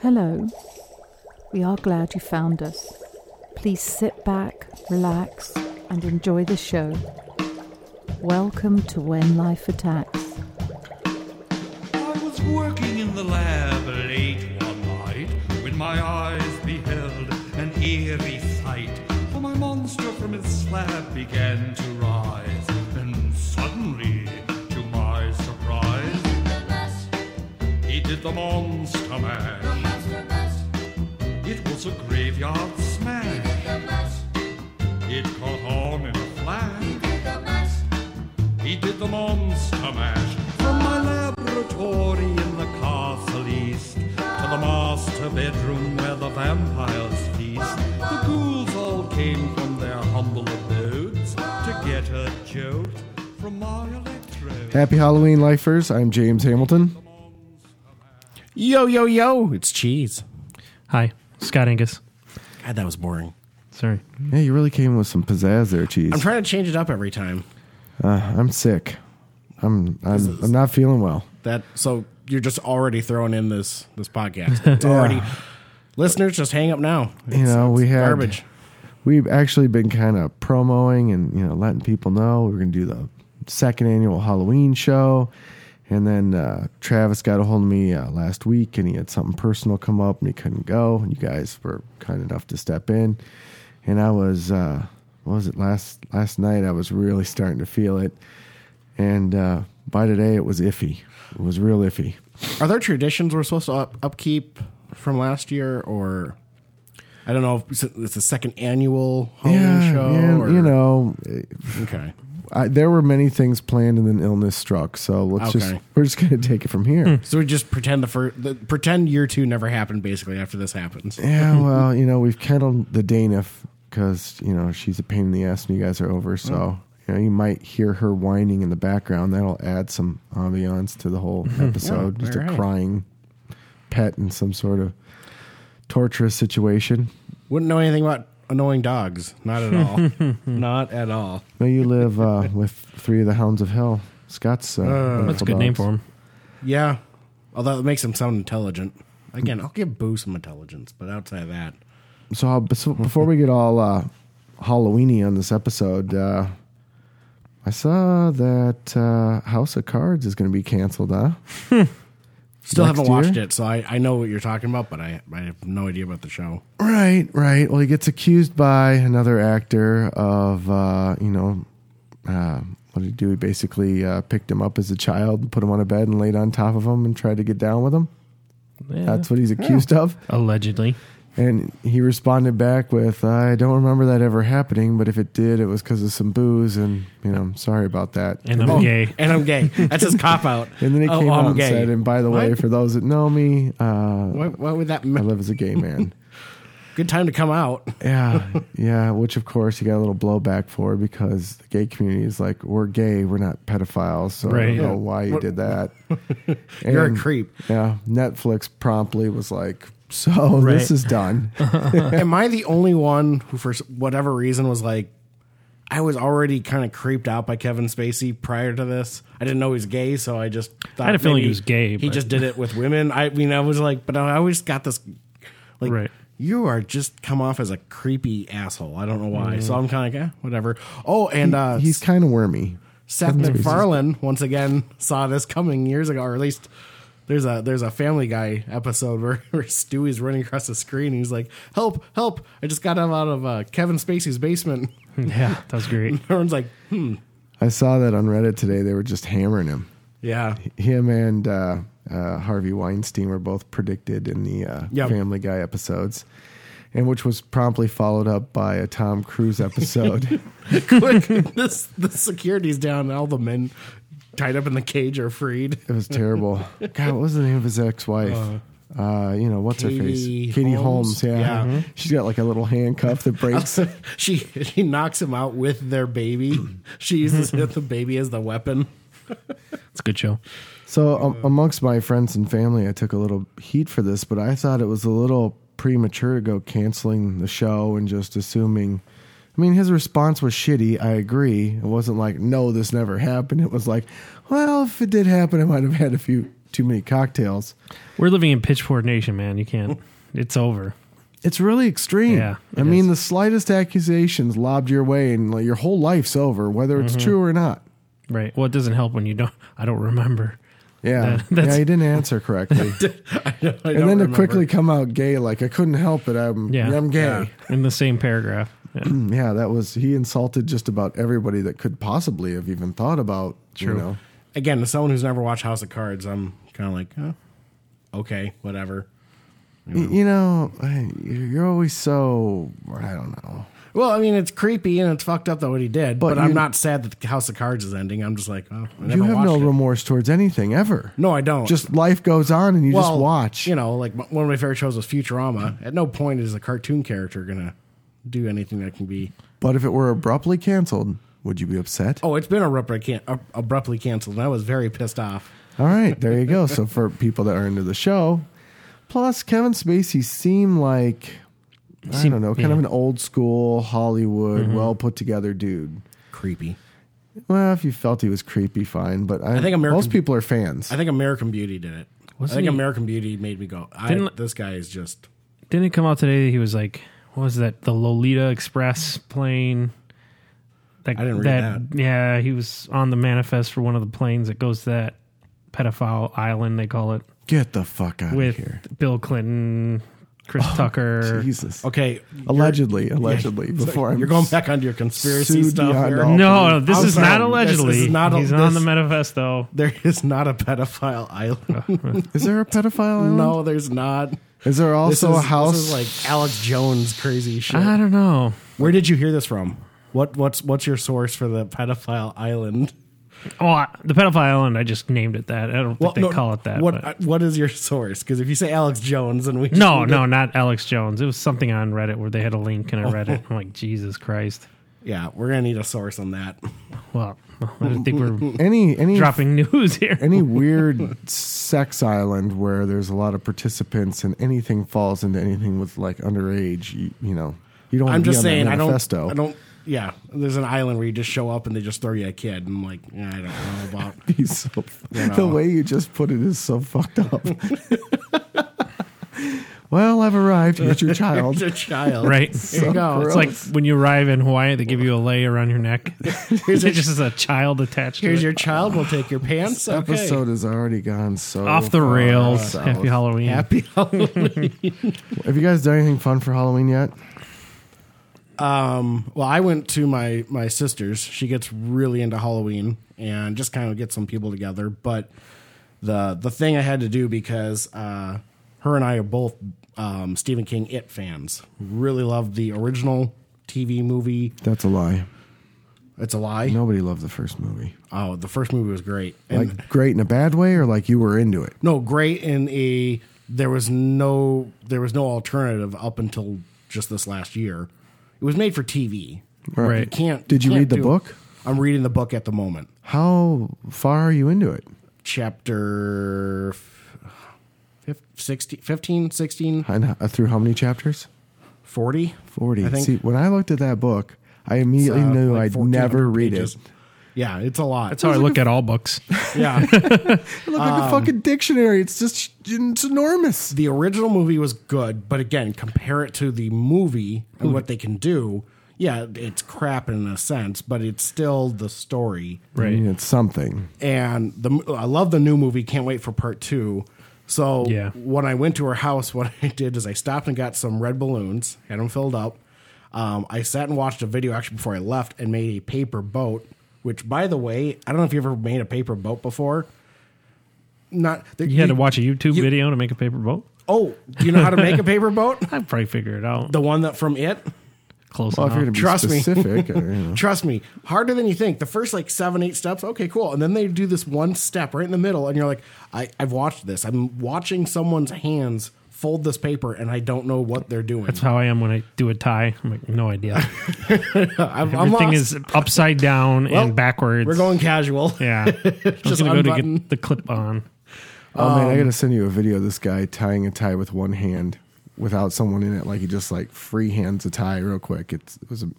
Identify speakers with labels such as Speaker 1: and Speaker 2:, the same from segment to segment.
Speaker 1: Hello. We are glad you found us. Please sit back, relax, and enjoy the show. Welcome to When Life Attacks.
Speaker 2: I was working in the lab late one night when my eyes beheld an eerie sight. For my monster from its slab began to rise, and suddenly, to my surprise, he did the monster mash. It was a graveyard smash. It caught on in a flash. He did the monster mash from my laboratory in the castle east to the master bedroom where the vampires feast. The ghouls all came from their humble abodes to get a jolt from my electrode.
Speaker 3: Happy Halloween, lifers. I'm James Hamilton.
Speaker 4: Yo, yo, yo, it's cheese.
Speaker 5: Hi, Scott Angus.
Speaker 4: God, that was boring.
Speaker 5: Sorry.
Speaker 3: Yeah, you really came with some pizzazz there, Cheese.
Speaker 4: I'm trying to change it up every time.
Speaker 3: I'm sick. I'm I'm, I'm not feeling well.
Speaker 4: That so you're just already throwing in this this podcast. It's already listeners just hang up now.
Speaker 3: You know, we had
Speaker 4: Garbage.
Speaker 3: We've actually been kind of promoting and you know letting people know we're going to do the second annual Halloween show, and then uh, Travis got a hold of me uh, last week and he had something personal come up and he couldn't go. And you guys were kind enough to step in, and I was uh, what was it last last night? I was really starting to feel it, and uh, by today it was iffy. It was real iffy.
Speaker 4: Are there traditions we're supposed to up, upkeep from last year or I don't know if it's the second annual Halloween show
Speaker 3: and,
Speaker 4: or
Speaker 3: you know,
Speaker 4: Okay.
Speaker 3: I, there were many things planned, and then illness struck. So let's
Speaker 4: Okay. Hmm.
Speaker 3: just we're just gonna take it from here.
Speaker 4: So we just pretend the, fir- the pretend year 2 never happened basically after this happens.
Speaker 3: yeah, well, you know, we've kettled the Daniff because you know she's a pain in the ass, and you guys are over. So
Speaker 4: Hmm.
Speaker 3: you know, you might hear her whining in the background. That'll add some ambiance to the whole episode.
Speaker 4: Hmm. Yeah,
Speaker 3: just a
Speaker 4: alright.
Speaker 3: uh,
Speaker 4: Uh,
Speaker 3: uh, uh,
Speaker 5: Oh.
Speaker 4: Oh.
Speaker 3: uh,
Speaker 4: eh, Oh, uh, uh, "Hmm,
Speaker 3: uh, uh, Uh, too many cocktails.
Speaker 5: We're living in pitchfork nation, man. You can't. It's over.
Speaker 3: It's really extreme.
Speaker 5: Yeah,
Speaker 3: I
Speaker 5: it
Speaker 3: mean,
Speaker 5: is.
Speaker 3: the slightest accusations lobbed your way, and like, your whole life's over, whether
Speaker 5: Mm-hmm.
Speaker 3: it's true or not.
Speaker 5: Right. Well, it doesn't help when you don't. I don't remember.
Speaker 3: Yeah,
Speaker 5: That- that's-
Speaker 3: yeah, he didn't answer correctly, and then to quickly come out gay, like I couldn't help it. I'm,
Speaker 5: Yeah.
Speaker 3: I'm gay.
Speaker 5: Yeah. In the same paragraph. Yeah.
Speaker 3: Yeah, that was he insulted just about everybody that could possibly have even thought about. You know,
Speaker 4: again, as someone who's never watched House of Cards, I'm kind of like, huh, okay, whatever.
Speaker 3: Y- you know, I- you're always so I don't know.
Speaker 4: Well, I mean, it's creepy and it's fucked up that what he did, but,
Speaker 3: But
Speaker 4: I'm
Speaker 3: you-
Speaker 4: not sad that the House of Cards is ending. I'm just like, oh, I never
Speaker 3: You have
Speaker 4: watched
Speaker 3: no
Speaker 4: it.
Speaker 3: remorse towards anything ever.
Speaker 4: No, I don't.
Speaker 3: Just life goes on, and you
Speaker 4: well,
Speaker 3: just watch.
Speaker 4: You know, like m- one of my favorite shows was Futurama. At no point is a cartoon character gonna do anything that can be.
Speaker 3: but if it were abruptly canceled, would you be upset?
Speaker 4: Oh, it's been abruptly, can- ab- abruptly canceled, and I was very pissed off.
Speaker 3: All right, there you go. So for people that are into the show, plus Kevin Spacey seemed like I
Speaker 5: Seem-
Speaker 3: don't know, kind of an
Speaker 5: yeah.
Speaker 3: old school Hollywood,
Speaker 4: Mm-hmm.
Speaker 3: well put together dude.
Speaker 4: Creepy.
Speaker 3: Well, if you felt he was creepy, fine. But I,
Speaker 4: I think American-
Speaker 3: most people are fans.
Speaker 4: I think American Beauty did it. I
Speaker 5: Wasn't
Speaker 4: think
Speaker 5: he-
Speaker 4: American Beauty made me go, I,
Speaker 5: Didn't-
Speaker 4: this guy is just.
Speaker 5: Didn't it come out today that he was like, what was that? The Lolita Express plane. That,
Speaker 4: I didn't read
Speaker 5: Yeah, he was on the manifest for one of the planes that goes to that pedophile island they call it
Speaker 3: Get the fuck out
Speaker 5: with
Speaker 3: of here.
Speaker 5: Bill Clinton, Chris
Speaker 4: Oh,
Speaker 5: Tucker.
Speaker 3: Jesus.
Speaker 4: Okay.
Speaker 3: Allegedly, allegedly. Before I'm
Speaker 4: You're going back onto your conspiracy
Speaker 3: Sued
Speaker 4: stuff.
Speaker 3: beyond
Speaker 4: Eric.
Speaker 3: all-
Speaker 5: No, no, this
Speaker 4: I'm
Speaker 5: is
Speaker 4: sorry.
Speaker 5: not
Speaker 4: This
Speaker 5: allegedly.
Speaker 4: is not a-
Speaker 5: He's on the
Speaker 4: this-
Speaker 5: manifesto.
Speaker 4: There is not a pedophile island.
Speaker 3: Is there a pedophile island?
Speaker 4: no, there's not.
Speaker 3: Is there
Speaker 4: This
Speaker 3: also
Speaker 4: is,
Speaker 3: a house?
Speaker 4: This is like Alex Jones crazy shit.
Speaker 5: I don't know.
Speaker 4: Where did you hear this from? What what's what's your source for the pedophile island?
Speaker 5: Oh, I- the pedophile island. I just named it that. I don't think they
Speaker 4: no,
Speaker 5: call it that.
Speaker 4: What
Speaker 5: but-
Speaker 4: uh, what is your source? Because if you say Alex Jones and we
Speaker 5: no, no, not Alex Jones. It was something on Reddit where they had a link and I read
Speaker 4: Oh.
Speaker 5: it. I'm like, Jesus Christ.
Speaker 4: yeah, we're gonna need a source on that.
Speaker 5: Well, I don't think we're
Speaker 3: any any
Speaker 5: dropping news here.
Speaker 3: any weird sex island where there's a lot of participants and anything falls into anything with like underage. You, you know, you don't.
Speaker 4: I'm
Speaker 3: wanna be
Speaker 4: just
Speaker 3: on that
Speaker 4: saying I don't
Speaker 3: manifesto.
Speaker 4: I don't yeah. There's an island where you just show up and they just throw you a kid and I'm like yeah, I don't know about
Speaker 3: He's so,
Speaker 4: You know.
Speaker 3: The way you just put it is so fucked up. well, I've arrived. Here's your child.
Speaker 4: a child.
Speaker 5: Right?
Speaker 4: Here you go.
Speaker 3: gross.
Speaker 5: It's like when you arrive in Hawaii, they give you a lay around your neck. Here's it just as a child attached.
Speaker 4: Here's
Speaker 5: to
Speaker 4: your
Speaker 5: it.
Speaker 4: child. We'll take your pants. Okay.
Speaker 3: Episode has already gone so
Speaker 5: off the
Speaker 4: Oh,
Speaker 3: far
Speaker 5: rails.
Speaker 3: south.
Speaker 5: Happy Halloween.
Speaker 4: Happy Halloween.
Speaker 3: Have you guys done anything fun for Halloween yet?
Speaker 4: Um, well, I went to my my sister's. She gets really into Halloween and just kind of get some people together. But the the thing I had to do because uh, her and I are both um, Stephen King It fans. Really love the original TV movie.
Speaker 3: That's a lie.
Speaker 4: It's a lie.
Speaker 3: Nobody loved the first movie.
Speaker 4: Oh, the first movie was great. And,
Speaker 3: Like great in a bad way, or like you were into it.
Speaker 4: no, great in a there was no there was no alternative up until just this last year. It was made for TV.
Speaker 5: Right.
Speaker 4: You can't.
Speaker 3: Did you
Speaker 4: can't
Speaker 3: read the
Speaker 4: do-
Speaker 3: book?
Speaker 4: I'm reading the book at the moment.
Speaker 3: How far are you into it?
Speaker 4: chapter f- fif- 16, 15, 16,
Speaker 3: And h- through how many chapters?
Speaker 4: 40.
Speaker 3: Forty.
Speaker 4: I think.
Speaker 3: See, when I looked at that book, I immediately
Speaker 4: uh,
Speaker 3: knew
Speaker 4: like
Speaker 3: I'd never
Speaker 4: 1400
Speaker 3: read
Speaker 4: pages.
Speaker 3: it.
Speaker 4: Yeah, it's a lot.
Speaker 5: That's how I look at all books.
Speaker 4: yeah.
Speaker 3: It looked like a fucking dictionary. It's just it's enormous.
Speaker 4: the original movie was good, but again, compare it to the movie and what they can do. Yeah, it's crap in a sense, but it's still the story.
Speaker 3: I mean,
Speaker 5: Right.
Speaker 3: it's something.
Speaker 4: and the I love the new movie. Can't wait for part two. So
Speaker 5: Yeah.
Speaker 4: when I went to her house, what I did is I stopped and got some red balloons, had them filled up. Um, I sat and watched a video actually before I left and made a paper boat. Which, by the way, I don't know if you ever made a paper boat before. Not
Speaker 5: You had to watch a YouTube
Speaker 4: you-
Speaker 5: video to make a paper boat?
Speaker 4: Oh, do you know how to make a paper boat?
Speaker 5: I'd probably figure it out.
Speaker 4: The one that from it.
Speaker 5: Close
Speaker 3: Well, if you're gonna
Speaker 5: enough.
Speaker 3: be
Speaker 4: Trust me.
Speaker 3: specific, or, you know.
Speaker 4: Trust me, harder than you think. The first like seven, eight steps, okay, cool. And then they do this one step right in the middle, and you're like, I, I've watched this. I'm watching someone's hands fold this paper, and I don't know what they're doing.
Speaker 5: That's how I am when I do a tie. I'm like, no idea.
Speaker 4: I'm, I'm
Speaker 5: Everything
Speaker 4: lost.
Speaker 5: is upside down
Speaker 4: Well,
Speaker 5: and backwards.
Speaker 4: We're going casual.
Speaker 5: Yeah. I'm
Speaker 4: Just
Speaker 5: just gonna go to
Speaker 4: unbutton.
Speaker 5: get the clip on.
Speaker 3: Oh man, I
Speaker 4: Um,
Speaker 3: gotta send you a video of this guy tying a tie with one hand without someone in it. Like he just like free hands a tie real quick. It's, it was a,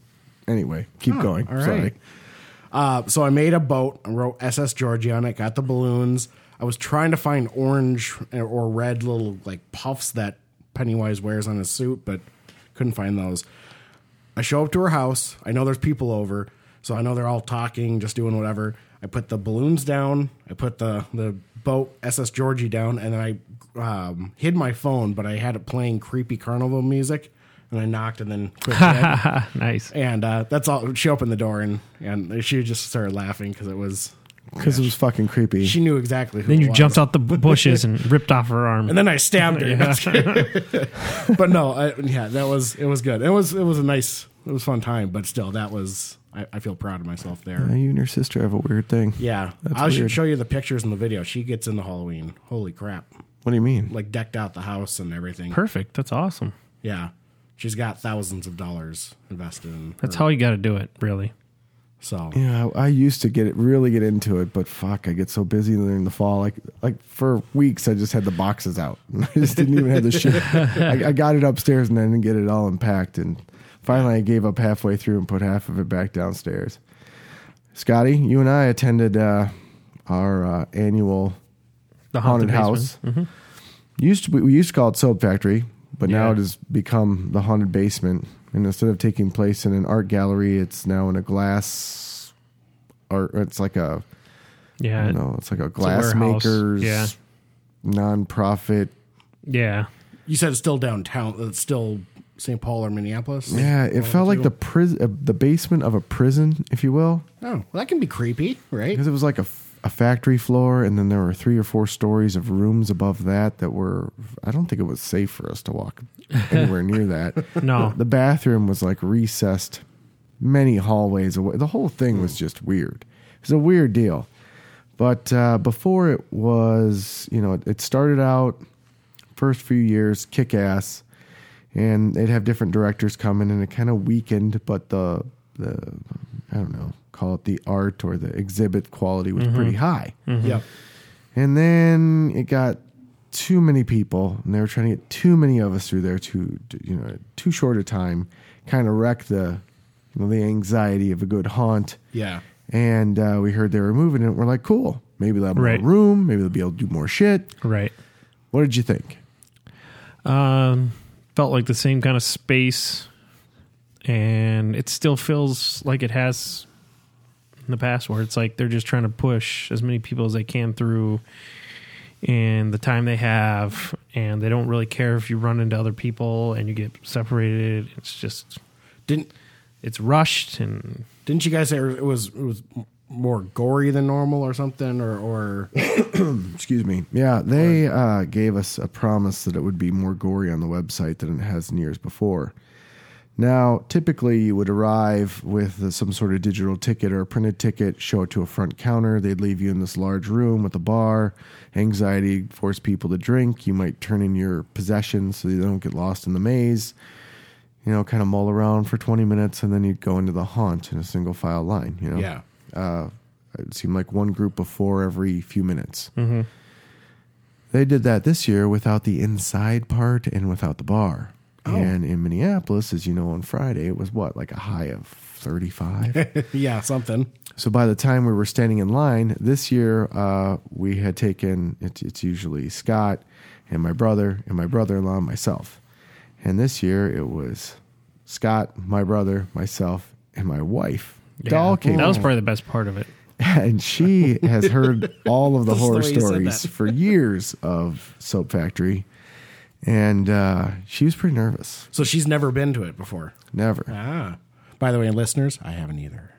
Speaker 3: anyway. Keep going.
Speaker 4: all right.
Speaker 3: Sorry.
Speaker 4: Uh, so I made a boat. I wrote SS Georgia on it. Got the balloons. I was trying to find orange or red little like puffs that Pennywise wears on his suit, but couldn't find those. I show up to her house. I know there's people over, so I know they're all talking, just doing whatever. I put the balloons down. I put the the boat SS Georgie down, and then I um, hid my phone, but I had it playing creepy carnival music. And I knocked, and then clicked it.
Speaker 5: Ah, nice.
Speaker 4: and uh, that's all. She opened the door, and and she just started laughing because it was
Speaker 3: because it was fucking creepy.
Speaker 4: she knew exactly. Who
Speaker 5: Then
Speaker 4: it
Speaker 5: you
Speaker 4: was.
Speaker 5: jumped out the b- bushes and ripped off her arm.
Speaker 4: and then I stabbed her. but no, I, yeah, that was it was good. It was it was a nice, it was a fun time. But still, that was I, I feel proud of myself there.
Speaker 3: Now, you and your sister have a weird thing.
Speaker 4: Yeah,
Speaker 3: That's
Speaker 4: I
Speaker 3: weird.
Speaker 4: should show you the pictures in the video. She gets into Halloween. Holy crap!
Speaker 3: What do you mean?
Speaker 4: Like decked out the house and everything.
Speaker 5: Perfect. That's awesome.
Speaker 4: yeah, she's got thousands of dollars invested in.
Speaker 5: That's
Speaker 4: her.
Speaker 5: how you got to do it, really.
Speaker 4: So
Speaker 3: Yeah, I I used to get it really get into it, but fuck, I get so busy during the fall. Like, like for weeks, I just had the boxes out. I just didn't even have the shit. I, I got it upstairs and I didn't get it all unpacked. And finally, I gave up halfway through and put half of it back downstairs. Scotty, you and I attended uh, our uh, annual
Speaker 5: The
Speaker 3: haunted, house.
Speaker 5: basement. Mm-hmm.
Speaker 3: Used to be, we used to call it Soap Factory, but now
Speaker 5: Yeah.
Speaker 3: it has become the haunted basement. And instead of taking place in an art gallery, it's now in a glass art. It's like a
Speaker 5: Yeah.
Speaker 3: no, it's like a
Speaker 5: It's a
Speaker 3: glass
Speaker 5: warehouse.
Speaker 3: makers
Speaker 5: Yeah.
Speaker 3: nonprofit.
Speaker 5: Yeah.
Speaker 4: you said it's still downtown. It's still St. Paul or Minneapolis.
Speaker 3: Yeah, it felt like the prison, uh, the basement of a prison, if you will,
Speaker 4: Oh, well, that can be creepy, right?
Speaker 3: because it was like a, f- a factory floor, and then there were three or four stories of rooms above that that were. I don't think it was safe for us to walk anywhere near that.
Speaker 5: No.
Speaker 3: The bathroom was like recessed many hallways away. The whole thing was just weird. It was a weird deal. But uh, before it was, you know, it, it started out first few years kick ass, and they'd have different directors come in, and it kind of weakened. But the the I don't know, call it the art or the exhibit quality was pretty high.
Speaker 5: Mm-hmm.
Speaker 4: Yep.
Speaker 3: And then it got too many people, and they were trying to get too many of us through there too, t- you know, too short a time. Kind of wrecked the, you know, the anxiety of a good haunt.
Speaker 4: Yeah.
Speaker 3: And uh, we heard they were moving it. We're like, cool. Maybe they'll have
Speaker 5: Right.
Speaker 3: more room. Maybe they'll be able to do more shit.
Speaker 5: Right.
Speaker 3: What did you think?
Speaker 5: Um, felt like the same kind of space, and it still feels like it has in the past, where it's like they're just trying to push as many people as they can through in the time they have, and they don't really care if you run into other people and you get separated. It's just
Speaker 4: Didn't
Speaker 5: it's rushed and
Speaker 4: Didn't you guys say it was it was m- more gory than normal or something or or
Speaker 3: Excuse me. Yeah, they uh, gave us a promise that it would be more gory on the website than it has in years before. Now, typically, you would arrive with uh, some sort of digital ticket or a printed ticket, show it to a front counter. They'd leave you in this large room with a bar. Anxiety force people to drink. You might turn in your possessions so you don't get lost in the maze. You know, kind of mull around for 20 minutes, and then you'd go into the haunt in a single file line, you know?
Speaker 4: yeah.
Speaker 3: uh, it seemed like one group of four every few minutes.
Speaker 5: Mm-hmm.
Speaker 3: They did that this year without the inside part and without the bar.
Speaker 5: Oh.
Speaker 3: And in Minneapolis, as you know, on Friday, it was what, like a high of 35?
Speaker 4: yeah, something.
Speaker 3: so by the time we were standing in line this year, uh, we had taken it, it's usually Scott and my brother and my brother in law and myself. And this year it was Scott, my brother, myself, and my wife. They all came
Speaker 5: That was
Speaker 3: in
Speaker 5: probably the best part of it.
Speaker 3: and she has heard all of the
Speaker 4: That's the
Speaker 3: horror
Speaker 4: way you said
Speaker 3: stories
Speaker 4: that.
Speaker 3: for years of Soap Factory, and uh, she was pretty nervous.
Speaker 4: So she's never been to it before.
Speaker 3: Never.
Speaker 4: Ah. By the way, listeners, I haven't either.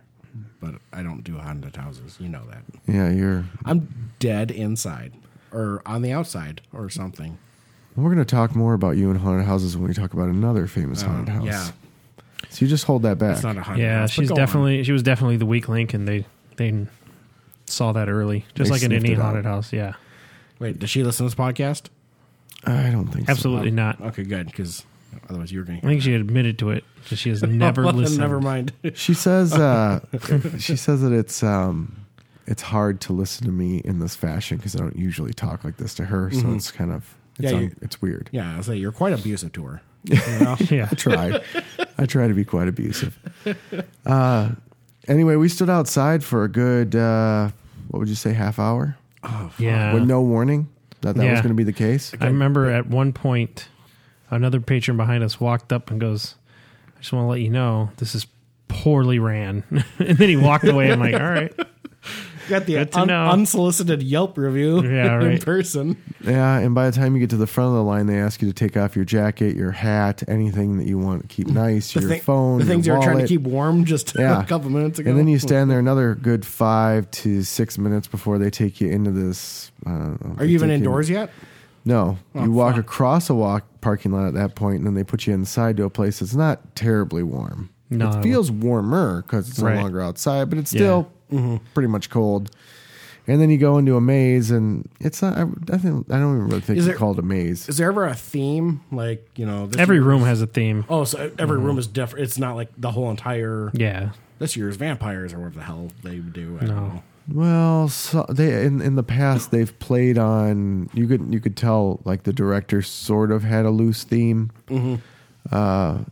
Speaker 4: But I don't do haunted houses. You know that.
Speaker 3: Yeah, you're.
Speaker 4: I'm dead inside or on the outside or something.
Speaker 3: We're going to talk more about you and haunted houses when we talk about another famous haunted house.
Speaker 4: Oh, Yeah.
Speaker 3: So you just hold that back.
Speaker 4: It's not a haunted
Speaker 5: Yeah,
Speaker 4: house, but
Speaker 5: she's
Speaker 4: go on.
Speaker 5: definitely she was definitely the weak link, and they they saw that early, just
Speaker 3: They
Speaker 5: like in
Speaker 3: sniffed
Speaker 5: any
Speaker 3: it out.
Speaker 5: haunted house. Yeah,
Speaker 4: Wait, does she listen to this podcast?
Speaker 3: I don't think so.
Speaker 5: absolutely not.
Speaker 4: Okay, good cuz otherwise you were going
Speaker 5: I think she admitted to it that she
Speaker 3: Oh,
Speaker 5: has never
Speaker 4: Well, then
Speaker 5: listened.
Speaker 4: Never mind.
Speaker 3: She says. Uh, she says that it's. Um, it's hard to listen to me in this fashion because I don't usually talk like this to her. So it's kind of. It's,
Speaker 4: Mm-hmm. Yeah,
Speaker 3: un-
Speaker 4: you-
Speaker 3: it's weird.
Speaker 4: yeah, I'll say you're quite abusive to her.
Speaker 5: Yeah,
Speaker 3: I try. I try to be quite abusive. Uh, uh, anyway, we stood outside for a good, uh, what would you say, half hour?
Speaker 4: Oh,
Speaker 5: yeah.
Speaker 3: with no warning that that was
Speaker 5: Yeah.
Speaker 3: going to be the case.
Speaker 5: I remember at one point, another patron behind us walked up and goes, "I just want to let you know this is poorly ran," and then he walked away. I'm like, "All right,
Speaker 4: Got the
Speaker 5: Good to
Speaker 4: un-
Speaker 5: know.
Speaker 4: unsolicited Yelp review
Speaker 5: Yeah,
Speaker 4: in
Speaker 5: right.
Speaker 4: person.
Speaker 3: Yeah, and by the time you get to the front of the line, they ask you to take off your jacket, your hat, anything that you want to keep nice,
Speaker 4: The
Speaker 3: your
Speaker 4: thing-
Speaker 3: phone,
Speaker 4: the things
Speaker 3: your
Speaker 4: you were trying to
Speaker 3: wallet.
Speaker 4: keep warm just
Speaker 3: Yeah.
Speaker 4: a couple minutes ago.
Speaker 3: And then you stand there another good five to six minutes before they take you into this. I don't know,
Speaker 4: Are you even
Speaker 3: They take
Speaker 4: indoors yet?
Speaker 3: No, you walk
Speaker 4: Oh, fuck.
Speaker 3: across a walk parking lot at that point, and then they put you inside to a place that's not terribly warm.
Speaker 5: No.
Speaker 3: it feels warmer because it's
Speaker 5: Right.
Speaker 3: no longer outside, but it's still
Speaker 4: Mm-hmm.
Speaker 3: pretty much cold. And then you go into a maze, and it's not. I, I think I don't even really think it's
Speaker 4: Is there-
Speaker 3: called a maze.
Speaker 4: Is there ever a theme like you know this
Speaker 5: every
Speaker 4: year-
Speaker 5: room has a theme."
Speaker 4: Oh, so every room is different. It's not like the whole entire
Speaker 5: Yeah,
Speaker 4: this year's vampires or whatever the hell they do. I
Speaker 5: No.
Speaker 4: don't know.
Speaker 3: Well, so they in in the past they've played on you could you could tell like the director sort of had a loose theme. Mm-hmm. Uh, I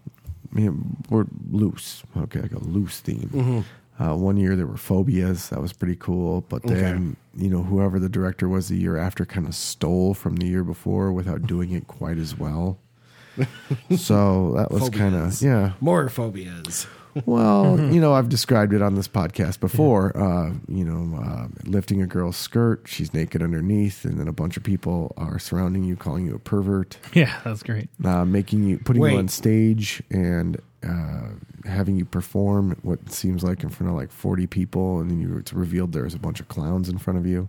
Speaker 3: mean, or loose. Okay, like a loose theme. Uh, one year there were phobias that was pretty cool, but then you know whoever the director was the year after kind of stole from the year before without doing it quite as well. so that was kind of
Speaker 4: Phobias.
Speaker 3: yeah.
Speaker 4: More phobias.
Speaker 3: Well,
Speaker 4: Mm-hmm.
Speaker 3: you know, I've described it on this podcast before. Uh, you know, uh, lifting a girl's skirt, she's naked underneath, and then a bunch of people are surrounding you, calling you a pervert,
Speaker 5: yeah, that's great.
Speaker 3: uh, making you, putting
Speaker 4: Wait.
Speaker 3: you on stage, and uh, having you perform what seems like in front of like forty people, and then you it's revealed there's a bunch of clowns in front of you.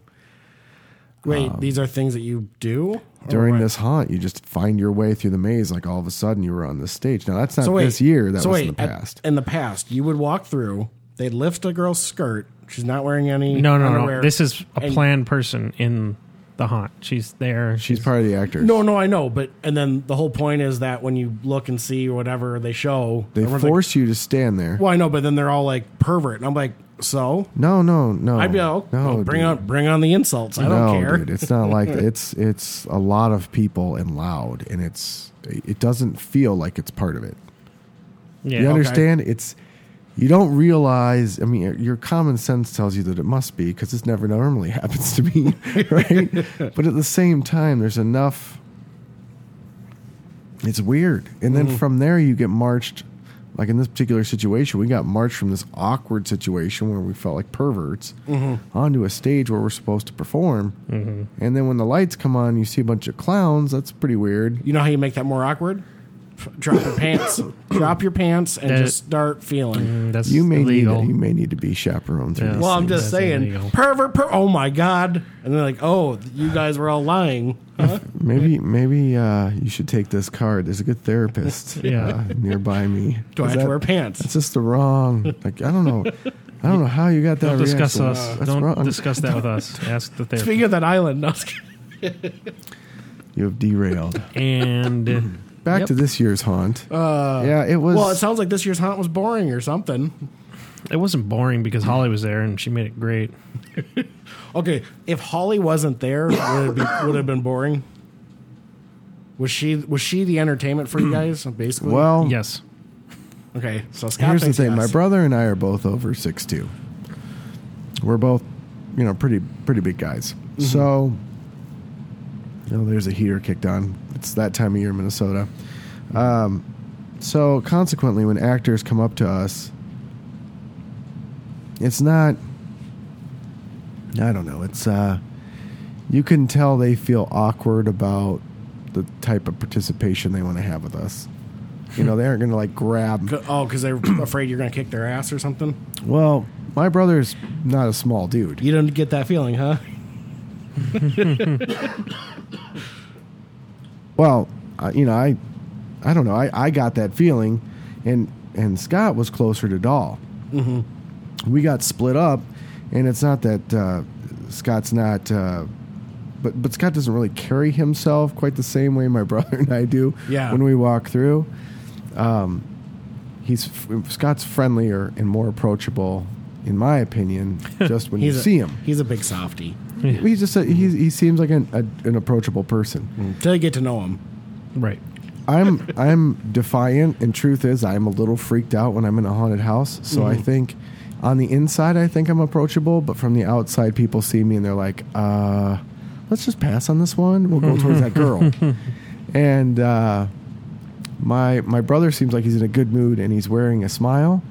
Speaker 4: Wait, these are things that you do
Speaker 3: Um, During
Speaker 4: Or Oh, what?
Speaker 3: this haunt, you just find your way through the maze. Like all of a sudden, you were on this stage. Now that's not
Speaker 4: So wait,
Speaker 3: this year. That
Speaker 4: so
Speaker 3: was
Speaker 4: wait,
Speaker 3: in the
Speaker 4: at-
Speaker 3: past.
Speaker 4: in the past, you would walk through. They lift a girl's skirt. She's not wearing any.
Speaker 5: No, no,
Speaker 4: underwear.
Speaker 5: no. This is a
Speaker 4: And-
Speaker 5: planned person in the haunt. She's there.
Speaker 3: She's part of the actors.
Speaker 4: No, no, I know, but and then the whole point is that when you look and see or whatever they show,
Speaker 3: they
Speaker 4: everyone's like,
Speaker 3: force you to stand there.
Speaker 4: well, I know, but then they're all like pervert, and I'm like, so
Speaker 3: No, no, no.
Speaker 4: I'd be like, oh,
Speaker 3: no,
Speaker 4: bring
Speaker 3: dude.
Speaker 4: on, bring on the insults. I
Speaker 3: no,
Speaker 4: don't care.
Speaker 3: dude. It's not like it's it's a lot of people and loud, and it's it doesn't feel like it's part of it.
Speaker 5: yeah.
Speaker 3: You understand? It's you don't realize. I mean, your- your common sense tells you that it must be because this never normally happens to me, right? but at the same time, there's enough. It's weird, and
Speaker 5: Mm-hmm.
Speaker 3: then from there you get marched. Like in this particular situation, we got marched from this awkward situation where we felt like perverts
Speaker 5: Mm-hmm.
Speaker 3: onto a stage where we're supposed to perform, and then when the lights come on, you see a bunch of clowns. That's pretty weird.
Speaker 4: You know how you make that more awkward? F- Drop your pants. Drop your pants and
Speaker 5: That-
Speaker 4: just start feeling.
Speaker 5: Mm, That's
Speaker 3: You may
Speaker 5: illegal.
Speaker 3: need you may need to be chaperoned through.
Speaker 5: Yeah.
Speaker 3: these
Speaker 4: Well, I'm
Speaker 3: things.
Speaker 4: just
Speaker 5: That's
Speaker 4: saying,
Speaker 5: illegal.
Speaker 4: pervert, per- oh my god! And they're like, oh, you guys were all lying. Huh?
Speaker 3: Maybe maybe uh, you should take this card. There's a good therapist
Speaker 5: Yeah.
Speaker 3: uh, nearby me.
Speaker 4: Do I
Speaker 3: Is
Speaker 4: have to
Speaker 3: that-
Speaker 4: wear pants?
Speaker 3: It's just the wrong. Like I don't know. I don't know how you got that.
Speaker 5: Don't discuss
Speaker 3: reaction.
Speaker 5: us.
Speaker 3: That's
Speaker 5: Don't
Speaker 3: wrong.
Speaker 5: discuss that with us. Ask the therapist.
Speaker 4: Speaking of that island, no, I was kidding.
Speaker 3: you have derailed.
Speaker 5: and
Speaker 3: Back
Speaker 5: Yep.
Speaker 3: to this year's haunt. Uh, yeah, it was.
Speaker 4: well, it sounds like this year's haunt was boring or something.
Speaker 5: it wasn't boring because Holly was there and she made it great.
Speaker 4: Okay, if Holly wasn't there, would it be, would it have been boring? Was she was she the entertainment for you guys? Basically,
Speaker 3: well,
Speaker 5: Yes.
Speaker 4: okay. So Scott
Speaker 3: here's the
Speaker 4: thinks
Speaker 3: thing. My
Speaker 4: yes.
Speaker 3: brother and I are both over six two. We're both, you know, pretty pretty big guys. So, you know, there's a heater kicked on. It's that time of year in Minnesota. Um, so consequently, when actors come up to us, it's not. I don't know. It's uh, you can tell they feel awkward about the type of participation they want to have with us. You know, they aren't going to like grab
Speaker 4: Co- Oh, because they're afraid you're going to kick their ass or something.
Speaker 3: well, my brother's not a small dude.
Speaker 4: You don't get that feeling, huh?
Speaker 3: Well, I, you know, I, I don't know. I, I got that feeling, and and Scott was closer to Doll. Mm-hmm. We got split up, and it's not that uh, Scott's not, uh, but but Scott doesn't really carry himself quite the same way my brother and I do.
Speaker 4: Yeah.
Speaker 3: When we walk through, um, he's Scott's friendlier and more approachable, in my opinion. Just when you
Speaker 4: a,
Speaker 3: see him,
Speaker 4: He's a big softy.
Speaker 3: he's just a, he's, he seems like an, a, an approachable person.
Speaker 4: Until you get to know him.
Speaker 5: Right.
Speaker 3: I'm I'm defiant, and truth is, I'm a little freaked out when I'm in a haunted house. So I think On the inside, I think I'm approachable, but from the outside, people see me and they're like, uh, let's just pass on this one. We'll go towards that girl. And uh, my my brother seems like he's in a good mood and he's wearing a smile,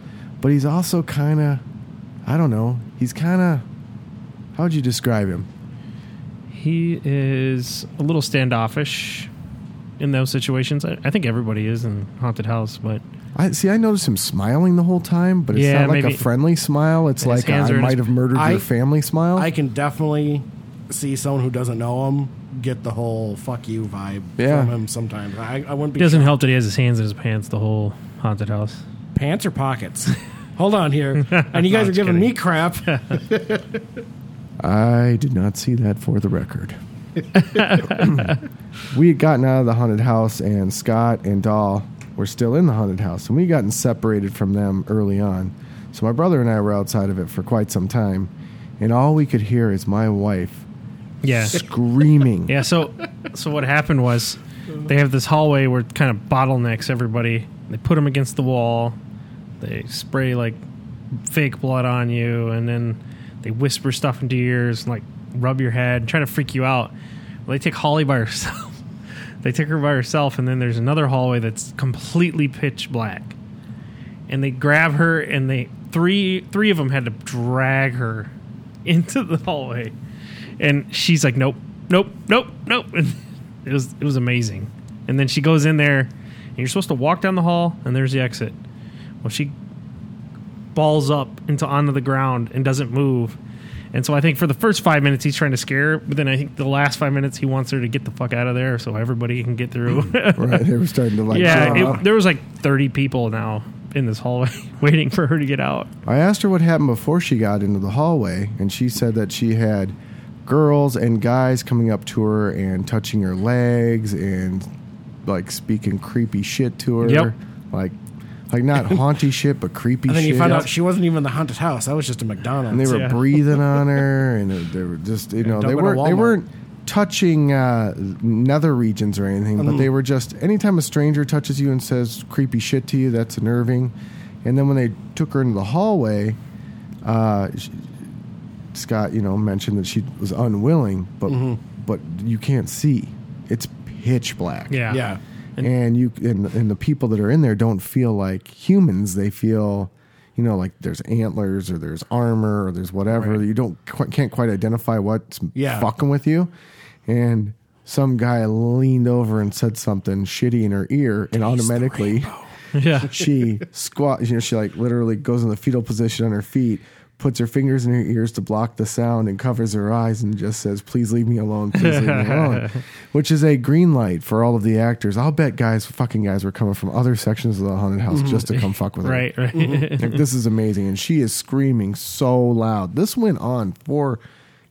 Speaker 3: but he's also kind of, I don't know, he's kind of, how would you describe him?
Speaker 5: He is a little standoffish in those situations. I, I think everybody is in haunted house, but
Speaker 3: I see. I noticed him smiling the whole time, but it's
Speaker 5: Yeah,
Speaker 3: not like
Speaker 5: maybe-
Speaker 3: a friendly smile. It's like a,
Speaker 5: hands
Speaker 3: I
Speaker 5: are in his-
Speaker 3: might have murdered
Speaker 4: I-
Speaker 3: your family smile.
Speaker 4: I can definitely see someone who doesn't know him get the whole "fuck you" vibe
Speaker 3: Yeah.
Speaker 4: from him. Sometimes I, I wouldn't
Speaker 5: it
Speaker 4: be
Speaker 5: doesn't help that he has his hands in his pants the whole haunted house.
Speaker 4: pants or pockets. Hold on here, and you guys are
Speaker 5: just
Speaker 4: giving
Speaker 5: kidding.
Speaker 4: me crap.
Speaker 3: I did not see that for the record. we had gotten out of the haunted house, and Scott and Dahl were still in the haunted house, and we had gotten separated from them early on. So my brother and I were outside of it for quite some time, and all we could hear is my wife
Speaker 5: Yeah.
Speaker 3: screaming.
Speaker 5: Yeah, so so what happened was they have this hallway where it kind of bottlenecks everybody. They put them against the wall. They spray like fake blood on you, and then they whisper stuff into your ears and like rub your head, try to freak you out. Well, they take Holly by herself. they take her by herself, and then there's another hallway that's completely pitch black. And they grab her, and they three three of them had to drag her into the hallway and she's like, "Nope, nope, nope, nope." And it was it was amazing. And then she goes in there, and you're supposed to walk down the hall, and there's the exit. Well, she balls up into onto the ground and doesn't move. And so I think for the first five minutes he's trying to scare her, but then I think the last five minutes he wants her to get the fuck out of there so everybody can get through.
Speaker 3: Right, they were starting to like.
Speaker 5: yeah,
Speaker 3: drop.
Speaker 5: it, there was like 30 people now in this hallway waiting for her to get out.
Speaker 3: I asked her what happened before she got into the hallway, and she said that she had girls and guys coming up to her and touching her legs and like speaking creepy shit to her.
Speaker 5: Yep.
Speaker 3: Like like not haunty shit but creepy
Speaker 4: And then
Speaker 3: shit.
Speaker 4: you found out she wasn't even the haunted house. That was just a McDonald's.
Speaker 3: and they were
Speaker 5: Yeah.
Speaker 3: breathing on her and they, they were just you know
Speaker 4: don't
Speaker 3: they
Speaker 4: go to
Speaker 3: weren't they
Speaker 4: Walmart.
Speaker 3: weren't touching uh, nether regions or anything, but
Speaker 5: Mm.
Speaker 3: they were just anytime a stranger touches you and says creepy shit to you, that's unnerving. And then when they took her into the hallway, uh, sh Scott, you know, mentioned that she was unwilling, but
Speaker 5: Mm-hmm.
Speaker 3: but you can't see; it's pitch black.
Speaker 5: Yeah.
Speaker 4: yeah.
Speaker 3: and, you and, and the people that are in there don't feel like humans; they feel, you know, like there's antlers or there's armor or there's whatever. You don't quite, can't quite identify what's
Speaker 4: Yeah.
Speaker 3: fucking with you, and. Some guy leaned over and said something shitty in her ear, and automatically
Speaker 5: Yeah.
Speaker 3: she squats, you know, she like literally goes in the fetal position on her feet, puts her fingers in her ears to block the sound, and covers her eyes and just says, Please leave me alone, please leave me alone. Which is a green light for all of the actors. I'll bet guys, fucking guys, were coming from other sections of the haunted house just to come fuck with her.
Speaker 5: Right, right.
Speaker 3: Like, this is amazing. And she is screaming so loud. This went on for,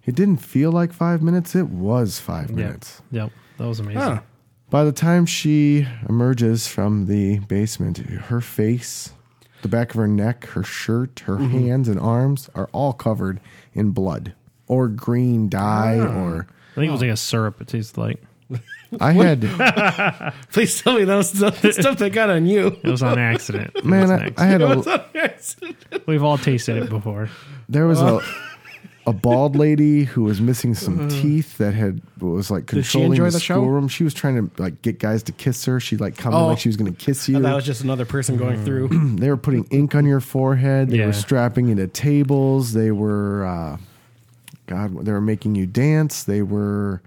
Speaker 3: it didn't feel like five minutes, it was five
Speaker 5: Yeah.
Speaker 3: minutes.
Speaker 5: Yep. That was amazing.
Speaker 4: Huh.
Speaker 3: By the time she emerges from the basement, her face, the back of her neck, her shirt, her
Speaker 4: Mm-hmm.
Speaker 3: hands and arms are all covered in blood or green dye
Speaker 4: Ah.
Speaker 3: or
Speaker 5: I think it was like a syrup it tasted like.
Speaker 3: I had
Speaker 4: Please tell me that was the the stuff they got on you.
Speaker 5: It was on accident. It
Speaker 3: man
Speaker 5: was an
Speaker 3: I, I had a
Speaker 5: We've all tasted it before.
Speaker 3: there was a a bald lady who was missing some teeth that had was like
Speaker 4: Uh-huh. she
Speaker 3: controlling
Speaker 4: enjoy
Speaker 3: the,
Speaker 4: the show?
Speaker 3: schoolroom. She was trying to like get guys to kiss her. She like come in
Speaker 4: Oh.
Speaker 3: like she was going to kiss you.
Speaker 4: that was just another person going through.
Speaker 3: they were putting ink on your forehead. They
Speaker 5: Yeah.
Speaker 3: were strapping you to tables. They were, uh, God, they were making you dance. They were,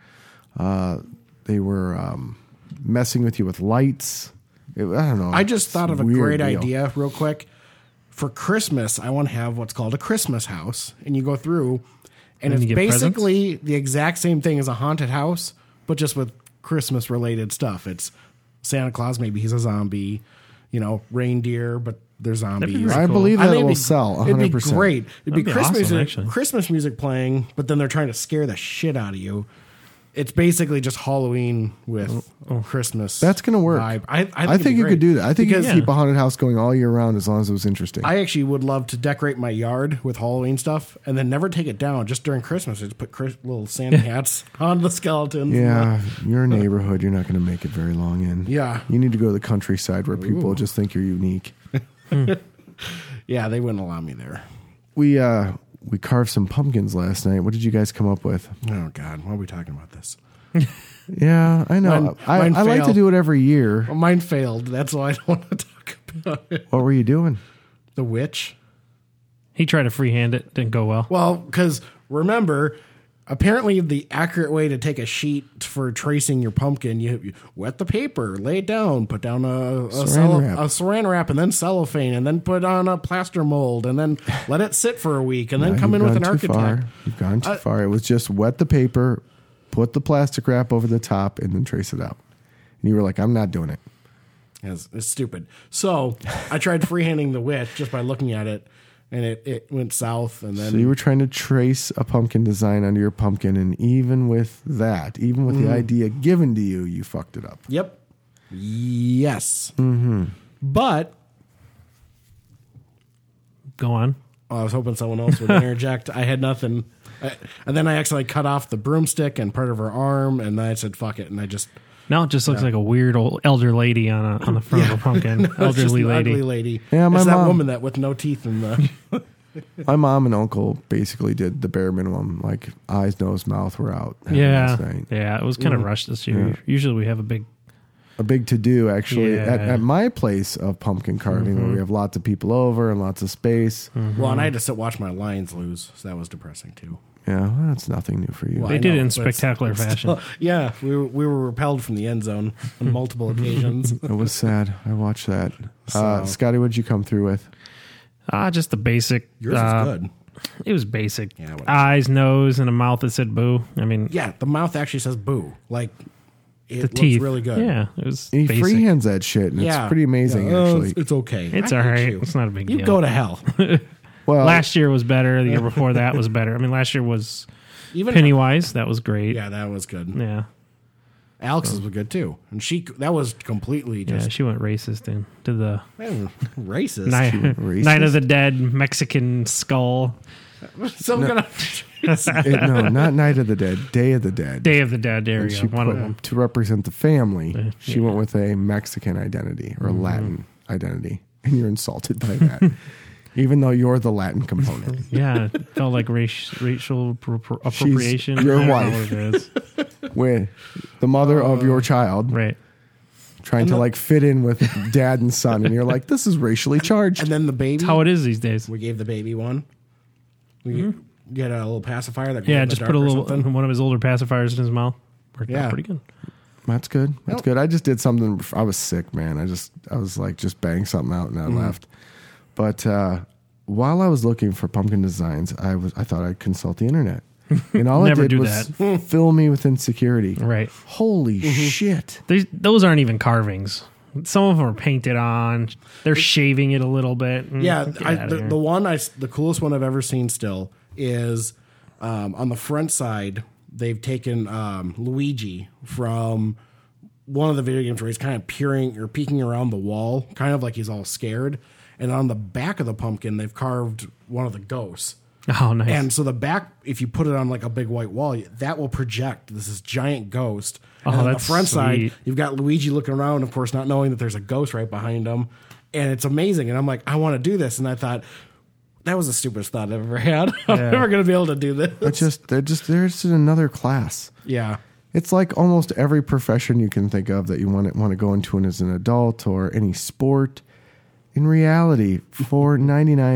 Speaker 3: uh, they were um, messing with you with lights. It- I don't know.
Speaker 4: I just
Speaker 3: It's
Speaker 4: thought of a
Speaker 3: weird
Speaker 4: great
Speaker 3: deal.
Speaker 4: idea, real quick. For Christmas, I want to have what's called a Christmas house, and you go through, and,
Speaker 5: you
Speaker 4: it's
Speaker 5: get presents?
Speaker 4: basically the exact same thing as a haunted house, but just with Christmas related stuff. It's Santa Claus, maybe he's a zombie, you know, reindeer, but they're zombies.
Speaker 3: I believe
Speaker 4: I
Speaker 3: that
Speaker 4: think
Speaker 3: will
Speaker 4: it'd be-
Speaker 3: sell
Speaker 4: It'd be
Speaker 3: 100%.
Speaker 4: great. It'd be,
Speaker 5: That'd be
Speaker 4: Christmas,
Speaker 5: awesome,
Speaker 4: music,
Speaker 5: actually.
Speaker 4: Christmas music playing, but then they're trying to scare the shit out of you. It's basically just Halloween with Christmas.
Speaker 3: Oh, That's going to work.
Speaker 4: vibe. I,
Speaker 3: I,
Speaker 4: I think, it'd
Speaker 3: think
Speaker 4: be
Speaker 3: you
Speaker 4: great.
Speaker 3: could do that. I think
Speaker 4: because
Speaker 3: you could keep a haunted house going all year round as long as it was interesting.
Speaker 4: I actually would love to decorate my yard with Halloween stuff and then never take it down. Just during Christmas, I just put Chris, little Santa hats on the skeletons.
Speaker 3: yeah, your neighborhood, you're not going to make it very long in.
Speaker 4: Yeah.
Speaker 3: You need to go to the countryside where people just think you're unique.
Speaker 4: yeah, they wouldn't allow me there.
Speaker 3: we uh we carved some pumpkins last night. What did you guys come up with?
Speaker 4: Oh God, why are we talking about this?
Speaker 3: Yeah, I know.
Speaker 4: Mine-
Speaker 3: I,
Speaker 4: mine
Speaker 3: I like to
Speaker 4: failed.
Speaker 3: do it every year.
Speaker 4: Well, mine failed. That's why I don't want to talk about it.
Speaker 3: What were you doing?
Speaker 4: The witch.
Speaker 5: He tried to freehand it, didn't go well.
Speaker 4: Well, because remember, apparently the accurate way to take a sheet for tracing your pumpkin, you, you wet the paper, lay it down, put down a, a,
Speaker 3: Saran
Speaker 4: cello-
Speaker 3: wrap.
Speaker 4: a saran wrap, and then cellophane, and then put on a plaster mold, and then let it sit for a week, and then
Speaker 3: Now,
Speaker 4: come
Speaker 3: Uh, you've
Speaker 4: in with an
Speaker 3: gone too
Speaker 4: architect.
Speaker 3: Far. You've gone too far. It was just wet the paper, put the plastic wrap over the top, and then trace it out. And you were like, "I'm not doing it."
Speaker 4: It's, it's stupid. So I tried freehanding the witch just by looking at it, and it, it went south, and then
Speaker 3: So you were trying to trace a pumpkin design under your pumpkin, and even with that, even with
Speaker 4: Mm.
Speaker 3: the idea given to you, you fucked it up.
Speaker 4: Yep. Yes. Mm-hmm. But
Speaker 5: Go on.
Speaker 4: oh, I was hoping someone else would interject. I had nothing. I, and then I accidentally cut off the broomstick and part of her arm, and then I said, fuck it. And I just.
Speaker 5: Now it just looks like a weird old elder lady on a on the front of a pumpkin.
Speaker 4: it's just
Speaker 5: elderly
Speaker 4: an
Speaker 5: lady.
Speaker 4: Ugly lady.
Speaker 3: Yeah, my
Speaker 4: it's that
Speaker 3: mom-
Speaker 4: woman that with no teeth in the.
Speaker 3: My mom and uncle basically did the bare minimum, like eyes, nose, mouth were out. last
Speaker 5: Yeah,
Speaker 3: night.
Speaker 5: yeah. It was kind
Speaker 4: Mm.
Speaker 5: of rushed this year. Usually we have a big.
Speaker 3: a big to do actually at,
Speaker 5: Yeah. Mm-hmm.
Speaker 3: at my place of pumpkin carving where we have lots of people over and lots of space.
Speaker 4: well, and I had to sit watch my lions lose, so that was depressing too.
Speaker 3: Yeah, well, that's nothing new for you.
Speaker 4: Well,
Speaker 5: They
Speaker 4: I know,
Speaker 5: did it in
Speaker 4: but it's-
Speaker 5: spectacular fashion.
Speaker 4: Yeah, we were, we were repelled from the end zone on multiple occasions.
Speaker 3: It was sad. I watched that. Uh,
Speaker 4: So-
Speaker 3: Scotty, what'd you come through with?
Speaker 5: Ah, just the basic.
Speaker 4: Yours
Speaker 5: uh,
Speaker 4: is good.
Speaker 5: It was basic.
Speaker 4: Yeah, whatever.
Speaker 5: Eyes, nose, and a mouth that said "boo." I mean,
Speaker 4: Yeah, the mouth actually says "boo." Like it
Speaker 5: the
Speaker 4: looks
Speaker 5: teeth.
Speaker 4: really good.
Speaker 5: Yeah, it was
Speaker 3: He
Speaker 5: basic. Uh,
Speaker 3: freehands that shit, and it's pretty amazing
Speaker 4: Yeah. Oh,
Speaker 3: actually.
Speaker 4: it's, it's okay.
Speaker 5: It's
Speaker 4: I
Speaker 5: all
Speaker 4: hate
Speaker 5: right.
Speaker 4: you.
Speaker 5: It's not a big
Speaker 4: You
Speaker 5: deal.
Speaker 4: go to hell.
Speaker 3: well,
Speaker 5: last year was better. The year before that was better. I mean, last year was
Speaker 4: Even
Speaker 5: Pennywise. That was great.
Speaker 4: yeah, that was good.
Speaker 5: yeah.
Speaker 4: Alex's was good too, and she that was completely
Speaker 5: Yeah,
Speaker 4: just
Speaker 5: she went racist and did the
Speaker 4: man, racist.
Speaker 5: night,
Speaker 3: racist?
Speaker 5: Night of the Dead Mexican skull,
Speaker 4: Some kind of
Speaker 3: it- no, not Night of the Dead, Day of the Dead.
Speaker 5: Day of the Dead area.
Speaker 3: she
Speaker 5: One of
Speaker 3: put-
Speaker 5: them.
Speaker 3: to represent the family. She went with a Mexican identity or
Speaker 5: Mm-hmm.
Speaker 3: Latin identity, and you're insulted by that, even though you're the Latin component.
Speaker 5: Yeah, it felt like race, racial appro- appropriation.
Speaker 3: your
Speaker 5: I don't know
Speaker 3: wife.
Speaker 5: what it is.
Speaker 3: with the mother of your child
Speaker 5: right?
Speaker 3: trying to like fit in with dad and son and you're like this is racially charged
Speaker 4: and then the baby.
Speaker 5: How it is these days.
Speaker 4: we gave the baby one. We get a little pacifier that glow
Speaker 5: Yeah,
Speaker 4: in the
Speaker 5: just
Speaker 4: dark
Speaker 5: put a
Speaker 4: or
Speaker 5: little
Speaker 4: something.
Speaker 5: one of his older pacifiers in his mouth. Worked
Speaker 4: Yeah.
Speaker 5: out pretty good.
Speaker 3: that's good that's good i just did something i was sick man i just i was like just banged something out and i left but uh while i was looking for pumpkin designs i was i thought i'd consult the internet and all i did
Speaker 5: Never do
Speaker 3: was fill me with insecurity
Speaker 5: Right.
Speaker 3: holy shit
Speaker 5: There's, those aren't even carvings. Some of them are painted on. They're shaving it a little bit. Mm,
Speaker 4: Yeah,
Speaker 5: get
Speaker 4: I,
Speaker 5: outta
Speaker 4: the,
Speaker 5: here.
Speaker 4: the one I s- the coolest one I've ever seen still is um, on the front side. They've taken um, Luigi from one of the video games where he's kind of peering or peeking around the wall, kind of like he's all scared. And on the back of the pumpkin, they've carved one of the ghosts.
Speaker 5: oh, nice.
Speaker 4: And so the back, if you put it on like a big white wall, that will project this is giant ghost. And
Speaker 5: Oh,
Speaker 4: on
Speaker 5: that's
Speaker 4: the front
Speaker 5: sweet.
Speaker 4: side, you've got Luigi looking around, of course, not knowing that there's a ghost right behind him. And it's amazing. And I'm like, I want to do this. And I thought, that was the stupidest thought I've ever had. I'm
Speaker 5: Yeah.
Speaker 4: never going to be able to do this.
Speaker 3: it's just they're just there's another class
Speaker 4: Yeah.
Speaker 3: It's like almost every profession you can think of that you want to, want to go into and as an adult or any sport. In reality, for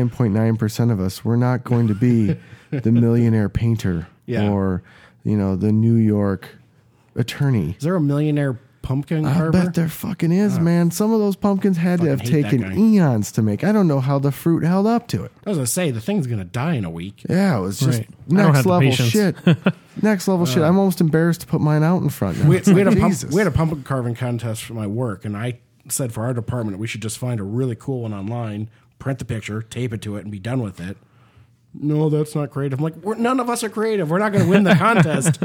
Speaker 3: 99.9% of us, we're not going to be the millionaire painter
Speaker 4: Yeah.
Speaker 3: or, you know, the New York attorney.
Speaker 4: Is there a millionaire pumpkin
Speaker 3: I
Speaker 4: carver?
Speaker 3: bet there fucking is, man. Some of those pumpkins had to have
Speaker 4: Ah. hate that
Speaker 3: taken
Speaker 4: guy.
Speaker 3: eons to make. I don't know how the fruit held up to it.
Speaker 4: I was going to say, the thing's going to die in a week.
Speaker 3: Yeah, it was just
Speaker 5: Right. I don't have
Speaker 3: next
Speaker 5: the
Speaker 3: level
Speaker 5: patience.
Speaker 3: shit. next level shit. I'm almost embarrassed to put mine out in front. Now.
Speaker 4: Uh. we,
Speaker 3: It's
Speaker 4: we
Speaker 3: like,
Speaker 4: had a pump,
Speaker 3: Jesus.
Speaker 4: we had a pumpkin carving contest for my work, and I said for our department we should just find a really cool one online, print the picture, tape it to it, and be done with it. No, that's not creative. I'm like, we're, none of us are creative. We're not going to win the contest.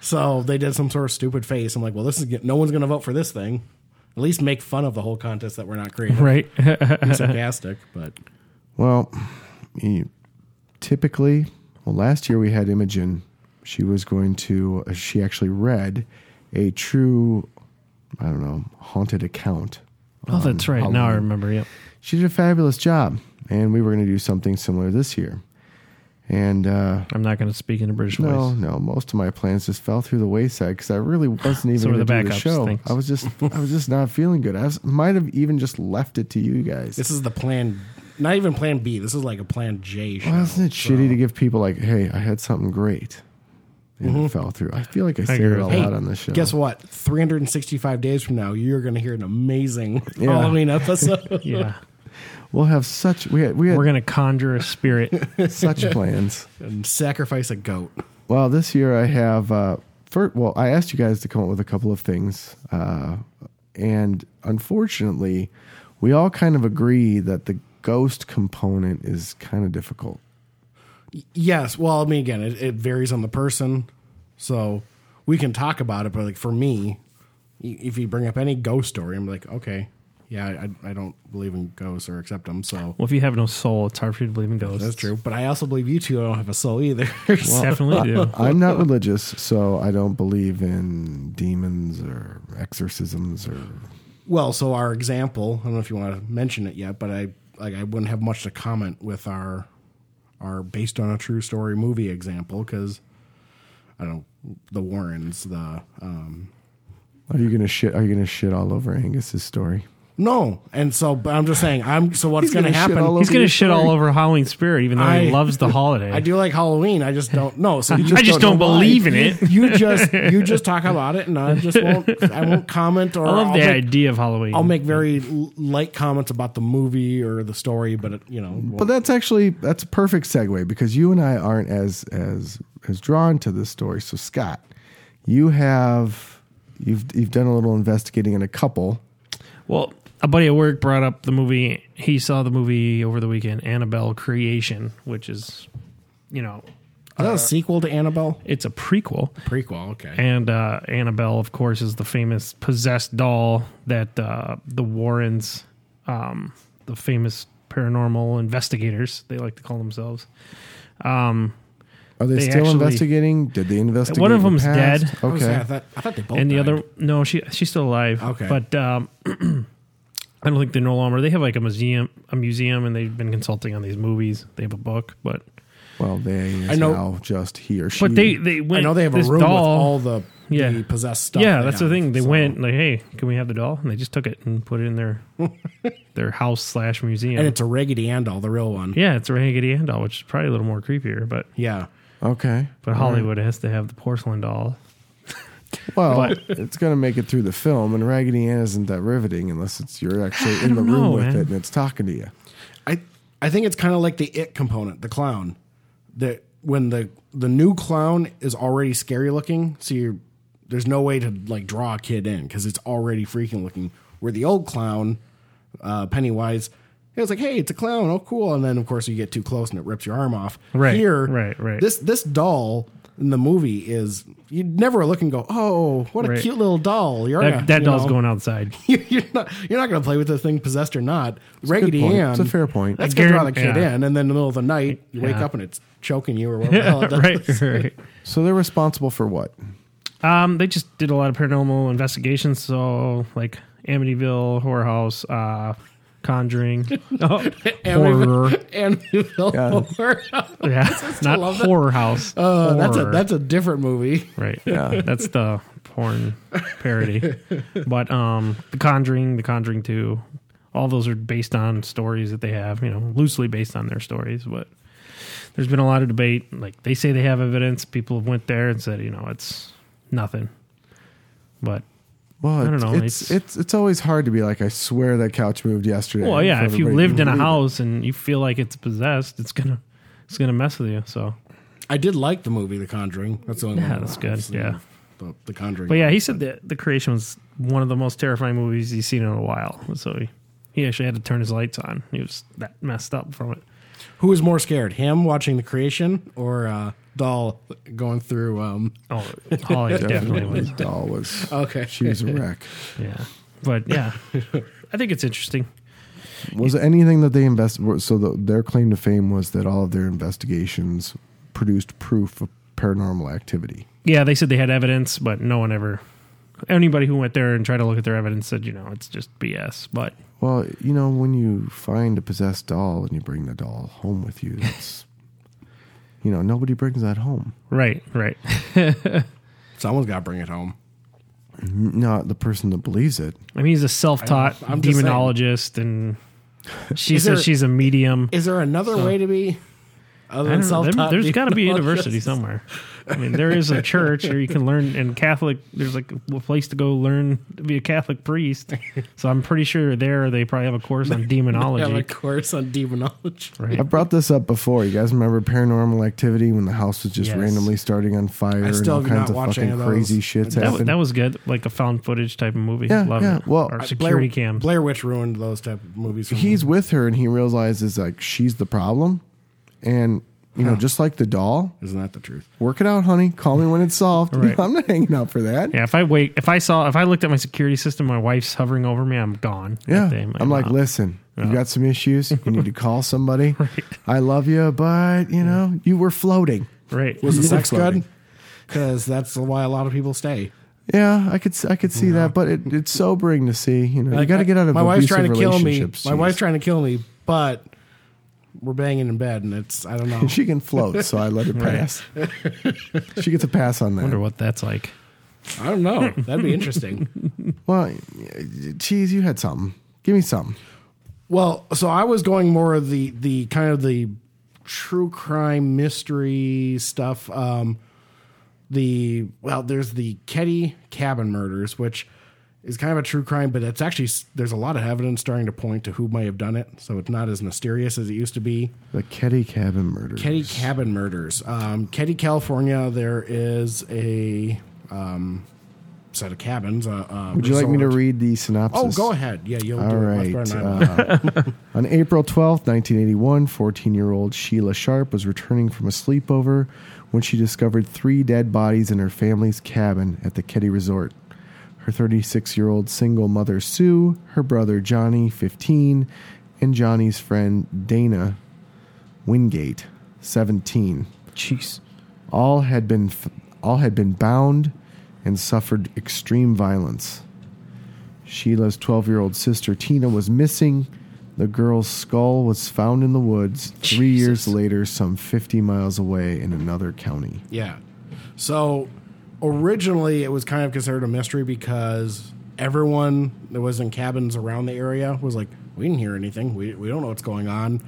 Speaker 4: so they did some sort of stupid face. I'm like, well, this is get, no one's going to vote for this thing. At least make fun of the whole contest that we're not creative.
Speaker 5: right.
Speaker 4: Be sarcastic, but
Speaker 3: Well, you- typically, well, last year we had Imogen. She was going to, uh, she actually read a true, I don't know, haunted account.
Speaker 5: oh,
Speaker 3: Um,
Speaker 5: that's right. Now I remember. Yep.
Speaker 3: She did a fabulous job, and we were going to do something similar this year. And uh,
Speaker 5: I'm not going to speak in a British
Speaker 3: no,
Speaker 5: voice.
Speaker 3: no, most of my plans just fell through the wayside because I really wasn't even
Speaker 5: So were
Speaker 3: going to
Speaker 5: the
Speaker 3: do the
Speaker 5: backups,
Speaker 3: show.
Speaker 5: thanks.
Speaker 3: I was just, I was just not feeling good. I was, might have even just left it to you guys.
Speaker 4: This is the plan, not even plan B. This is like a plan J show.
Speaker 3: Wasn't it shitty to give people like, hey, I had something great and it fell through? I feel like I say
Speaker 5: agree
Speaker 3: that a
Speaker 5: with
Speaker 3: lot
Speaker 5: that.
Speaker 3: on this show.
Speaker 4: Guess what? 365 days from now, you're going to hear an amazing
Speaker 3: Yeah.
Speaker 4: Halloween episode.
Speaker 5: Yeah.
Speaker 3: We'll have such we had we had
Speaker 5: We're going to conjure a spirit.
Speaker 3: such plans.
Speaker 4: and sacrifice a goat.
Speaker 3: Well, this year I have uh, first. Well, I asked you guys to come up with a couple of things, uh, and unfortunately, we all kind of agree that the ghost component is kind of difficult.
Speaker 4: Yes. Well, I mean, again, it, it varies on the person. So we can talk about it, but like for me, y- if you bring up any ghost story, I'm like, okay, yeah, I, I don't believe in ghosts or accept them. So
Speaker 5: well, if you have no soul, it's hard for you to believe in ghosts.
Speaker 4: that's true. But I also believe you two don't have a soul either. So-
Speaker 5: Definitely do.
Speaker 3: I'm not religious, so I don't believe in demons or exorcisms or
Speaker 4: Well, so our example, I don't know if you want to mention it yet, but I like I wouldn't have much to comment with our our based on a true story movie example because I don't know, the Warrens the um
Speaker 3: Are you gonna shit? Are you gonna shit all over Angus's story?
Speaker 4: no and so but I'm just saying I'm so what's
Speaker 3: He's
Speaker 4: going to
Speaker 3: gonna shit all
Speaker 4: happen
Speaker 3: over-
Speaker 5: He's going
Speaker 3: your
Speaker 5: to shit
Speaker 3: story.
Speaker 5: all over Halloween spirit, even though
Speaker 4: I-
Speaker 5: he loves the holiday.
Speaker 4: I do like Halloween I just don't know so you
Speaker 5: I just don't,
Speaker 3: know why.
Speaker 5: believe in it.
Speaker 4: you just you just talk about it and I just won't I won't comment or
Speaker 5: I love
Speaker 4: will
Speaker 5: the
Speaker 4: make,
Speaker 5: idea of Halloween.
Speaker 4: I'll make very l- light comments about the movie or the story but it, you know won't-
Speaker 3: But that's actually that's a perfect segue because you and I aren't as as as drawn to this story. So Scott, you have you've you've done a little investigating in a couple.
Speaker 5: Well, a buddy at work brought up the movie. He saw the movie over the weekend, Annabelle Creation, which is, you know,
Speaker 4: is that a sequel to Annabelle
Speaker 5: it's a prequel.
Speaker 4: prequel okay
Speaker 5: And uh, Annabelle, of course, is the famous possessed doll that uh, the Warrens, um, the famous paranormal investigators, they like to call themselves. Um,
Speaker 3: Are they,
Speaker 5: They
Speaker 3: still
Speaker 5: actually-
Speaker 3: investigating? Did they investigate?
Speaker 5: One of
Speaker 3: in the
Speaker 5: them's
Speaker 3: past?
Speaker 5: dead.
Speaker 4: I was saying, I,
Speaker 3: Okay.
Speaker 4: thought, I thought they both.
Speaker 5: and the
Speaker 4: died.
Speaker 5: other no she she's still alive
Speaker 4: Okay.
Speaker 5: but um i don't think they're no longer they have like a museum a museum and they've been consulting on these movies they have a book but
Speaker 3: Well, they is
Speaker 4: I know-
Speaker 3: now just he or she.
Speaker 5: but they they
Speaker 4: I
Speaker 5: went
Speaker 4: know they have a
Speaker 5: this
Speaker 4: room
Speaker 5: doll,
Speaker 4: with all the,
Speaker 5: Yeah.
Speaker 4: the possessed stuff.
Speaker 5: yeah
Speaker 4: they
Speaker 5: that's
Speaker 4: have,
Speaker 5: the thing they
Speaker 4: so-
Speaker 5: went like hey can we have the doll and they just took it and put it in their their house slash museum
Speaker 4: and it's a Raggedy Ann doll, the real one. Yeah,
Speaker 5: yeah it's a raggedy ann doll which is probably a little more creepier but
Speaker 3: okay.
Speaker 5: but
Speaker 4: Mm.
Speaker 5: hollywood has to have the porcelain doll
Speaker 3: Well, it's gonna make it through the film, and Raggedy Ann isn't that riveting unless it's you're actually in the
Speaker 5: don't
Speaker 3: room
Speaker 5: know,
Speaker 3: with
Speaker 5: man.
Speaker 3: it and it's talking to you.
Speaker 4: I I think it's kind of like the it component, the clown. That when the the new clown is already scary looking, so you're there's no way to like draw a kid in because it's already freaking looking. Where the old clown, uh, Pennywise. It was like, hey, it's a clown. Oh, cool! And then, of course, you get too close and it rips your arm off.
Speaker 5: Right,
Speaker 4: here,
Speaker 5: right, right.
Speaker 4: This this doll in the movie is you never look and go, oh, what a
Speaker 5: Right.
Speaker 4: cute little doll. You're
Speaker 5: that, that doll's going outside
Speaker 4: you're not you're not going to play with this thing possessed or not. Raggedy
Speaker 3: point.
Speaker 4: Ann.
Speaker 3: It's a fair point.
Speaker 4: That's
Speaker 5: I
Speaker 4: going to draw the kid
Speaker 5: guarantee- yeah.
Speaker 4: in, and then in the middle of the night you wake
Speaker 5: Yeah.
Speaker 4: up and it's choking you or whatever. the hell
Speaker 5: yeah
Speaker 4: it does.
Speaker 5: right right
Speaker 3: So they're responsible for what?
Speaker 5: Um, they just did a lot of paranormal investigations, so like Amityville, Horror House, uh, Conjuring, oh, horror,
Speaker 4: And Horror.
Speaker 5: yeah, not
Speaker 4: love that.
Speaker 5: Horror House.
Speaker 4: Uh, that's a
Speaker 5: Horror.
Speaker 4: that's a different movie.
Speaker 5: right. Yeah, that's the porn parody. but um, The Conjuring, The Conjuring Two, all those are based on stories that they have, you know, loosely based on their stories. But there's been a lot of debate. Like they say they have evidence. People have went there and said, you know, it's nothing. But
Speaker 3: Well,
Speaker 5: don't
Speaker 3: it's,
Speaker 5: know,
Speaker 3: It's, it's
Speaker 5: it's-
Speaker 3: it's always hard to be like, I swear that couch moved yesterday.
Speaker 5: Well, yeah,
Speaker 3: for
Speaker 5: if you
Speaker 3: everybody
Speaker 5: lived
Speaker 3: to
Speaker 5: in a
Speaker 3: believe it.
Speaker 5: house and you feel like it's possessed, it's gonna it's gonna mess with you. So
Speaker 4: I did like the movie The Conjuring. That's the only
Speaker 5: yeah,
Speaker 4: one.
Speaker 5: that's good. Yeah,
Speaker 4: The, the Conjuring.
Speaker 5: but yeah, he said that the creation was one of the most terrifying movies he's seen in a while. So he he actually had to turn his lights on. He was that messed up from it.
Speaker 4: Who was more scared, him watching the creation or uh, doll going through? Um,
Speaker 5: Oh, Holly definitely was.
Speaker 3: His doll was
Speaker 4: Okay.
Speaker 3: She was a wreck.
Speaker 5: Yeah, but yeah, I think it's interesting.
Speaker 3: Was it anything that they invest? were- So the, their claim to fame was that all of their investigations produced proof of paranormal activity.
Speaker 5: Yeah, they said they had evidence, but no one ever. Anybody who went there and tried to look at their evidence said, you know, it's just BS. But
Speaker 3: Well, you know, when you find a possessed doll and you bring the doll home with you, that's you know, nobody brings that home.
Speaker 5: Right, right.
Speaker 4: Someone's got to bring it home.
Speaker 3: Not the person that believes it.
Speaker 5: I mean, he's a self-taught
Speaker 4: I'm just saying.
Speaker 5: demonologist, and she
Speaker 4: Is
Speaker 5: says
Speaker 4: there-
Speaker 5: she's a medium.
Speaker 4: Is there another way to be other
Speaker 5: I
Speaker 4: than
Speaker 5: don't know.
Speaker 4: self
Speaker 5: There, there's got to be a university somewhere. I mean, there is a church, or you can learn in Catholic. There's like a place to go learn to be a Catholic priest. So I'm pretty sure there they probably have a course on
Speaker 4: Have a
Speaker 5: demonology.
Speaker 4: course on demonology.
Speaker 5: Right.
Speaker 3: I brought this up before. You guys remember Paranormal Activity when the house was just
Speaker 5: Yes.
Speaker 3: randomly starting on fire
Speaker 4: I
Speaker 3: and
Speaker 4: still
Speaker 3: all
Speaker 4: have
Speaker 3: kinds
Speaker 4: not
Speaker 3: of
Speaker 4: watched
Speaker 3: fucking
Speaker 4: any of those.
Speaker 3: crazy shits
Speaker 4: That
Speaker 5: That,
Speaker 3: happened.
Speaker 5: wa- that was good, like a found footage type of movie.
Speaker 3: Yeah,
Speaker 5: Love
Speaker 3: yeah.
Speaker 5: it.
Speaker 3: Well,
Speaker 5: or
Speaker 3: I-
Speaker 5: security
Speaker 4: Blair,
Speaker 5: cams.
Speaker 4: Blair Witch ruined those type of movies. for me.
Speaker 3: He's with her and he realizes like she's the problem, and you know, just like the doll,
Speaker 4: isn't that the truth?
Speaker 3: work it out, honey. Call me when it's solved.
Speaker 5: Right.
Speaker 3: I'm not hanging out for that.
Speaker 5: Yeah, if I wait, if I saw, if I looked at my security system, my wife's hovering over me, I'm gone.
Speaker 3: Yeah.
Speaker 5: That day,
Speaker 3: I'm like,
Speaker 5: out.
Speaker 3: listen, you've got some issues. You need to call somebody. I love you, but you know, you were floating.
Speaker 5: right?
Speaker 4: Was the
Speaker 3: You
Speaker 4: sex
Speaker 3: look
Speaker 4: good?
Speaker 3: loving.
Speaker 4: Because that's why a lot of people stay.
Speaker 3: Yeah, I could s- I could see that, but it, it's sobering to see. You know, you got to get out of
Speaker 4: my wife's trying to
Speaker 3: abusive
Speaker 4: kill me.
Speaker 3: relationships,
Speaker 4: My
Speaker 3: geez.
Speaker 4: wife's trying to kill me, but we're banging in bed, and it's I don't know.
Speaker 3: She can float, so I let her pass. she gets a pass on that.
Speaker 5: wonder what that's like.
Speaker 4: I don't know. That'd be interesting.
Speaker 3: Well, geez, you had something. Give me something.
Speaker 4: Well, so I was going more of the the kind of the true crime mystery stuff. Um, the well, there's the Ketty cabin murders, which is kind of a true crime, but it's actually s- there's a lot of evidence starting to point to who may have done it, so it's not as mysterious as it used to be.
Speaker 3: The Ketty Cabin murder.
Speaker 4: Ketty cabin murders, um, Ketty, California. There is a um, set of cabins. Uh, uh,
Speaker 3: Would you like me to
Speaker 4: resort.
Speaker 3: read the synopsis?
Speaker 4: Oh, go ahead. Yeah, you'll do
Speaker 3: All
Speaker 4: it. left
Speaker 3: right.
Speaker 4: or right.
Speaker 3: uh, on April twelfth, 1981, 14 year old Sheila Sharp was returning from a sleepover when she discovered three dead bodies in her family's cabin at the Ketty Resort. Her 36 year old single mother, Sue, her brother, Johnny, 15, and Johnny's friend, Dana Wingate, 17.
Speaker 5: Jeez.
Speaker 3: all had been all had been bound and suffered extreme violence. Sheila's 12-year-old sister Tina was missing. The girl's skull was found in the woods 3 years later some 50 miles away in another county.
Speaker 4: Yeah. So originally it was kind of considered a mystery because everyone that was in cabins around the area was like, we didn't hear anything. We, we don't know what's going on.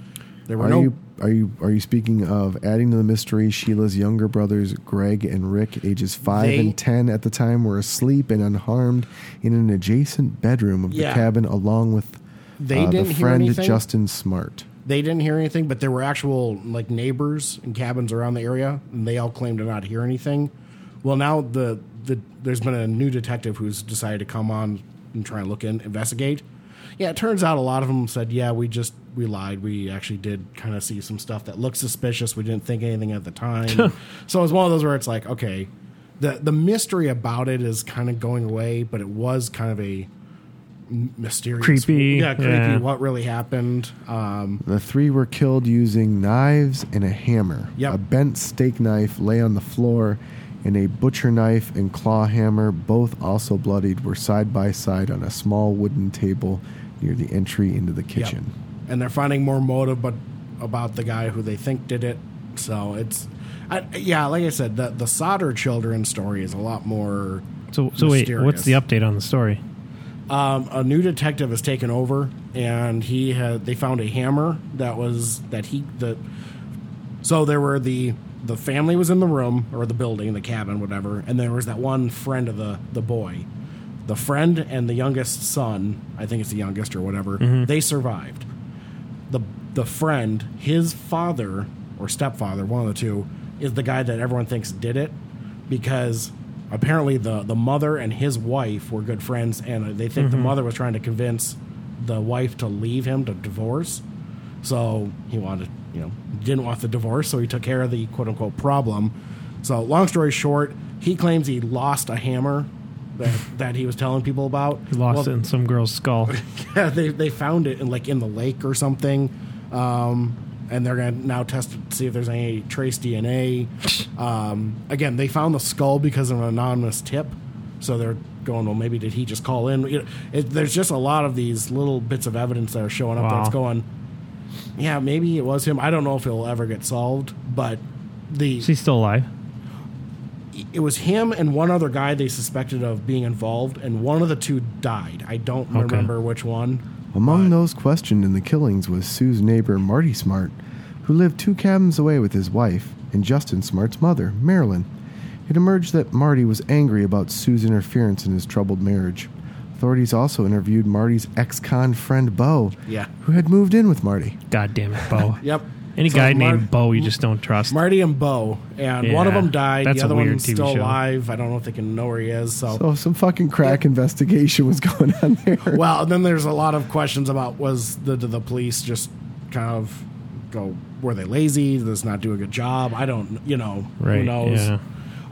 Speaker 4: There were
Speaker 3: Are
Speaker 4: no.
Speaker 3: you are you are you speaking of adding to the mystery Sheila's younger brothers Greg and Rick ages 5
Speaker 4: They-
Speaker 3: and 10 at the time were asleep and unharmed in an adjacent bedroom of
Speaker 4: Yeah.
Speaker 3: the cabin along with
Speaker 4: They
Speaker 3: uh,
Speaker 4: didn't
Speaker 3: the
Speaker 4: hear
Speaker 3: friend
Speaker 4: anything?
Speaker 3: Justin Smart.
Speaker 4: they didn't hear anything, but there were actual like neighbors and cabins around the area, and they all claimed to not hear anything. Well, now the the there's been a new detective who's decided to come on and try and look in investigate. Yeah, it turns out a lot of them said, yeah, we just we lied. We actually did kind of see some stuff that looked suspicious. We didn't think anything at the time. so it was one of those where it's like, okay, the the mystery about it is kind of going away, but it was kind of a m- mysterious,
Speaker 5: Creepy,
Speaker 4: yeah, creepy.
Speaker 5: yeah.
Speaker 4: What really happened? Um,
Speaker 3: The three were killed using knives and a hammer.
Speaker 4: Yep.
Speaker 3: A bent steak knife lay on the floor, and a butcher knife and claw hammer, both also bloodied, were side by side on a small wooden table near the entry into the
Speaker 4: Yep.
Speaker 3: kitchen.
Speaker 4: And they're finding more motive but about the guy who they think did it. So it's I, yeah, like I said, the the solder children story is a lot more
Speaker 5: So, so wait, what's
Speaker 4: Mysterious.
Speaker 5: the update on the story?
Speaker 4: um, a new detective has taken over and he had they found a hammer that was that he the so there were the the family was in the room or the building the cabin whatever and there was that one friend of the the boy the friend and the youngest son i think it's the youngest or whatever they survived the the friend his father or stepfather one of the two is the guy that everyone thinks did it because apparently the the mother and his wife were good friends and they think
Speaker 5: Mm-hmm.
Speaker 4: the mother was trying to convince the wife to leave him to divorce so he wanted you know didn't want the divorce so he took care of the quote unquote problem so long story short he claims he lost a hammer that, that he was telling people about
Speaker 5: We Lost
Speaker 4: Well,
Speaker 5: it in some girl's skull.
Speaker 4: yeah, they they found it in like in the lake or something, um, and they're gonna now test it to see if there's any trace DNA. Um, again, they found the skull because of an anonymous tip, so they're going, well, maybe did he just call in? You know, it, there's just a lot of these little bits of evidence that are showing up
Speaker 5: Wow.
Speaker 4: that's going. Yeah, maybe it was him. I don't know if it'll ever get solved, but the
Speaker 5: Is he still alive?
Speaker 4: it was him and one other guy they suspected of being involved, and one of the two died. I don't
Speaker 5: Okay.
Speaker 4: remember which one.
Speaker 3: Among those questioned in the killings was Sue's neighbor, Marty Smart, who lived two cabins away with his wife and Justin Smart's mother, Marilyn. It emerged that Marty was angry about Sue's interference in his troubled marriage. Authorities also interviewed Marty's ex con friend, Bo,
Speaker 4: Yeah.
Speaker 3: who had moved in with Marty.
Speaker 5: God damn it, Bo.
Speaker 4: Yep.
Speaker 5: Any
Speaker 4: So
Speaker 5: guy
Speaker 4: Mar-
Speaker 5: named Bo you just don't trust.
Speaker 4: Marty and Bo, and one of
Speaker 5: Yeah,
Speaker 4: them died.
Speaker 5: that's a
Speaker 4: the other
Speaker 5: weird
Speaker 4: one's
Speaker 5: TV
Speaker 4: still
Speaker 5: show.
Speaker 4: alive. I don't know if they can know where he is. So,
Speaker 3: So, Oh, some fucking crack investigation was going on there.
Speaker 4: well, and then there's a lot of questions about was the did the police just kind of go were they lazy? Did this not do a good job? I don't. You know,
Speaker 5: right.
Speaker 4: who knows? Um,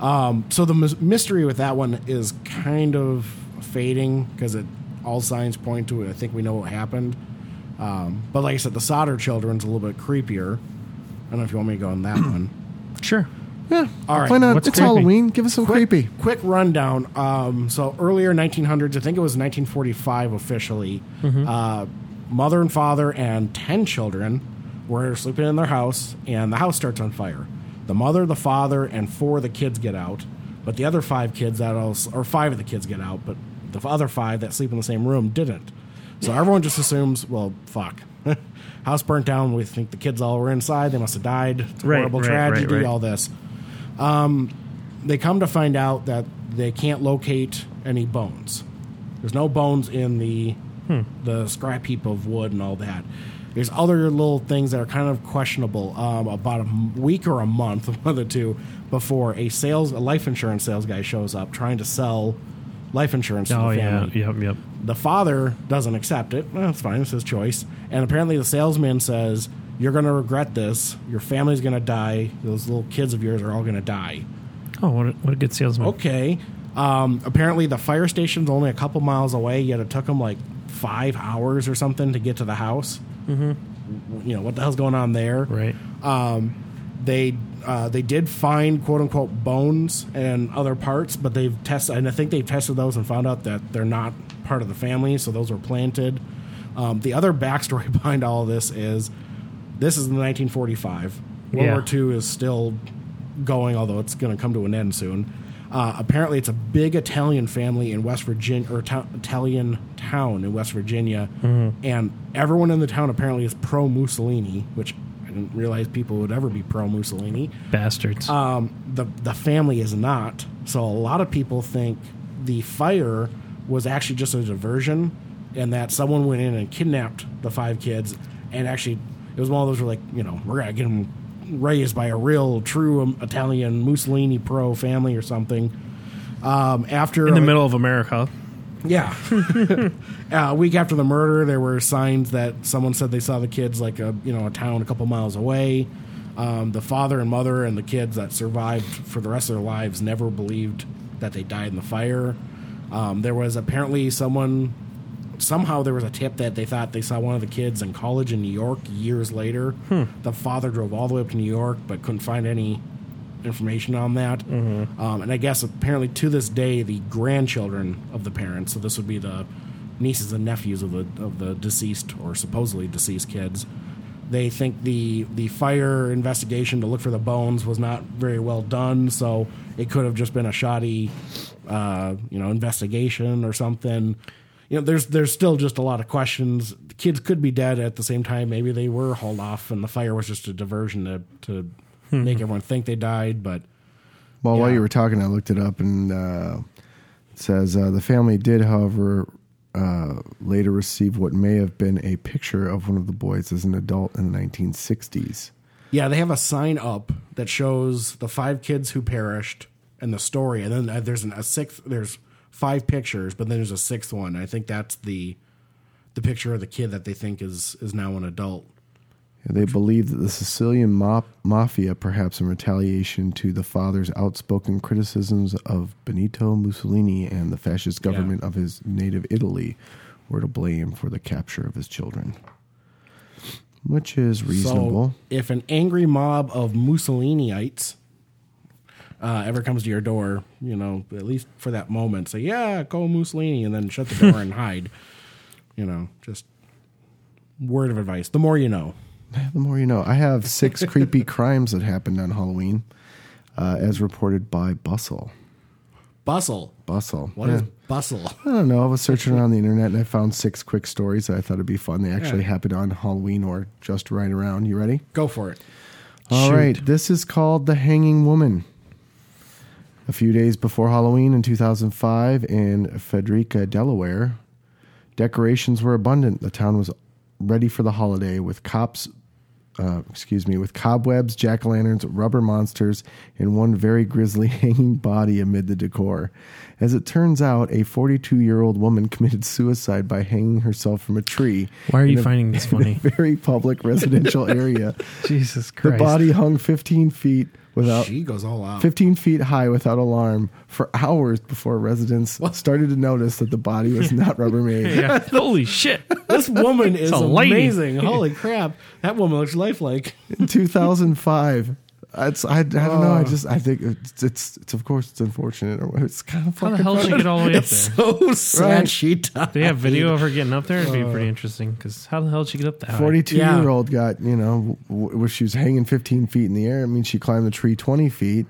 Speaker 5: Yeah.
Speaker 4: So the mys- mystery with that one is kind of fading because it all signs point to it. I think we know what happened. Um, but like I said, the solder children's a little bit creepier. I don't know if you want me to go on that one.
Speaker 5: Sure.
Speaker 3: yeah.
Speaker 4: All right.
Speaker 3: Why not?
Speaker 5: What's
Speaker 3: it's
Speaker 5: creepy?
Speaker 3: Halloween. Give us some creepy.
Speaker 4: Quick rundown. Um, so earlier 1900s, I think it was 1945 officially. Uh, mother and father and ten children were sleeping in their house, and the house starts on fire. The mother, the father, and four of the kids get out, but the other five kids that also, or five of the kids get out, but the other five that sleep in the same room didn't. So everyone just assumes, well, fuck. House burnt down. We think the kids all were inside. They must have died. It's a
Speaker 5: Right,
Speaker 4: horrible
Speaker 5: right, right,
Speaker 4: tragedy.
Speaker 5: right.
Speaker 4: All this Um, they come to find out that they can't locate any bones. There's no bones in the
Speaker 5: Hmm.
Speaker 4: the scrap heap of wood and all that. There's other little things that are kind of questionable. Um, about a m- week or a month, one of the two, before a sales a life insurance sales guy shows up trying to sell life insurance to
Speaker 5: Oh
Speaker 4: the
Speaker 5: yeah.
Speaker 4: family.
Speaker 5: Yep. Yep.
Speaker 4: The father doesn't accept it. Well, it's fine. It's his choice. And apparently, the salesman says, "You're going to regret this. Your family's going to die. Those little kids of yours are all going to die."
Speaker 5: Oh, what a, what a good salesman.
Speaker 3: Oh.
Speaker 4: Okay. Um, apparently, the fire station's only a couple miles away, yet it took them like five hours or something to get to the house. Mm-hmm. You know, what the hell's going on there?
Speaker 5: Right.
Speaker 4: Um, They uh, they did find quote unquote bones and other parts, but they've tested, and I think they've tested those and found out that they're not part of the family, so those were planted. Um, the other backstory behind all of this is this is in 1945. World
Speaker 5: Yeah.
Speaker 4: War II is still going, although it's going to come to an end soon. Uh, apparently, it's a big Italian family in West Virginia, or to- Italian town in West Virginia, and everyone in the town apparently is pro Mussolini, which I didn't realize people would ever be pro Mussolini.
Speaker 5: Bastards.
Speaker 3: Uh,
Speaker 4: Um, the the family is not, so a lot of people think the fire was actually just a diversion, and that someone went in and kidnapped the five kids, and actually it was one of those where like you know we're gonna get them raised by a real true um, Italian Mussolini pro family or something. Um, after
Speaker 5: in the middle of America.
Speaker 4: yeah. uh, a week after the murder, there were signs that someone said they saw the kids like a you know a town a couple miles away. Um, the father and mother and the kids that survived for the rest of their lives never believed that they died in the fire. Um, there was apparently someone somehow there was a tip that they thought they saw one of the kids in college in New York years later. The father drove all the way up to New York but couldn't find any information on that. Um, and I guess apparently to this day, the grandchildren of the parents, so this would be the nieces and nephews of the of the deceased or supposedly deceased kids. They think the the fire investigation to look for the bones was not very well done, so it could have just been a shoddy, uh, you know, investigation or something. You know, there's there's still just a lot of questions. The kids could be dead at the same time. Maybe they were hauled off, and the fire was just a diversion to to make everyone think they died. But
Speaker 3: Well, while
Speaker 4: Yeah.
Speaker 3: you were talking, I looked it up and uh, it says uh, the family did, however, uh, later receive what may have been a picture of one of the boys as an adult in the 1960s.
Speaker 4: Yeah, they have a sign up that shows the five kids who perished and the story, and then uh, there's an, a sixth. There's five pictures, but then there's a sixth one. I think that's the the picture of the kid that they think is is now an adult.
Speaker 3: They believe that the Sicilian ma- mafia, perhaps in retaliation to the father's outspoken criticisms of Benito Mussolini and the fascist government of his native Italy, were to blame for the capture of his children. Which is reasonable.
Speaker 4: So, if an angry mob of Mussoliniites uh, ever comes to your door, you know, at least for that moment, say, "Yeah, go Mussolini," and then shut the door and hide. You know, just word of advice: the more you know.
Speaker 3: The more you know. I have six creepy crimes that happened on Halloween, uh, as reported by Bustle.
Speaker 4: Bustle.
Speaker 3: Bustle.
Speaker 4: What
Speaker 3: Yeah.
Speaker 4: is bustle?
Speaker 3: I don't know. I was searching around the internet and I found six quick stories that I thought would be fun. They actually
Speaker 4: Yeah.
Speaker 3: happened on Halloween or just right around. You ready?
Speaker 4: Go for it.
Speaker 3: All
Speaker 5: Shoot.
Speaker 3: right, this is called The Hanging Woman. A few days before Halloween in 2005 in Frederica, Delaware, decorations were abundant. The town was ready for the holiday with cops, uh, excuse me, with cobwebs, jack o' lanterns, rubber monsters, and one very grisly hanging body amid the decor. As it turns out, a 42 year old woman committed suicide by hanging herself from a tree.
Speaker 5: Why are
Speaker 3: in
Speaker 5: you
Speaker 3: a-
Speaker 5: finding this funny?
Speaker 3: Very public residential area.
Speaker 5: Jesus
Speaker 3: The
Speaker 5: Christ.
Speaker 3: body hung 15 feet without
Speaker 4: She goes all out.
Speaker 3: 15 feet high without alarm for hours before residents started to notice that the body was not Rubbermaid.
Speaker 5: Yeah. Holy shit.
Speaker 4: This woman is
Speaker 5: a lady.
Speaker 4: amazing. Holy crap. That woman looks lifelike.
Speaker 3: In 2005. It's, I, I don't know. I just I think it's it's, it's of course it's unfortunate or it's kind of
Speaker 5: How the
Speaker 3: fucking
Speaker 5: hell did she get all the way up there?
Speaker 4: So sad
Speaker 3: Right.
Speaker 4: she died.
Speaker 5: They have video of her getting up there. It'd be pretty interesting because how the hell did she get up that high?
Speaker 3: Uh, forty two
Speaker 4: Yeah.
Speaker 3: year old got you know w- w- she was hanging fifteen feet in the air. I mean she climbed the tree twenty feet.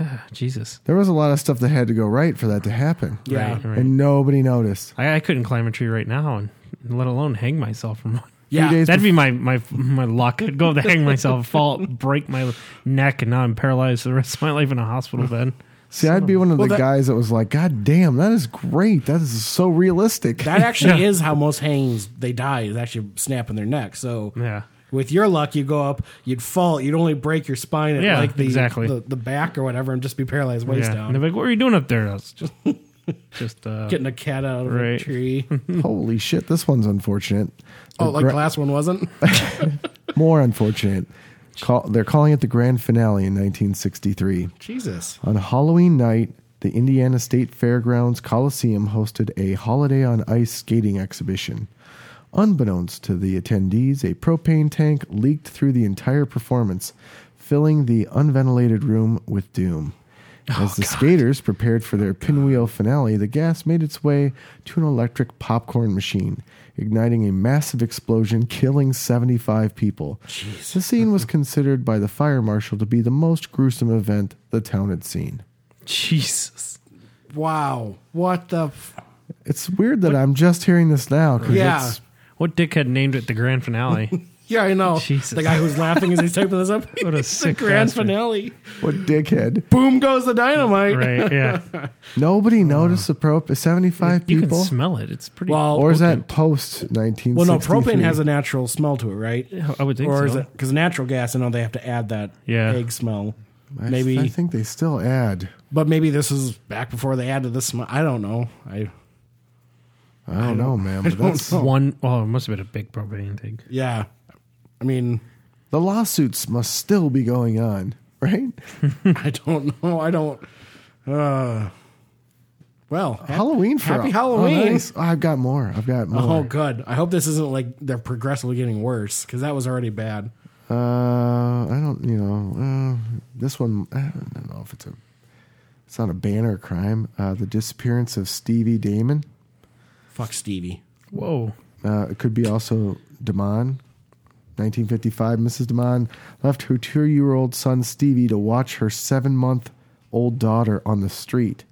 Speaker 5: Ah, Jesus.
Speaker 3: There was a lot of stuff that had to go right for that to happen.
Speaker 4: Yeah.
Speaker 5: Right, right.
Speaker 3: and nobody noticed.
Speaker 5: I, I couldn't climb a tree right now, and let alone hang myself from one.
Speaker 4: Yeah.
Speaker 3: days-
Speaker 5: That'd be my my my luck. I'd go up to hang myself, fall, break my neck, and now I'm paralyzed for the rest of my life in a hospital bed.
Speaker 3: See, I'd be one of
Speaker 4: Well,
Speaker 3: the
Speaker 4: that-
Speaker 3: guys that was like, "God damn, that is great. That is so realistic."
Speaker 4: That actually
Speaker 5: Yeah.
Speaker 4: is how most hangs they die is actually snapping their neck. So
Speaker 5: Yeah.
Speaker 4: with your luck, you go up, you'd fall, you'd only break your spine at
Speaker 5: Yeah,
Speaker 4: like the,
Speaker 5: exactly.
Speaker 4: the the back or whatever, and just be paralyzed waist
Speaker 5: Yeah. And
Speaker 4: down.
Speaker 5: they're like, "What were you doing up there?" I was just just uh,
Speaker 4: Getting a cat out of a
Speaker 5: Right.
Speaker 4: tree.
Speaker 3: Holy shit, this one's unfortunate.
Speaker 4: Oh,
Speaker 3: The
Speaker 4: like
Speaker 3: gra-
Speaker 4: the last one wasn't.
Speaker 3: more unfortunate. Call, they're calling it the grand finale in 1963.
Speaker 4: Jesus.
Speaker 3: On Halloween night, the Indiana State Fairgrounds Coliseum hosted a holiday on ice skating exhibition. Unbeknownst to the attendees, a propane tank leaked through the entire performance, filling the unventilated room with doom. As the skaters prepared for their pinwheel finale, the gas made its way to an electric popcorn machine, igniting a massive explosion, killing 75 people. The scene was considered by the fire marshal to be the most gruesome event the town had seen.
Speaker 5: Jesus.
Speaker 4: Wow. What the. F-
Speaker 3: It's weird that I'm just hearing this now. 'cause
Speaker 4: yeah.
Speaker 3: it's-
Speaker 5: What dickhead named it the grand finale?
Speaker 4: Yeah, I know.
Speaker 5: Jesus.
Speaker 4: The guy who's laughing as he's typing this up.
Speaker 5: What a
Speaker 4: It's the
Speaker 5: sick
Speaker 4: grand
Speaker 5: bastard.
Speaker 4: finale.
Speaker 3: what dickhead.
Speaker 4: Boom goes the dynamite.
Speaker 5: right. Yeah.
Speaker 3: Nobody noticed the prop. 75
Speaker 5: You
Speaker 3: people?
Speaker 5: can smell it. It's pretty.
Speaker 4: Well,
Speaker 3: or is that post 1963?
Speaker 4: Well, no, propane has a natural smell to it, right?
Speaker 5: I would think
Speaker 4: or is
Speaker 5: so.
Speaker 4: it because natural gas? I know they have to add that
Speaker 5: Yeah.
Speaker 4: egg smell.
Speaker 3: I-
Speaker 4: maybe,
Speaker 3: I think they still add.
Speaker 4: but maybe this is back before they added this smell. I don't know. I
Speaker 3: I don't, know, man. But that's,
Speaker 5: one. Oh, it must have been a big propane intake.
Speaker 4: yeah. I mean,
Speaker 3: the lawsuits must still be going on, right?
Speaker 5: Hmm.
Speaker 4: I don't know. I don't. Uh, well, hap-
Speaker 3: Halloween for
Speaker 4: happy
Speaker 3: oh,
Speaker 4: Halloween.
Speaker 3: nice. I've got more. I've got more.
Speaker 4: Oh, good. I hope this isn't like they're progressively getting worse because that was already bad.
Speaker 3: Uh, I don't, you know, uh, this one, I don't know if it's a, it's not a banner crime. Uh, the disappearance of Stevie Damon.
Speaker 4: Fuck Stevie.
Speaker 5: Whoa.
Speaker 3: Uh, it could be also Damon. 1955, Mrs. Damon left her two year old son Stevie to watch her seven month old daughter on the street.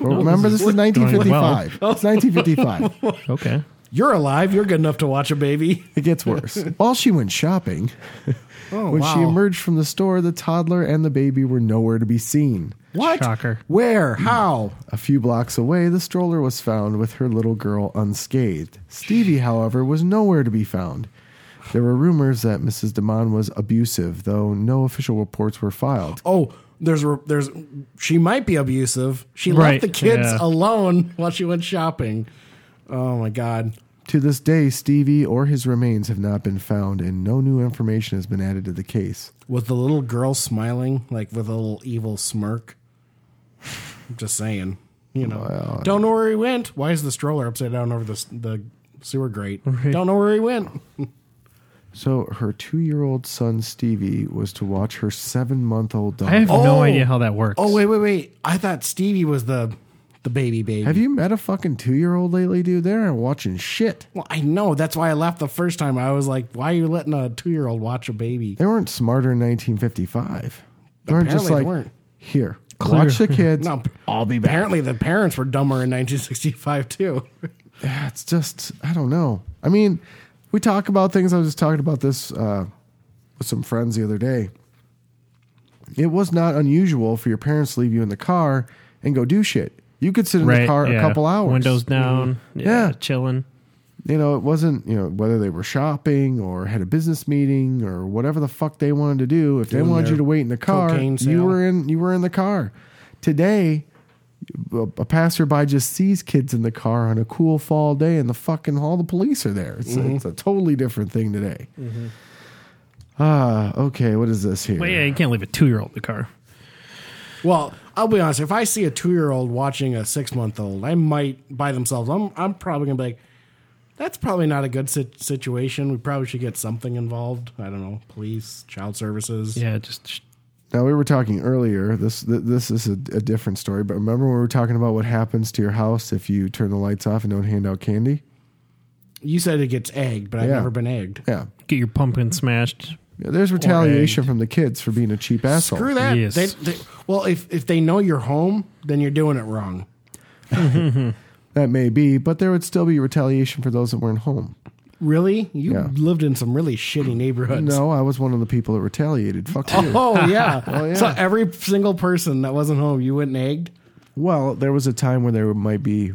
Speaker 3: Well, remember, this, is 1955. It's 1955.
Speaker 5: Okay.
Speaker 4: You're alive. You're good enough to watch a baby.
Speaker 3: it gets worse. While she went shopping,
Speaker 4: Oh,
Speaker 3: when she
Speaker 4: wow.
Speaker 3: emerged from the store, the toddler and the baby were nowhere to be seen. Mm.
Speaker 4: What?
Speaker 5: Shocker.
Speaker 4: Where? How?
Speaker 3: A few blocks away, the stroller was found with her little girl unscathed. Stevie, however, was nowhere to be found. There were rumors that Mrs. DeMond was abusive, though no official reports were filed.
Speaker 4: Oh, there's a- there's she might be abusive. She left
Speaker 5: Right,
Speaker 4: the kids
Speaker 5: yeah.
Speaker 4: alone while she went shopping. Oh my god.
Speaker 3: To this day, Stevie or his remains have not been found, and no new information has been added to the case.
Speaker 4: Was the little girl smiling like with a little evil smirk? I'm just saying, you know. Don't know where he went. Why is the stroller upside down over the s- the sewer grate? Don't know where he went.
Speaker 3: So her two year old son, Stevie, was to watch her seven month old
Speaker 5: I have
Speaker 3: daughter.
Speaker 5: no
Speaker 4: Oh.
Speaker 5: idea how that works.
Speaker 4: Oh wait, wait, wait. I thought Stevie was the the baby baby.
Speaker 3: Have you met a fucking two year old lately, dude? They're watching shit.
Speaker 4: Well, I know that's why I left the first time. I was like, why are you letting a two year old watch a baby?
Speaker 3: They weren't smarter in 1955. They weren't just
Speaker 4: Apparently they
Speaker 3: like,
Speaker 4: weren't.
Speaker 3: here,
Speaker 5: Clear.
Speaker 3: watch the kids.
Speaker 4: No,
Speaker 3: I'll be back.
Speaker 4: apparently the parents were dumber in 1965 too.
Speaker 3: Yeah, it's just I don't know. I mean, we talk about things. I was just talking about this uh, with some friends the other day. It was not unusual for your parents to leave you in the car and go do shit. You could sit in the car a couple hours.
Speaker 5: Windows down. Yeah,
Speaker 3: Yeah.
Speaker 5: chilling.
Speaker 3: You know, it wasn't you know whether they were shopping or had a business meeting or whatever the fuck they wanted to do. If they
Speaker 4: Doing
Speaker 3: wanted
Speaker 4: their
Speaker 3: you to wait in the car,
Speaker 4: cocaine
Speaker 3: you
Speaker 4: sale.
Speaker 3: were in you were in the car. Today, a, a passerby just sees kids in the car on a cool fall day, and the fucking all the police are there. It's,
Speaker 4: Mm-hmm.
Speaker 3: a, it's a totally different thing today. Ah, okay. What is this here?
Speaker 5: Well, yeah, you can't leave a two year old in the car.
Speaker 4: Well, I'll be honest. If I see a two year old watching a six month old, I might by themselves. I'm I'm probably gonna be like, that's probably not a good sit- situation. We probably should get something involved. I don't know, police, child services.
Speaker 5: Yeah, just
Speaker 3: Now we were talking earlier. This th- this is a, a different story, but remember when we were talking about what happens to your house if you turn the lights off and don't hand out candy?
Speaker 4: You said it gets egged, but I've
Speaker 3: Yeah.
Speaker 4: never been egged.
Speaker 3: Yeah.
Speaker 5: get your pumpkin smashed.
Speaker 3: Yeah, There's retaliation from the kids for being a cheap asshole.
Speaker 4: Screw that.
Speaker 5: Yes.
Speaker 4: They, they, well, if if they know you're home, then you're doing it wrong.
Speaker 3: That may be, but there would still be retaliation for those that weren't home.
Speaker 4: Really? You
Speaker 3: Yeah.
Speaker 4: lived in some really shitty neighborhoods.
Speaker 3: No, I was one of the people that retaliated. Fuck you.
Speaker 4: Oh yeah.
Speaker 3: yeah.
Speaker 4: So every single person that wasn't home, you went and egged.
Speaker 3: Well, there was a time where there might be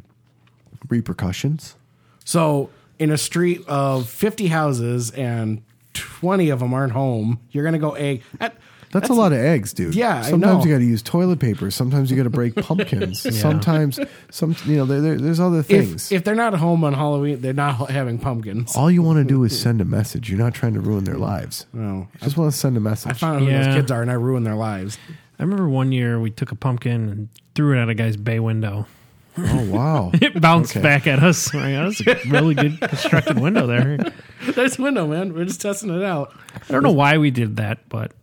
Speaker 3: repercussions.
Speaker 4: So in a street of 50 houses and 20 of them aren't home, you're going to go egg. eh, That-
Speaker 3: That's, a lot of eggs, dude.
Speaker 4: Yeah, I
Speaker 3: Sometimes
Speaker 4: know.
Speaker 3: you got to use toilet paper. Sometimes you got to break pumpkins. Sometimes, some you know, there, there, there's other things.
Speaker 4: if, if they're not home on Halloween, they're not having pumpkins.
Speaker 3: All you want to do is send a message. You're not trying to ruin their lives.
Speaker 4: No.
Speaker 3: You just want to send a message.
Speaker 4: I found out who
Speaker 5: Yeah.
Speaker 4: those kids are and I ruined their lives.
Speaker 5: I remember one year we took a pumpkin and threw it out a guy's bay window.
Speaker 3: oh wow.
Speaker 5: It bounced
Speaker 3: Okay.
Speaker 5: back at us. Like, that was a really good constructed window there.
Speaker 4: Nice window, man. We're just testing it out.
Speaker 5: I don't know why we did that, but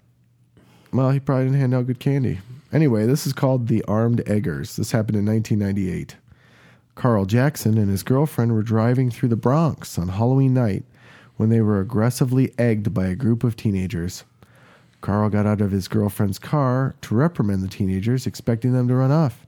Speaker 3: Well, he probably didn't hand out good candy. Anyway, this is called the Armed Eggers. This happened in 1998. Carl Jackson and his girlfriend were driving through the Bronx on Halloween night when they were aggressively egged by a group of teenagers. Carl got out of his girlfriend's car to reprimand the teenagers, expecting them to run off.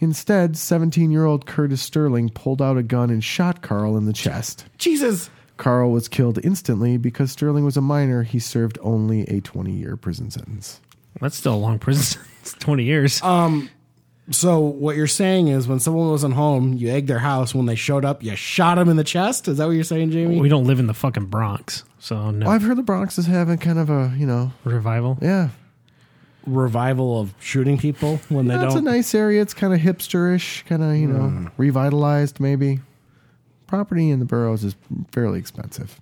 Speaker 3: Instead, 17 year old Curtis Sterling pulled out a gun and shot Carl in the chest.
Speaker 4: Jesus.
Speaker 3: Carl was killed instantly because Sterling was a minor. He served only a 20 year prison sentence.
Speaker 5: that's still a long prison. it's 20 years.
Speaker 3: Um,
Speaker 4: So what you're saying is when someone wasn't home, you egged their house. When they showed up, you shot them in the chest. Is that what you're saying, Jamie?
Speaker 5: we don't live in the fucking Bronx, so no.
Speaker 3: Well, I've heard the Bronx is having kind of a, you know,
Speaker 5: Revival.
Speaker 3: yeah.
Speaker 4: Revival of shooting people when they
Speaker 3: That's a
Speaker 4: don't.
Speaker 3: nice area. It's kind of hipsterish, kind of, you know,
Speaker 5: Hmm.
Speaker 3: revitalized maybe. Property in the boroughs is fairly expensive.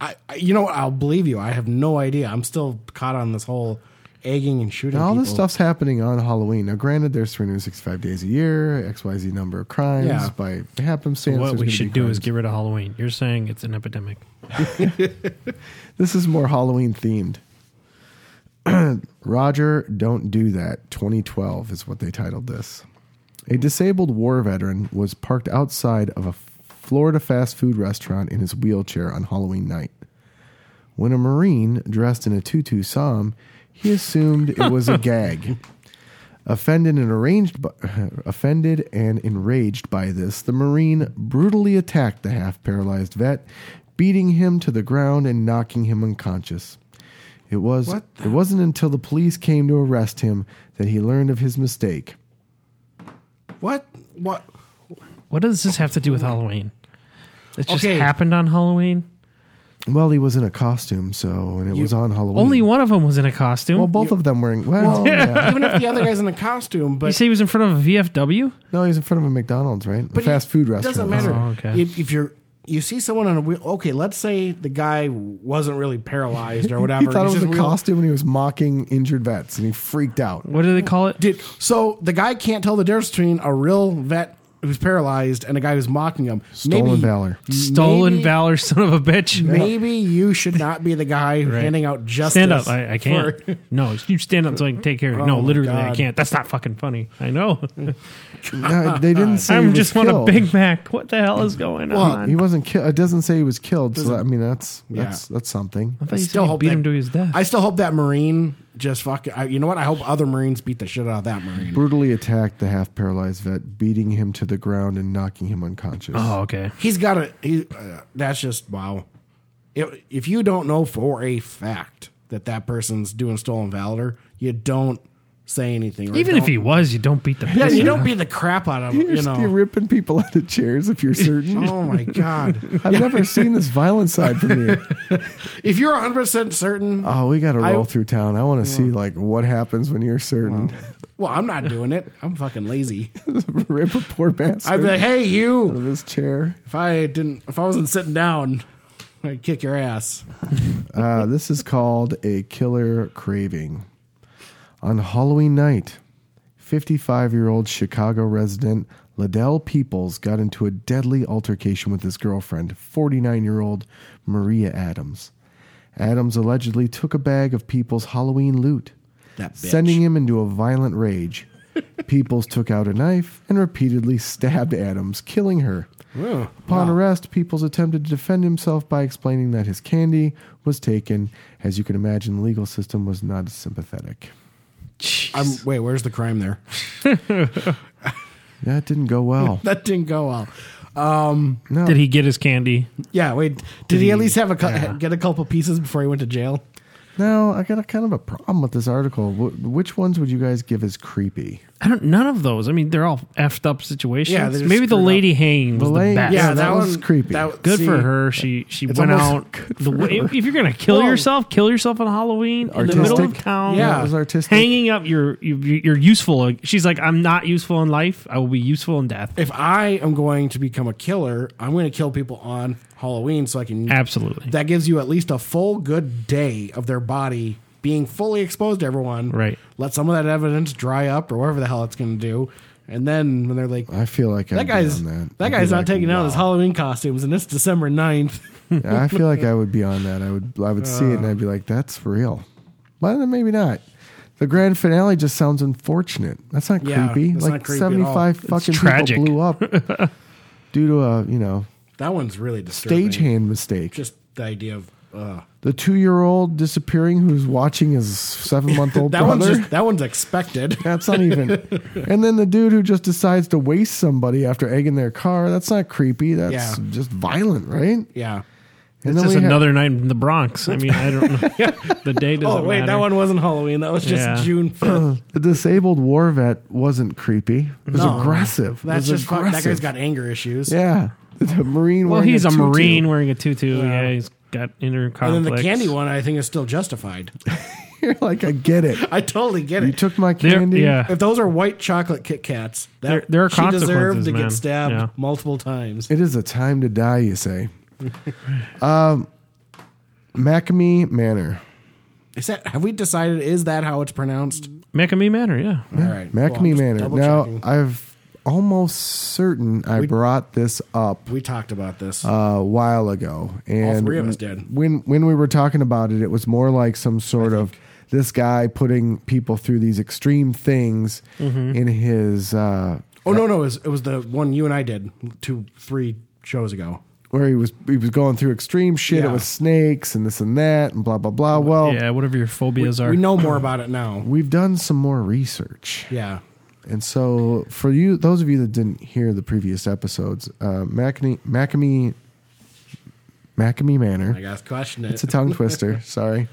Speaker 4: I, I- you know, what? I'll believe you. I have no idea. I'm still caught on this whole egging and shooting.
Speaker 3: Now, all this
Speaker 4: people.
Speaker 3: stuff's happening on Halloween. Now, granted, there's 365 days a year, XYZ number of crimes.
Speaker 4: Yeah.
Speaker 3: By happenstance,
Speaker 5: what
Speaker 3: there's
Speaker 5: we
Speaker 3: gonna
Speaker 5: should
Speaker 3: be
Speaker 5: do
Speaker 3: crimes.
Speaker 5: is get rid of Halloween. You're saying it's an epidemic.
Speaker 3: This is more Halloween themed. Roger, don't do that. 2012 is what they titled this. A disabled war veteran was parked outside of a Florida fast food restaurant in his wheelchair on Halloween night. When a Marine dressed in a tutu saw him, he assumed it was a gag. Offended and arranged, by, offended and enraged by this, the Marine brutally attacked the half-paralyzed vet, beating him to the ground and knocking him unconscious. It was
Speaker 4: What
Speaker 3: it wasn't until the police came to arrest him that he learned of his mistake.
Speaker 4: What? What?
Speaker 5: What does this have to do with Halloween? It just
Speaker 4: Okay.
Speaker 5: happened on Halloween.
Speaker 3: Hmm. Well, he was in a costume, so and it was on Halloween.
Speaker 5: Only one of them was in a costume.
Speaker 3: well, both of them wearing. Well, yeah.
Speaker 4: Even if the other guy's in a costume,
Speaker 5: you
Speaker 4: but
Speaker 5: say he was in front of a VFW?
Speaker 3: no, he's in front of a McDonald's, right?
Speaker 4: but
Speaker 3: a fast
Speaker 4: it
Speaker 3: food restaurant.
Speaker 4: Doesn't matter.
Speaker 5: Oh, okay.
Speaker 4: if, if you're you see someone on a wheel. Okay, let's say the guy wasn't really paralyzed or whatever.
Speaker 3: He thought
Speaker 4: he's
Speaker 3: it was
Speaker 4: just
Speaker 3: a
Speaker 4: wheel-
Speaker 3: costume, and he was mocking injured vets, and he freaked out.
Speaker 5: What do they call it?
Speaker 4: Did so the guy can't tell the difference between a real vet who's paralyzed and a guy who's mocking him.
Speaker 3: Stolen valor.
Speaker 5: Stolen
Speaker 4: maybe-
Speaker 5: valor, son of a bitch.
Speaker 4: Maybe you should not be the guy
Speaker 5: Right.
Speaker 4: handing out justice.
Speaker 5: Stand up. I, I can't.
Speaker 4: for-
Speaker 5: No, you stand up so I can take care of you.
Speaker 4: Oh
Speaker 5: No,
Speaker 4: my
Speaker 5: literally, I
Speaker 4: God.
Speaker 5: can't. That's not fucking funny. I know.
Speaker 3: No, they didn't say.
Speaker 5: I
Speaker 3: he
Speaker 5: just
Speaker 3: was
Speaker 5: want a
Speaker 3: killed.
Speaker 5: Big Mac. What the hell is going on?
Speaker 3: He wasn't killed. It doesn't say he was killed. So that, I mean, that's
Speaker 4: Yeah.
Speaker 3: that's that's something.
Speaker 5: I thought you
Speaker 4: still
Speaker 5: said you
Speaker 4: hope
Speaker 5: beat
Speaker 4: that-
Speaker 5: him to his death.
Speaker 4: I still hope that Marine just fucking. I, you know what? I hope other Marines beat the shit out of that Marine.
Speaker 3: Brutally attacked the half paralyzed vet, beating him to the ground and knocking him unconscious.
Speaker 5: oh, okay.
Speaker 4: He's got a. He, uh, that's just wow. If, if you don't know for a fact that that person's doing stolen valor, you don't say anything. or
Speaker 5: Even if
Speaker 4: don't-
Speaker 5: he was, you don't beat the.
Speaker 4: yeah,
Speaker 5: piss
Speaker 4: you
Speaker 5: out
Speaker 4: don't
Speaker 5: of him.
Speaker 4: beat the crap out of him.
Speaker 3: You're
Speaker 4: You
Speaker 3: still
Speaker 4: know.
Speaker 3: ripping people out of chairs if you're certain.
Speaker 4: Oh my god!
Speaker 3: I've never seen this violent side from you.
Speaker 4: If you're 100 percent certain,
Speaker 3: Oh, we got to
Speaker 4: I-
Speaker 3: roll through town. I want to see like what happens when you're certain.
Speaker 4: well, I'm not doing it. I'm fucking lazy.
Speaker 3: Rip a poor bastard
Speaker 4: I'd be like, hey, you.
Speaker 3: out of his chair.
Speaker 4: If I didn't, if I wasn't sitting down, I'd kick your ass.
Speaker 3: Uh, this is called a killer craving. On Halloween night, 55 year old Chicago resident Liddell Peoples got into a deadly altercation with his girlfriend, 49 year old Maria Adams. Adams allegedly took a bag of Peoples' Halloween loot,
Speaker 4: That bitch.
Speaker 3: sending him into a violent rage. Peoples took out a knife and repeatedly stabbed Adams, killing her. Upon arrest, Peoples attempted to defend himself by explaining that his candy was taken. As you can imagine, the legal system was not sympathetic.
Speaker 4: I'm wait. Where's the crime there?
Speaker 3: That didn't go well.
Speaker 4: That didn't go well.
Speaker 5: Did he get his candy?
Speaker 4: Yeah, wait. Did, he, at least have a cou- get a couple pieces before he went to jail?
Speaker 3: Now, I got a kind of a problem with this article. Wh- which ones would you guys give as creepy?
Speaker 5: I don't. None of those. I mean, they're all effed up situations.
Speaker 4: Yeah, they're just
Speaker 5: maybe the
Speaker 4: screwed up.
Speaker 5: lady hanging was
Speaker 3: The
Speaker 5: the,
Speaker 3: lady-
Speaker 5: best.
Speaker 3: Yeah, that was creepy.
Speaker 5: Good
Speaker 4: see,
Speaker 5: for her. She she
Speaker 4: It's
Speaker 5: went
Speaker 4: almost
Speaker 5: out. The way, if you're gonna kill
Speaker 4: Well-
Speaker 5: yourself, kill yourself on Halloween in the middle of
Speaker 3: Artistic.
Speaker 5: town.
Speaker 4: Yeah.
Speaker 3: That was artistic.
Speaker 5: hanging up your your- you're useful. She's like, I'm not useful in life. I will be useful in death.
Speaker 4: If I am going to become a killer, I'm going to kill people on Halloween so I can.
Speaker 5: Absolutely.
Speaker 4: That gives you at least a full good day of their body being fully exposed to everyone.
Speaker 5: Right.
Speaker 4: Let some of that evidence dry up or whatever the hell it's going to do. And then when they're like,
Speaker 3: I feel like
Speaker 4: that
Speaker 3: I'd be
Speaker 4: guy's
Speaker 3: on
Speaker 4: that,
Speaker 3: I'd be
Speaker 4: guy's not
Speaker 3: like,
Speaker 4: taking out his
Speaker 3: wow.
Speaker 4: Halloween costumes, and it's December 9th.
Speaker 3: Yeah, I feel like I would be on that. I would I would see it and
Speaker 4: Uh.
Speaker 3: I'd be like, that's real. But then maybe not. The grand finale just sounds unfortunate. That's not
Speaker 4: Yeah,
Speaker 3: creepy.
Speaker 4: that's
Speaker 3: like
Speaker 4: not creepy at all.
Speaker 3: seventy five fucking
Speaker 5: tragic.
Speaker 3: people blew up due to a you know
Speaker 4: That one's really disturbing.
Speaker 3: stagehand mistake.
Speaker 4: Just the idea of uh,
Speaker 3: the two year old disappearing who's watching his seven month old
Speaker 4: that one's
Speaker 3: brother.
Speaker 4: just, that one's expected.
Speaker 3: that's not even. and then the dude who just decides to waste somebody after egging their car. That's not creepy. That's
Speaker 4: Yeah.
Speaker 3: just violent, right?
Speaker 4: yeah.
Speaker 3: And
Speaker 5: It's
Speaker 3: then
Speaker 5: just
Speaker 3: we had-
Speaker 5: another night in the Bronx. I mean, I don't know. the day doesn't
Speaker 4: Oh wait,
Speaker 5: matter.
Speaker 4: that one wasn't Halloween. That was just
Speaker 5: Yeah.
Speaker 4: June. 5th.
Speaker 3: The disabled war vet wasn't creepy. It was
Speaker 4: No.
Speaker 3: aggressive. It
Speaker 4: That's
Speaker 3: was
Speaker 4: just fuck, that
Speaker 3: aggressive.
Speaker 4: guy's got anger issues.
Speaker 3: Yeah. The Marine.
Speaker 5: Well,
Speaker 3: wearing
Speaker 5: he's a,
Speaker 3: tutu.
Speaker 5: Marine wearing a tutu. Yeah, he's got inner
Speaker 4: And then
Speaker 5: conflicts.
Speaker 4: the candy one, I think, is still justified.
Speaker 3: You're like, I get it.
Speaker 4: I totally get
Speaker 3: You
Speaker 4: it.
Speaker 3: took my
Speaker 5: There-
Speaker 3: candy.
Speaker 5: yeah.
Speaker 4: If those are white chocolate Kit Kats, that,
Speaker 5: There- there are
Speaker 4: she deserved
Speaker 5: consequences,
Speaker 4: to
Speaker 5: man.
Speaker 4: get stabbed
Speaker 5: Yeah.
Speaker 4: multiple times.
Speaker 3: It is a time to die, you say. um, Macamee Manor.
Speaker 4: Is that have we decided? Is that how it's pronounced?
Speaker 5: Macamee Manor. Yeah,
Speaker 4: All right, well, I'm
Speaker 3: Macamee
Speaker 4: just
Speaker 3: Manor.
Speaker 4: double
Speaker 3: Now,
Speaker 4: checking.
Speaker 3: I've almost certain I brought this up
Speaker 4: we talked about this.
Speaker 3: a while ago, and
Speaker 4: three of us
Speaker 3: w-
Speaker 4: did.
Speaker 3: When when we were talking about it, it was more like some sort of this guy putting people through these extreme things
Speaker 4: Mm-hmm.
Speaker 3: in his uh,
Speaker 4: Oh no, no, it was, it was the one you and I did two, three shows ago.
Speaker 3: where he was he was going through extreme shit. It
Speaker 4: Yeah.
Speaker 3: was snakes and this and that and blah blah blah. Well,
Speaker 5: yeah. Whatever your phobias are.
Speaker 4: Oh. We know more about it now.
Speaker 3: we've done some more research,
Speaker 4: Yeah,
Speaker 3: and so for you, those of you that didn't hear the previous episodes, uh, Macame Macame Macame Manor.
Speaker 4: I guess question it.
Speaker 3: It's a tongue twister. Sorry.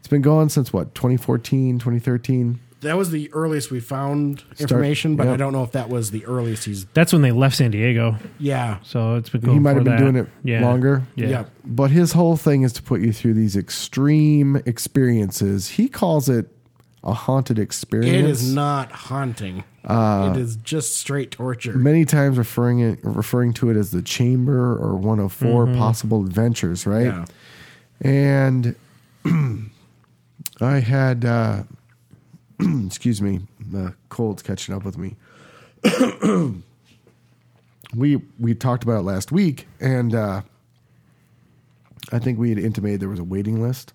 Speaker 3: It's been going since what, 2014, 2013?
Speaker 4: that was the earliest we found information, but
Speaker 3: yeah.
Speaker 4: I don't know if that was the earliest he's.
Speaker 5: That's when they left San Diego.
Speaker 4: Yeah,
Speaker 5: So it's been. Going
Speaker 3: might have
Speaker 5: before
Speaker 3: been
Speaker 5: that.
Speaker 3: doing it longer.
Speaker 5: Yeah.
Speaker 4: yeah.
Speaker 3: But his whole thing is to put you through these extreme experiences. He calls it a haunted experience. Uh,
Speaker 4: It is not haunting. it is just straight torture.
Speaker 3: Many times referring it, referring to it as the chamber or 104
Speaker 5: Mm-hmm.
Speaker 3: possible adventures, right?
Speaker 4: yeah,
Speaker 3: And I had, uh, excuse me, the cold's catching up with me. we we talked about it last week, and uh, I think we had intimated there was a waiting list.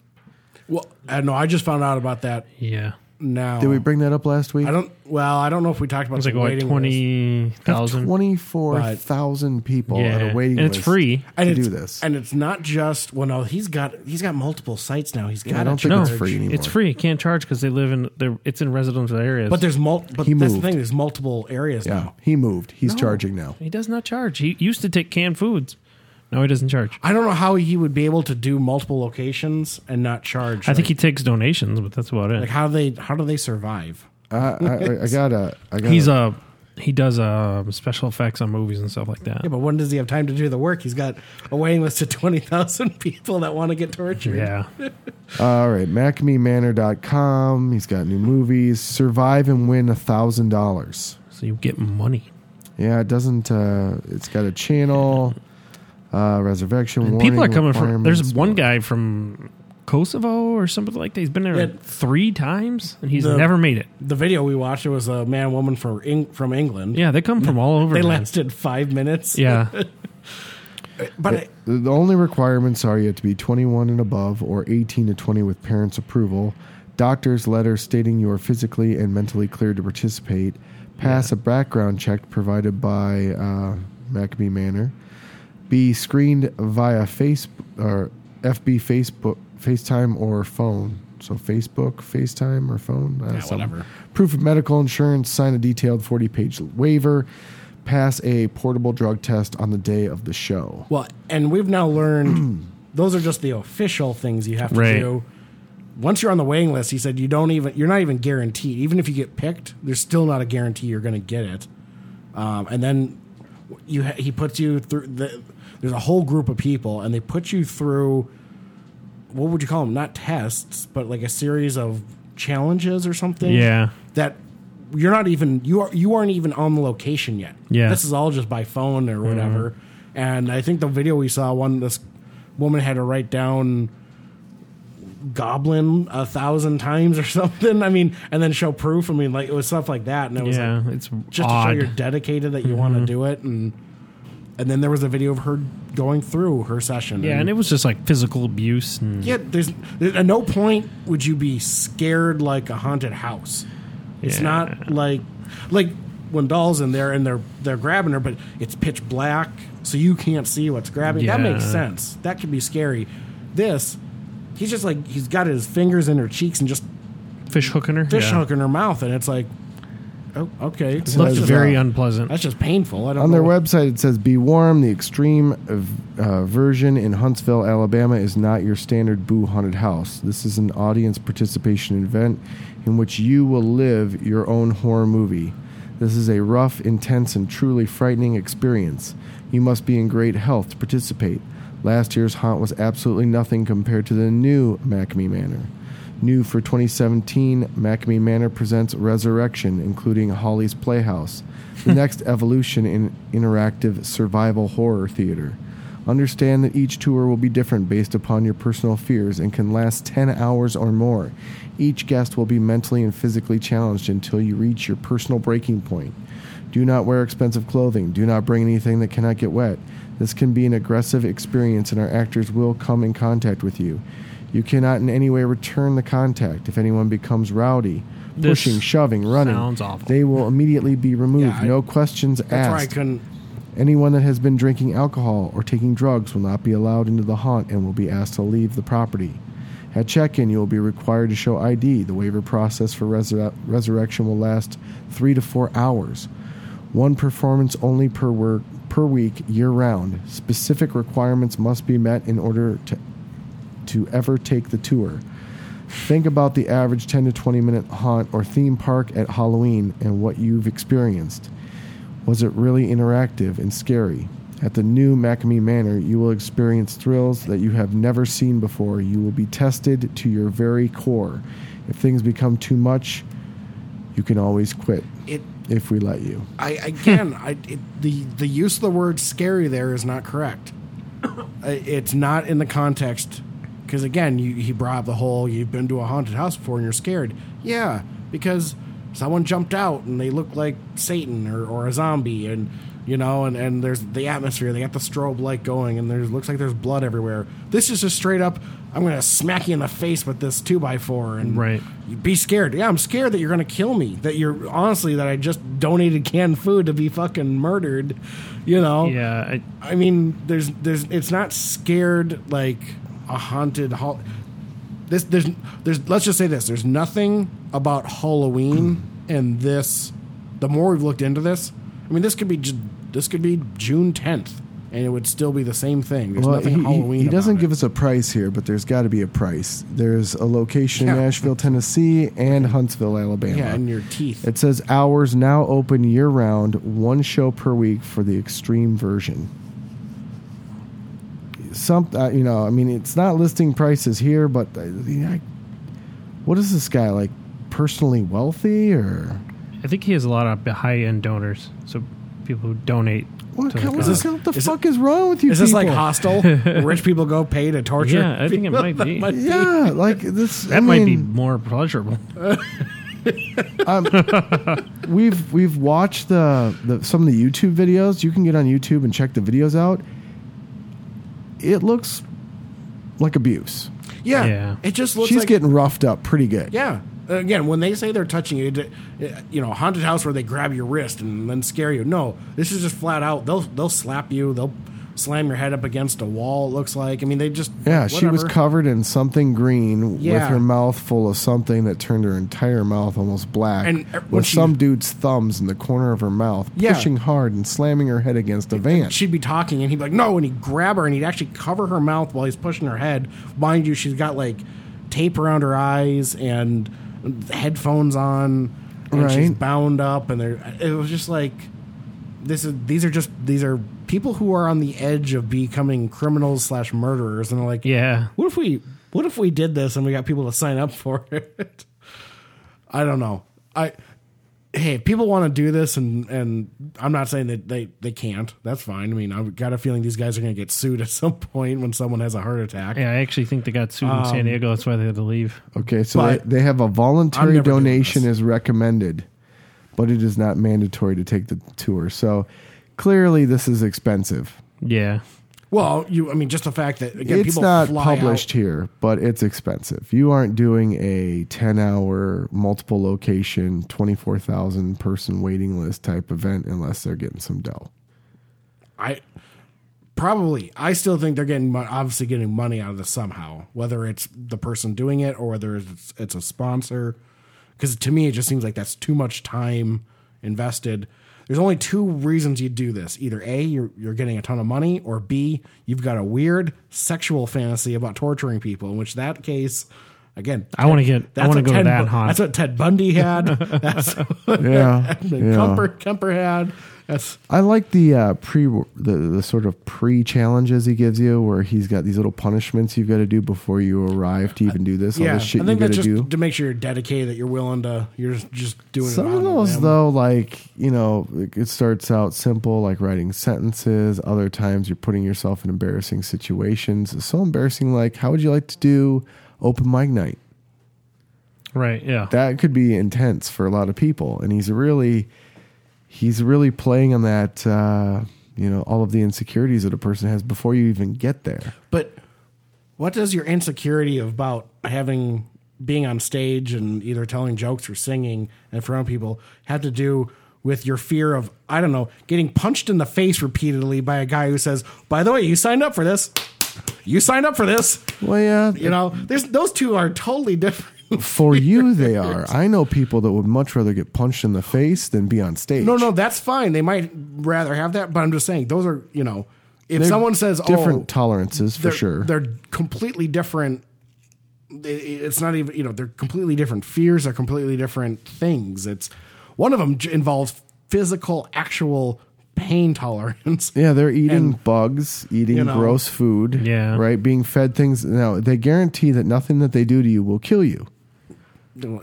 Speaker 4: Well, I know. I just found out about that
Speaker 5: Yeah.
Speaker 4: now.
Speaker 5: Oh.
Speaker 3: Did we bring that up last week?
Speaker 4: I don't. Well, I don't know if we talked about
Speaker 5: It's
Speaker 4: the
Speaker 5: like what,
Speaker 4: waiting list.
Speaker 5: 20,000?
Speaker 3: Twenty four thousand people Oh,
Speaker 5: Yeah.
Speaker 3: on a waiting
Speaker 5: and
Speaker 3: list.
Speaker 5: it's free.
Speaker 4: and
Speaker 3: to do
Speaker 4: it's,
Speaker 3: this.
Speaker 4: and it's not just well. No, he's got he's got multiple sites now. He's got.
Speaker 3: I don't
Speaker 4: a
Speaker 3: think
Speaker 5: No,
Speaker 3: it's
Speaker 4: church.
Speaker 3: free anymore.
Speaker 5: It's free. You can't charge because they live in, they're- it's in residential areas.
Speaker 4: But there's mul- But
Speaker 3: He
Speaker 4: that's
Speaker 3: moved.
Speaker 4: the thing. There's multiple areas
Speaker 3: Yeah,
Speaker 4: now.
Speaker 3: he moved. He's charging now.
Speaker 5: He does not charge. He used to take canned foods. Now he doesn't charge.
Speaker 4: I don't know how he would be able to do multiple locations and not charge.
Speaker 5: I think he takes donations, but that's about it.
Speaker 4: Like how do they how do they survive?
Speaker 3: I, I, I got a. I got
Speaker 5: He's
Speaker 3: a,
Speaker 5: a he does uh, special effects on movies and stuff like that.
Speaker 4: Yeah, but when does he have time to do the work? He's got a waiting list of twenty thousand people that want to get tortured.
Speaker 5: Yeah.
Speaker 3: all right. MacMeManor.com. He's got new movies. Survive and win a thousand dollars.
Speaker 5: So you get money.
Speaker 3: Yeah, it doesn't. Uh, it's got a channel. Uh, resurrection. warning,
Speaker 5: People are coming from. There's
Speaker 3: requirements.
Speaker 5: one guy from Kosovo or something like that. He's been there
Speaker 4: Yeah.
Speaker 5: three times and he's
Speaker 4: The-
Speaker 5: never made it.
Speaker 4: The video we watched it was a man woman from Eng- from England.
Speaker 5: Yeah, they come from all over.
Speaker 4: They
Speaker 5: man.
Speaker 4: lasted five minutes.
Speaker 5: Yeah,
Speaker 4: but I,
Speaker 3: The the only requirements are you have to be 21 and above or 18 to 20 with parents' approval, doctor's letter stating you are physically and mentally cleared to participate, pass a background check provided by uh, Maccabee Manor, be screened via Facebook or FB Facebook, FaceTime or phone. So Facebook, FaceTime, or phone. uh,
Speaker 4: Yeah,
Speaker 3: something.
Speaker 4: whatever.
Speaker 3: Proof of medical insurance. Sign a detailed 40-page waiver. Pass a portable drug test on the day of the show.
Speaker 4: Well, and we've now learned those are just the official things you have to
Speaker 5: Right.
Speaker 4: do. Once you're on the waiting list, he said you don't even you're not even guaranteed. Even if you get picked, there's still not a guarantee you're going to get it. Um, and then you ha- he puts you through the, there's a whole group of people, and they put you through what would you call them? Not tests, but like a series of challenges or something.
Speaker 5: Yeah.
Speaker 4: that. You're not even you are you aren't even on the location yet.
Speaker 5: Yeah.
Speaker 4: this is all just by phone or whatever. And I think the video we saw, one this woman had to write down goblin a thousand times or something. I mean, and then show proof. I mean, like it was stuff like that. And it was
Speaker 5: yeah.
Speaker 4: like,
Speaker 5: It's
Speaker 4: just to
Speaker 5: odd. Mm-hmm.
Speaker 4: show you're dedicated that you want to do it. And and then there was a video of her going through her session.
Speaker 5: yeah, and it was just like physical abuse and
Speaker 4: yeah, there's, there's at no point would you be scared like a haunted house. It's
Speaker 5: Yeah.
Speaker 4: not like like when Doll's in there and they're they're grabbing her, but it's pitch black, so you can't see what's grabbing. That
Speaker 5: Yeah.
Speaker 4: makes sense. That could be scary. This, he's just like he's got his fingers in her cheeks and just
Speaker 5: fish hooking her.
Speaker 4: fish
Speaker 5: yeah.
Speaker 4: hook in her mouth, and it's like, oh, okay,
Speaker 5: It Looks
Speaker 3: That's
Speaker 5: very
Speaker 3: uh,
Speaker 5: unpleasant.
Speaker 4: that's just painful. I don't
Speaker 3: On
Speaker 4: know.
Speaker 3: their website, it says, "Be warm. The extreme uh, uh, version in Huntsville, Alabama, is not your standard boo haunted house. This is an audience participation event in which you will live your own horror movie. This is a rough, intense, and truly frightening experience. You must be in great health to participate. Last year's haunt was absolutely nothing compared to the new Macme Manor." New for 2017, Macme Manor presents Resurrection, including Holly's Playhouse, the next evolution in interactive survival horror theater. Understand that each tour will be different based upon your personal fears and can last 10 hours or more. Each guest will be mentally and physically challenged until you reach your personal breaking point. Do not wear expensive clothing. Do not bring anything that cannot get wet. This can be an aggressive experience, and our actors will come in contact with you. You cannot in any way return the contact. If anyone becomes rowdy,
Speaker 5: This
Speaker 3: pushing, shoving, running,
Speaker 5: sounds awful.
Speaker 3: they will immediately be removed.
Speaker 4: Yeah, I-
Speaker 3: no questions
Speaker 4: That's why I
Speaker 3: asked.
Speaker 4: couldn't.
Speaker 3: Anyone that has been drinking alcohol or taking drugs will not be allowed into the haunt and will be asked to leave the property. At check in, you will be required to show ID. The waiver process for resur- resurrection will last three to four hours. One performance only per, work, per week, year round. Specific requirements must be met in order to, to ever take the tour. Think about the average 10 to 20 minute haunt or theme park at Halloween and what you've experienced. Was it really interactive and scary? At the new Macamee Manor, you will experience thrills that you have never seen before. You will be tested to your very core. If things become too much, you can always quit
Speaker 4: It
Speaker 3: if we let you.
Speaker 4: I again, I it, the the use of the word scary there is not correct. I- it's not in the context because again, you, he brought up the whole you've been to a haunted house before and you're scared. Yeah, because someone jumped out and they looked like Satan or, or a zombie, and you know, and, and there's the atmosphere. They got the strobe light going, and there's looks like there's blood everywhere. This is just straight up. I'm gonna smack you in the face with this two by four, and
Speaker 5: Right.
Speaker 4: you be scared. Yeah, I'm scared that you're gonna kill me. That you're honestly that I just donated canned food to be fucking murdered. You know.
Speaker 5: Yeah, I,
Speaker 4: I mean, there's there's it's not scared like a haunted hall. This there's there's let's just say this. There's nothing about Halloween and this. The more we've looked into this, I mean, this could be ju- this could be June 10th, and it would still be the same thing. There's
Speaker 3: Well, he,
Speaker 4: nothing
Speaker 3: he-
Speaker 4: Halloween.
Speaker 3: he doesn't
Speaker 4: about
Speaker 3: give
Speaker 4: it.
Speaker 3: us a price here, but there's got to be a price. There's a location in
Speaker 4: Yeah.
Speaker 3: Nashville, Tennessee, and Huntsville, Alabama.
Speaker 4: yeah in your teeth.
Speaker 3: It says hours now open year round, one show per week for the extreme version. Some, uh, you know, I mean, it's not listing prices here, but uh, yeah, I, what is this guy like? Personally wealthy or
Speaker 5: I think he has a lot of high end donors. So people who donate.
Speaker 3: what?
Speaker 5: to
Speaker 3: kind-
Speaker 5: the
Speaker 3: what,
Speaker 5: cause.
Speaker 3: the- what the
Speaker 4: is
Speaker 3: fuck is wrong with you?
Speaker 4: Is this like
Speaker 3: people?
Speaker 4: hostile? Rich people go pay to torture.
Speaker 5: Yeah, I think it might be.
Speaker 3: Yeah, like this.
Speaker 5: That might be more pleasurable.
Speaker 3: we've we've watched the, the some of the YouTube videos. You can get on YouTube and check the videos out. It looks like abuse.
Speaker 4: Yeah.
Speaker 5: Yeah.
Speaker 4: It just looks
Speaker 3: She's
Speaker 4: like
Speaker 3: getting roughed up pretty good.
Speaker 4: Yeah. Again, when they say they're touching you, it- it- you know, haunted house where they grab your wrist and then scare you. No, this is just flat out. They'll they'll slap you. They'll slam your head up against a wall. It looks like. I mean, they just
Speaker 3: Yeah, she was
Speaker 4: whatever.
Speaker 3: covered in something green with
Speaker 4: Yeah.
Speaker 3: her mouth full of something that turned her entire mouth almost black.
Speaker 4: And, uh, when
Speaker 3: with
Speaker 4: she-
Speaker 3: some dude's thumbs in the corner of her mouth,
Speaker 4: Yeah.
Speaker 3: pushing hard and slamming her head against a van.
Speaker 4: She'd be talking, and he'd be like, "No," and he'd grab her, and he'd actually cover her mouth while he's pushing her head. Mind you, she's got like tape around her eyes and headphones on, and she's
Speaker 3: Right.
Speaker 4: bound up, and they're. It was just like this is these are just these are people who are on the edge of becoming criminals slash murderers, and they're like,
Speaker 5: Yeah.
Speaker 4: what if we what if we did this and we got people to sign up for it? I don't know. I hey, if people want to do this and and I'm not saying that they they can't. That's fine. I mean, I've got a feeling these guys are going to get sued at some point when someone has a heart attack.
Speaker 5: Yeah, I actually think they got sued in San Diego. That's why they had to leave.
Speaker 3: Okay, so they,
Speaker 4: But-
Speaker 3: they have a
Speaker 4: I'm
Speaker 3: voluntary
Speaker 4: never doing
Speaker 3: donation
Speaker 4: this.
Speaker 3: is recommended, but it is not mandatory to take the tour. So clearly, this is expensive.
Speaker 5: Yeah.
Speaker 4: Well, you I mean just the fact that again
Speaker 3: it's
Speaker 4: people
Speaker 3: not
Speaker 4: fly
Speaker 3: published
Speaker 4: out.
Speaker 3: here, but it's expensive. You aren't doing a ten-hour, multiple location, twenty-four thousand person waiting list type event unless they're getting some dough.
Speaker 4: I probably I still think they're getting mon- obviously getting money out of this somehow, whether it's the person doing it or whether it's it's a sponsor. Because to me, it just seems like that's too much time invested. There's only two reasons you do this: either a you're you're getting a ton of money, or b you've got a weird sexual fantasy about torturing people. In which that case, again,
Speaker 5: I want to get. I want to
Speaker 4: what
Speaker 5: go to
Speaker 4: Ted
Speaker 5: that
Speaker 4: Bu-
Speaker 5: haunt.
Speaker 4: That's what Ted Bundy had. that's what
Speaker 3: Yeah,
Speaker 4: Kemper Kemper had. That's
Speaker 3: I like the uh, pre the, the sort of pre challenges he gives you, where he's got these little punishments you've got to do before you arrive to even do this. All this shit
Speaker 4: I
Speaker 3: you
Speaker 4: think
Speaker 3: got
Speaker 4: that's
Speaker 3: to
Speaker 4: just
Speaker 3: do.
Speaker 4: to make sure you're dedicated, that you're willing to, you're just, just doing it.
Speaker 3: Some of
Speaker 4: on a
Speaker 3: those
Speaker 4: whim.
Speaker 3: though, like you know, it starts out simple, like writing sentences. Other times, you're putting yourself in embarrassing situations. It's so embarrassing. Like, how would you like to do open mic night?
Speaker 5: right. Yeah.
Speaker 3: That could be intense for a lot of people, and he's really, he's really playing on that. Uh, you know, all of the insecurities that a person has before you even get there.
Speaker 4: But what does your insecurity about having being on stage and either telling jokes or singing in front of people have to do with your fear of I don't know getting punched in the face repeatedly by a guy who says, "By the way, you signed up for this. You signed up for this."
Speaker 3: Well, yeah,
Speaker 4: You know, there's those two are totally different.
Speaker 3: For you, they are. I know people that would much rather get punched in the face than be on stage.
Speaker 4: No, no, that's fine. They might rather have that, but I'm just saying those are you know, if
Speaker 3: They're
Speaker 4: someone says
Speaker 3: different
Speaker 4: oh,
Speaker 3: tolerances for
Speaker 4: they're,
Speaker 3: sure.
Speaker 4: they're completely different. It- it- It's not even you know they're completely different fears. They're completely different things. It's one of them involves physical, actual pain tolerance.
Speaker 3: yeah, they're eating bugs, eating
Speaker 4: you know.
Speaker 3: gross food.
Speaker 5: Yeah.
Speaker 3: right. Being fed things. Now they guarantee that nothing that they do to you will kill you.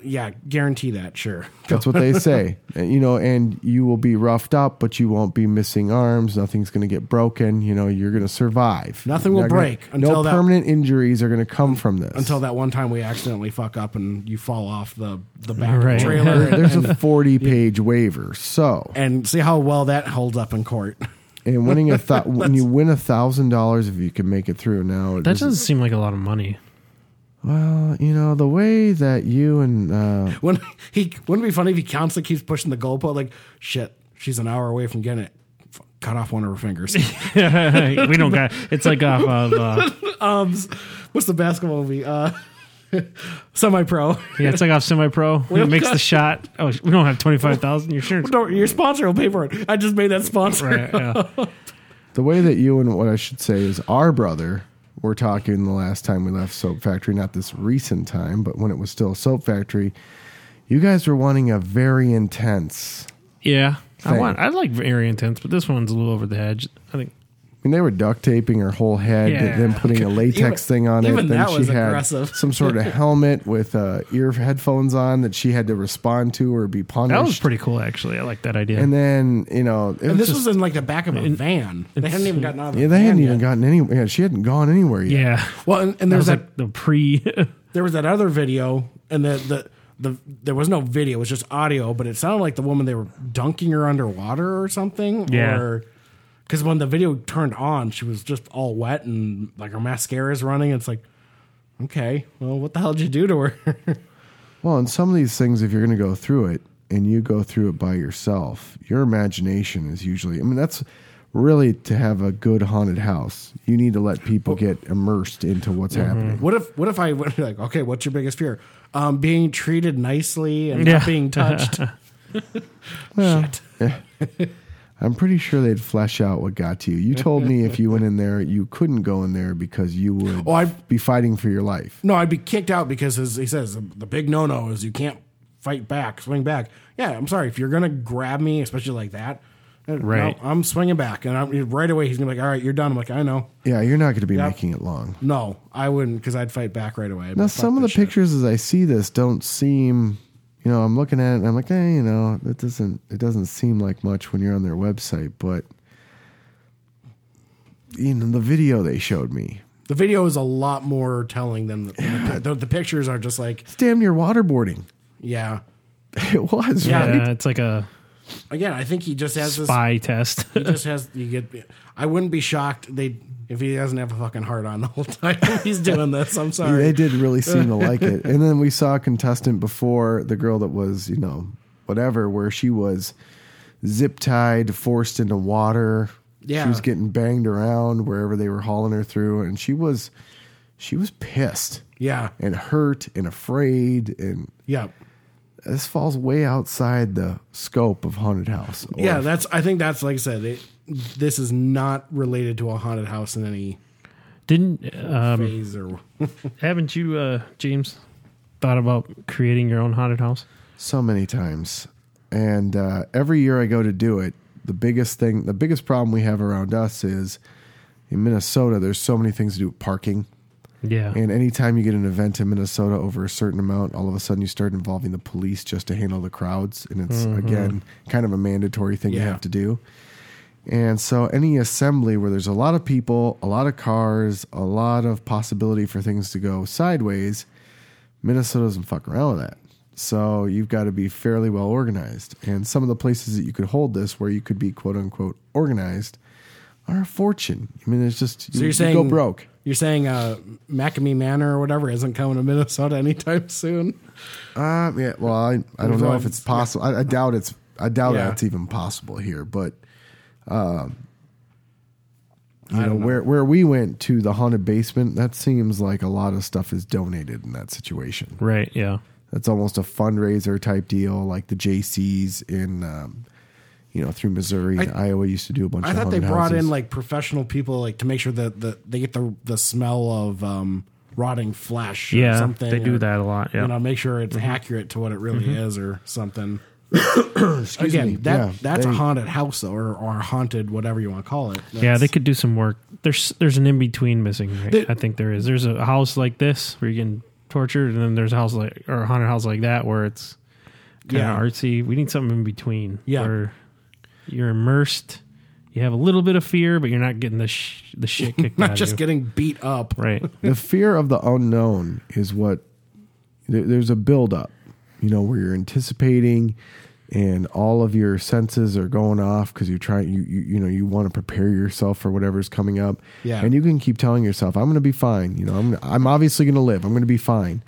Speaker 4: Yeah, guarantee that. Sure.
Speaker 3: That's what they say. And, you know, and you will be roughed up, but you won't be missing arms. Nothing's going to get broken. You know, you're going to survive.
Speaker 4: Nothing
Speaker 3: You're
Speaker 4: will
Speaker 3: not gonna-
Speaker 4: break until
Speaker 3: no
Speaker 4: that-
Speaker 3: permanent injuries are going to come from this.
Speaker 4: Until that one time we accidentally fuck up and you fall off the the back of
Speaker 5: Right.
Speaker 4: the trailer.
Speaker 3: there's a 40 page waiver. So,
Speaker 4: and see how well that holds up in court.
Speaker 3: and winning a thou when you win a thousand dollars if you can make it through. Now it
Speaker 5: That
Speaker 3: doesn't-
Speaker 5: doesn't seem like a lot of money.
Speaker 3: Well, you know the way that you and uh,
Speaker 4: When he wouldn't it be funny if he constantly keeps pushing the goalpost like shit. She's an hour away from getting it. F- Cut off one of her fingers.
Speaker 5: we don't got. It's like off of. Uh,
Speaker 4: What's the basketball movie? Uh, Semi pro.
Speaker 5: yeah, it's like off semi-pro. When it makes the shot. Oh, we don't have twenty five thousand. Your insurance.
Speaker 4: Your sponsor will pay for it. I just made that sponsor.
Speaker 5: Right, yeah.
Speaker 3: the way that you and what I should say is our brother. We're talking the last time we left Soap Factory, not this recent time, but when it was still Soap Factory. You guys were wanting a very intense.
Speaker 5: Yeah. I
Speaker 3: Thing.
Speaker 5: want. I like very intense, but this one's a little over the hedge. I think.
Speaker 3: I mean, they were duct taping her whole head,
Speaker 5: Yeah.
Speaker 3: then putting a latex
Speaker 4: Even-
Speaker 3: thing on it.
Speaker 4: even
Speaker 3: Then
Speaker 4: that
Speaker 3: she
Speaker 4: was
Speaker 3: had
Speaker 4: aggressive.
Speaker 3: some sort of helmet with uh, ear headphones on that she had to respond to or be punished.
Speaker 5: That was pretty cool, actually. I like that idea.
Speaker 3: And then you know, it
Speaker 4: And
Speaker 3: was
Speaker 4: this
Speaker 3: just-
Speaker 4: was in like the back of a van. They hadn't even gotten out of the
Speaker 3: yeah, they hadn't
Speaker 4: van
Speaker 3: even
Speaker 4: yet.
Speaker 3: gotten any. Yeah, she hadn't gone anywhere yet.
Speaker 5: yeah.
Speaker 4: Well, and, and
Speaker 5: That
Speaker 4: there's
Speaker 5: was
Speaker 4: that,
Speaker 5: like the pre. uh,
Speaker 4: there was that other video, and the, the the there was no video; it was just audio. But it sounded like the woman they were dunking her underwater or something.
Speaker 5: Yeah.
Speaker 4: Because when the video turned on, she was just all wet and like her mascara is running. It's like, okay, well, what the hell did you do to her?
Speaker 3: Well, and some of these things, if you're going to go through it and you go through it by yourself, your imagination is usually. I mean, that's really to have a good haunted house. You need to let people get immersed into what's
Speaker 4: Mm-hmm.
Speaker 3: happening.
Speaker 4: What if what if I went like, okay, what's your biggest fear? Um, being treated nicely and
Speaker 5: Yeah.
Speaker 4: not being touched. Shit.
Speaker 3: I'm pretty sure they'd flesh out what got to you. You told me if you went in there, you couldn't go in there because you would
Speaker 4: Oh, I-
Speaker 3: be fighting for your life.
Speaker 4: No, I'd be kicked out because as he says, the big no no is you can't fight back, swing back. Yeah, I'm sorry if you're gonna grab me, especially like that. uh, no,
Speaker 5: Right.
Speaker 4: I'm swinging back, and I'm, right away he's gonna be like, "All right, you're done." I'm like, "I know."
Speaker 3: Yeah, you're not going to be making it long.
Speaker 4: No, I wouldn't because I'd fight back right away. I'd be
Speaker 3: Now,
Speaker 4: like,
Speaker 3: some
Speaker 4: "Fuck
Speaker 3: of the
Speaker 4: this shit."
Speaker 3: pictures as I see this don't seem, you know, I'm looking at it and I'm like, eh, you know, that doesn't it doesn't seem like much when you're on their website, but you know, the video they showed me,
Speaker 4: the video is a lot more telling than the, the, the pictures are. Just like,
Speaker 3: it's damn near waterboarding.
Speaker 4: yeah.
Speaker 3: It was,
Speaker 4: Yeah.
Speaker 3: right?
Speaker 5: yeah, it's like a
Speaker 4: Again, I think he just has this
Speaker 5: spy test.
Speaker 4: He just has you get. I wouldn't be shocked they if he doesn't have a fucking heart on the whole time he's doing this. I'm sorry.
Speaker 3: They did really seem to like it. And then we saw a contestant before the girl that was, you know, whatever, where she was zip tied, forced into water.
Speaker 4: Yeah.
Speaker 3: She was getting banged around wherever they were hauling her through. And she was she was pissed
Speaker 4: Yeah,
Speaker 3: and hurt and afraid and
Speaker 4: yeah,
Speaker 3: this falls way outside the scope of haunted house. Or-
Speaker 4: yeah. That's. I think that's like I said. It, this is not related to a haunted house in any
Speaker 5: Didn't um,
Speaker 4: phase or.
Speaker 5: haven't you, uh, James, thought about creating your own haunted house?
Speaker 3: so many times. And uh, every year I go to do it, the biggest thing, the biggest problem we have around us is in Minnesota, there's so many things to do with parking.
Speaker 5: Yeah.
Speaker 3: And anytime you get an event in Minnesota over a certain amount, all of a sudden you start involving the police just to handle the crowds. And it's, again, kind of a mandatory thing you
Speaker 4: Mm-hmm. Yeah.
Speaker 3: have to do. And so any assembly where there's a lot of people, a lot of cars, a lot of possibility for things to go sideways, Minnesota doesn't fuck around with that. So you've got to be fairly well organized. And some of the places that you could hold this where you could be quote unquote organized are a fortune. I mean, there's just
Speaker 4: So
Speaker 3: you,
Speaker 4: you're
Speaker 3: you
Speaker 4: saying
Speaker 3: go broke.
Speaker 4: You're saying uh, Macamee Manor or whatever isn't coming to Minnesota anytime soon.
Speaker 3: Uh, yeah. Well, I, I don't know if it's possible. I, I doubt it's. I doubt
Speaker 4: Yeah.
Speaker 3: that's even possible here. But, um, you know, where where we went to the haunted basement, that seems like a lot of stuff is donated in that situation.
Speaker 5: right. Yeah.
Speaker 3: That's almost a fundraiser type deal, like the JCs in, um, you know, through Missouri and Iowa used to do a bunch.
Speaker 4: I
Speaker 3: of
Speaker 4: thought they
Speaker 3: haunted
Speaker 4: brought
Speaker 3: houses.
Speaker 4: in like professional people like to make sure that the, they get the the smell of um, rotting flesh. or
Speaker 5: Yeah.
Speaker 4: something.
Speaker 5: they do
Speaker 4: or-
Speaker 5: that a lot. Yeah. Mm-hmm.
Speaker 4: you know, make sure it's accurate to what it really is or something. Again,
Speaker 3: me.
Speaker 4: that
Speaker 3: Yeah,
Speaker 4: that's a
Speaker 3: they-
Speaker 4: haunted house or or a haunted whatever you want to call it.
Speaker 5: yeah,
Speaker 4: That's-
Speaker 5: they could do some work. There's there's an in between missing. Right?
Speaker 4: They-
Speaker 5: I think there is. There's a house like this where you can tortured, and then there's a house like or a haunted house like that where it's kind of
Speaker 4: Yeah.
Speaker 5: artsy. We need something in between.
Speaker 4: Yeah.
Speaker 5: where you're immersed. You have a little bit of fear, but you're not getting the sh- the shit kicked out
Speaker 4: Not
Speaker 5: of
Speaker 4: just
Speaker 5: you.
Speaker 4: getting beat up.
Speaker 5: right.
Speaker 3: the fear of the unknown is what there, there's a buildup, you know, where you're anticipating and all of your senses are going off because you're trying, you, you, you know, you want to prepare yourself for whatever's coming up.
Speaker 4: Yeah.
Speaker 3: And you can keep telling yourself, I'm going to be fine. You know, I'm, I'm obviously going to live. I'm going to be fine.